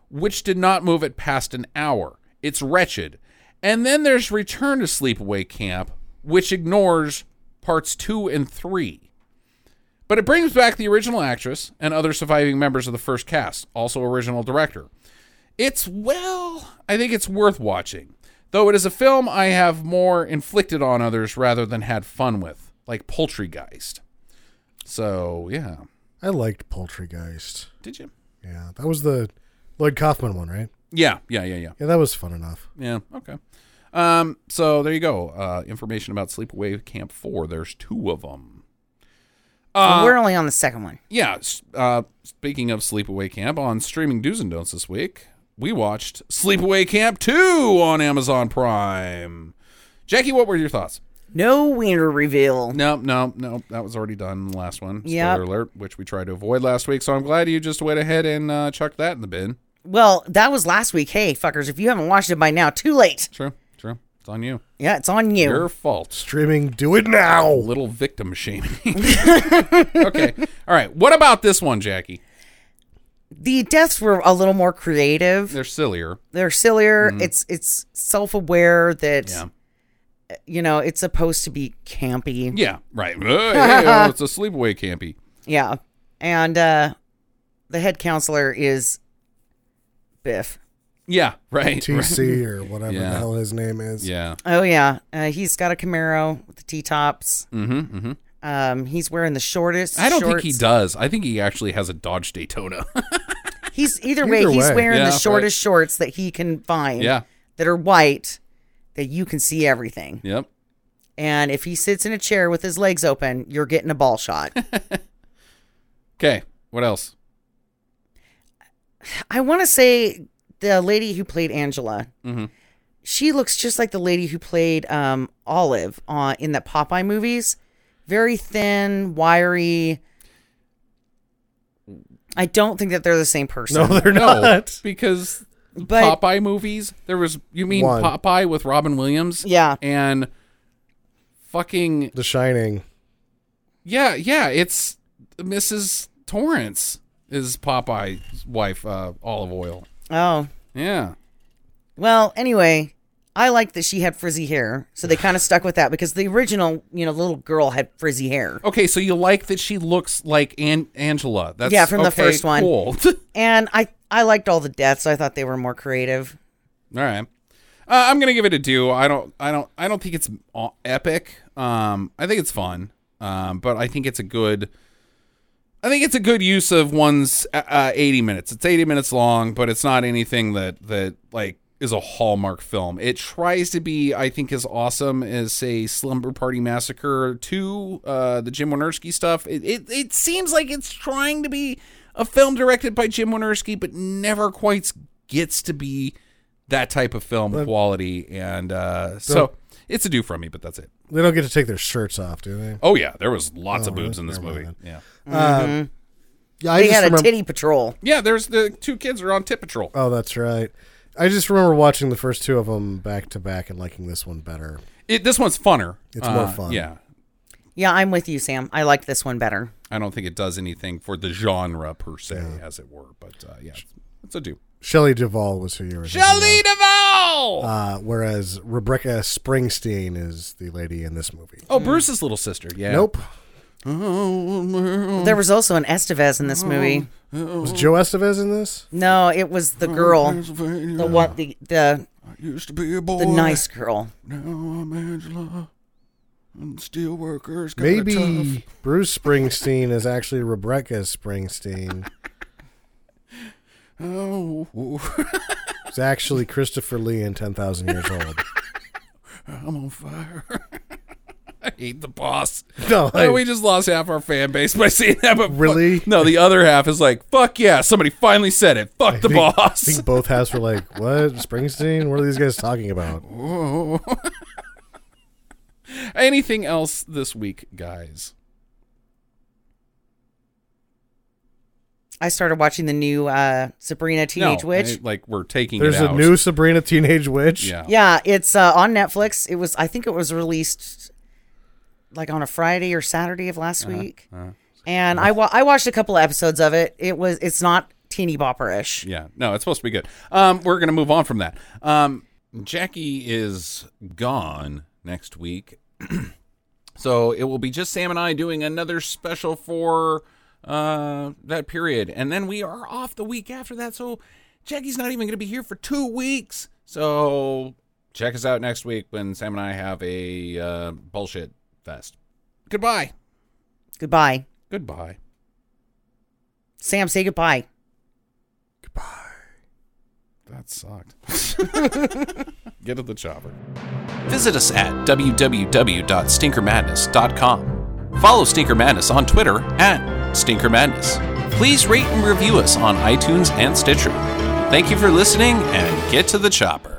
[SPEAKER 1] which did not move it past an hour. It's wretched. And then there's Return to Sleepaway Camp, which ignores parts two and three. But it brings back the original actress and other surviving members of the first cast, also original director. It's, well, I think it's worth watching. Though it is a film I have more inflicted on others rather than had fun with, like Poultrygeist. So, yeah.
[SPEAKER 6] I liked Poultrygeist.
[SPEAKER 1] Did you?
[SPEAKER 6] Yeah, that was the Lloyd Kaufman one, right?
[SPEAKER 1] Yeah, yeah, yeah, yeah.
[SPEAKER 6] Yeah, that was fun enough.
[SPEAKER 1] Yeah, okay. Um, so there you go. Uh, information about Sleepaway Camp 4. There's two of them. Uh,
[SPEAKER 8] Well, we're only on the second one.
[SPEAKER 1] yeah, s- uh, speaking of Sleepaway Camp, on streaming Do's and Don'ts this week, we watched Sleepaway Camp 2 on Amazon Prime. Jackie, what were your thoughts?
[SPEAKER 8] No wiener reveal.
[SPEAKER 1] No, no, no. That was already done in the last one.
[SPEAKER 8] Yep.
[SPEAKER 1] Spoiler alert, which we tried to avoid last week. So I'm glad you just went ahead and uh, chucked that in the bin.
[SPEAKER 8] Well, that was last week. Hey, fuckers, if you haven't watched it by now, too late.
[SPEAKER 1] True, true. It's on you.
[SPEAKER 8] Yeah, it's on you.
[SPEAKER 1] Your fault.
[SPEAKER 6] Streaming, do it now.
[SPEAKER 1] Little victim shaming. okay. All right. What about this one, Jackie?
[SPEAKER 8] the deaths were a little more creative.
[SPEAKER 1] They're sillier.
[SPEAKER 8] They're sillier. It's it's self aware that
[SPEAKER 1] Mm-hmm. Yeah.
[SPEAKER 8] you know it's supposed to be campy.
[SPEAKER 1] Yeah, right. Hey, hey, oh, it's a sleepaway campy.
[SPEAKER 8] Yeah. And uh the head counselor is Biff.
[SPEAKER 1] Yeah, right. right.
[SPEAKER 6] TC or whatever
[SPEAKER 1] Yeah.
[SPEAKER 6] the hell his name is.
[SPEAKER 1] Yeah.
[SPEAKER 8] Oh yeah. Uh, he's got a Camaro with the T tops.
[SPEAKER 1] Mm-hmm, mm-hmm.
[SPEAKER 8] Um he's wearing the shortest.
[SPEAKER 1] I don't think
[SPEAKER 8] shorts.
[SPEAKER 1] he does. I think he actually has a Dodge Daytona.
[SPEAKER 8] He's either, way,
[SPEAKER 6] Either
[SPEAKER 8] he's
[SPEAKER 6] way.
[SPEAKER 8] wearing
[SPEAKER 1] Yeah,
[SPEAKER 8] the
[SPEAKER 1] right.
[SPEAKER 8] shortest shorts that he can find
[SPEAKER 1] yeah.
[SPEAKER 8] that are white that you can see everything.
[SPEAKER 1] Yep.
[SPEAKER 8] And if he sits in a chair with his legs open, you're getting a ball shot.
[SPEAKER 1] Okay. What else?
[SPEAKER 8] I want to say the lady who played Angela.
[SPEAKER 6] Mm-hmm.
[SPEAKER 8] She looks just like the lady who played um, Olive on in the Popeye movies. Very thin, wiry. I don't think that they're the same
[SPEAKER 6] No,
[SPEAKER 8] person.
[SPEAKER 6] they're
[SPEAKER 1] No,
[SPEAKER 6] not.
[SPEAKER 1] because
[SPEAKER 8] but
[SPEAKER 1] Popeye movies. There was you mean
[SPEAKER 6] One.
[SPEAKER 1] Popeye with Robin Williams?
[SPEAKER 8] Yeah.
[SPEAKER 1] And fucking
[SPEAKER 6] The Shining.
[SPEAKER 1] yeah, yeah. It's Mrs. Torrance is Popeye's wife, uh, Olive Oil.
[SPEAKER 8] oh
[SPEAKER 1] Yeah.
[SPEAKER 8] well. Anyway, I like that she had frizzy hair, so they kind of stuck with that because the original, you know, little girl had frizzy hair.
[SPEAKER 1] Okay, so you like that she looks like An- Angela? That's
[SPEAKER 8] Yeah, from the
[SPEAKER 1] okay,
[SPEAKER 8] first one.
[SPEAKER 1] Cool.
[SPEAKER 8] And I I liked all the deaths. I thought they were more creative.
[SPEAKER 1] All right. Uh, I'm gonna give it a do. I don't. I don't. I don't think it's aw- epic. Um, I think it's fun. Um, but I think it's a good. I think it's a good use of one's uh, uh, 80 minutes. It's 80 minutes long, but it's not anything that that like is a hallmark film. It tries to be, I think, as awesome as say Slumber Party Massacre 2, uh, the Jim Wynorski stuff. It, it it seems like it's trying to be a film directed by Jim Wynorski, but never quite gets to be that type of film quality. And uh, so it's a do from me, but that's it.
[SPEAKER 6] They don't get to take their shirts off, do they?
[SPEAKER 1] Oh yeah, there was lots of boobs in this movie. Yeah,
[SPEAKER 6] Yeah, I
[SPEAKER 8] They had a
[SPEAKER 6] remem-
[SPEAKER 8] titty patrol.
[SPEAKER 1] yeah. There's the two kids are on tip patrol.
[SPEAKER 6] Oh, that's right. I just remember watching the first two of them back to back and liking this one better.
[SPEAKER 1] It, this one's funner. Uh,
[SPEAKER 6] It's more fun.
[SPEAKER 1] Yeah.
[SPEAKER 8] Yeah, I'm with you, Sam. I liked this one better.
[SPEAKER 1] I don't think it does anything for the genre per se, as it were. But uh, yeah, it's- it's a do.
[SPEAKER 6] Shelley Duvall was who you were. thinking
[SPEAKER 1] Shelley
[SPEAKER 6] of.
[SPEAKER 1] Duvall.
[SPEAKER 6] Uh, whereas Rebecca Springsteen is the lady in this movie.
[SPEAKER 1] oh, Bruce's little sister. Yeah.
[SPEAKER 6] Nope.
[SPEAKER 3] Mm.
[SPEAKER 8] There was also an Estevez in this movie. Oh.
[SPEAKER 6] Was Joe Estevez in this?
[SPEAKER 8] No, it was the girl, the what, the the
[SPEAKER 3] Used to be a boy.
[SPEAKER 8] the nice girl.
[SPEAKER 3] Now I'm Angela. And steelworkers got it tough.
[SPEAKER 6] Maybe Bruce Springsteen is actually Rebecca Springsteen.
[SPEAKER 3] Oh,
[SPEAKER 6] It's actually Christopher Lee in 10,000 Years Old.
[SPEAKER 3] I'm on fire.
[SPEAKER 1] I hate the boss.
[SPEAKER 6] No,
[SPEAKER 1] Uh,
[SPEAKER 6] I-
[SPEAKER 1] we just lost half our fan base by saying that. But fuck-
[SPEAKER 6] Really?
[SPEAKER 1] no, the other half is like, fuck yeah, somebody finally said it. Fuck the
[SPEAKER 6] I think-
[SPEAKER 1] boss.
[SPEAKER 6] I think both halves were like, what? Springsteen? What are these guys talking about?
[SPEAKER 1] Anything else this week, guys?
[SPEAKER 8] I started watching the new uh, Sabrina Teenage
[SPEAKER 1] no,
[SPEAKER 8] Witch.
[SPEAKER 1] I- like we're taking
[SPEAKER 6] There's
[SPEAKER 1] it
[SPEAKER 6] a
[SPEAKER 1] out.
[SPEAKER 6] new Sabrina Teenage Witch.
[SPEAKER 1] yeah.
[SPEAKER 8] yeah, it's uh, on Netflix. It was I think it was released like on a Friday or Saturday of last
[SPEAKER 3] Uh-huh,
[SPEAKER 8] week. And I wa- I watched a couple of episodes of it. It was it's not teeny bopperish.
[SPEAKER 1] Yeah, no, it's supposed to be good. Um, we're gonna move on from that. Um, Jackie is gone next week, so it will be just Sam and I doing another special for uh that period, and then we are off the week after that. So Jackie's not even gonna be here for two weeks. So check us out next week when Sam and I have a uh, bullshit fest. Goodbye.
[SPEAKER 8] Goodbye.
[SPEAKER 1] Goodbye.
[SPEAKER 8] Sam, say goodbye.
[SPEAKER 1] That sucked. Get at the chopper.
[SPEAKER 9] Visit us at www.stinkermadness.com. Follow Stinker Madness on Twitter at Stinker Madness. Please rate and review us on iTunes and Stitcher. Thank you for listening and get to the chopper.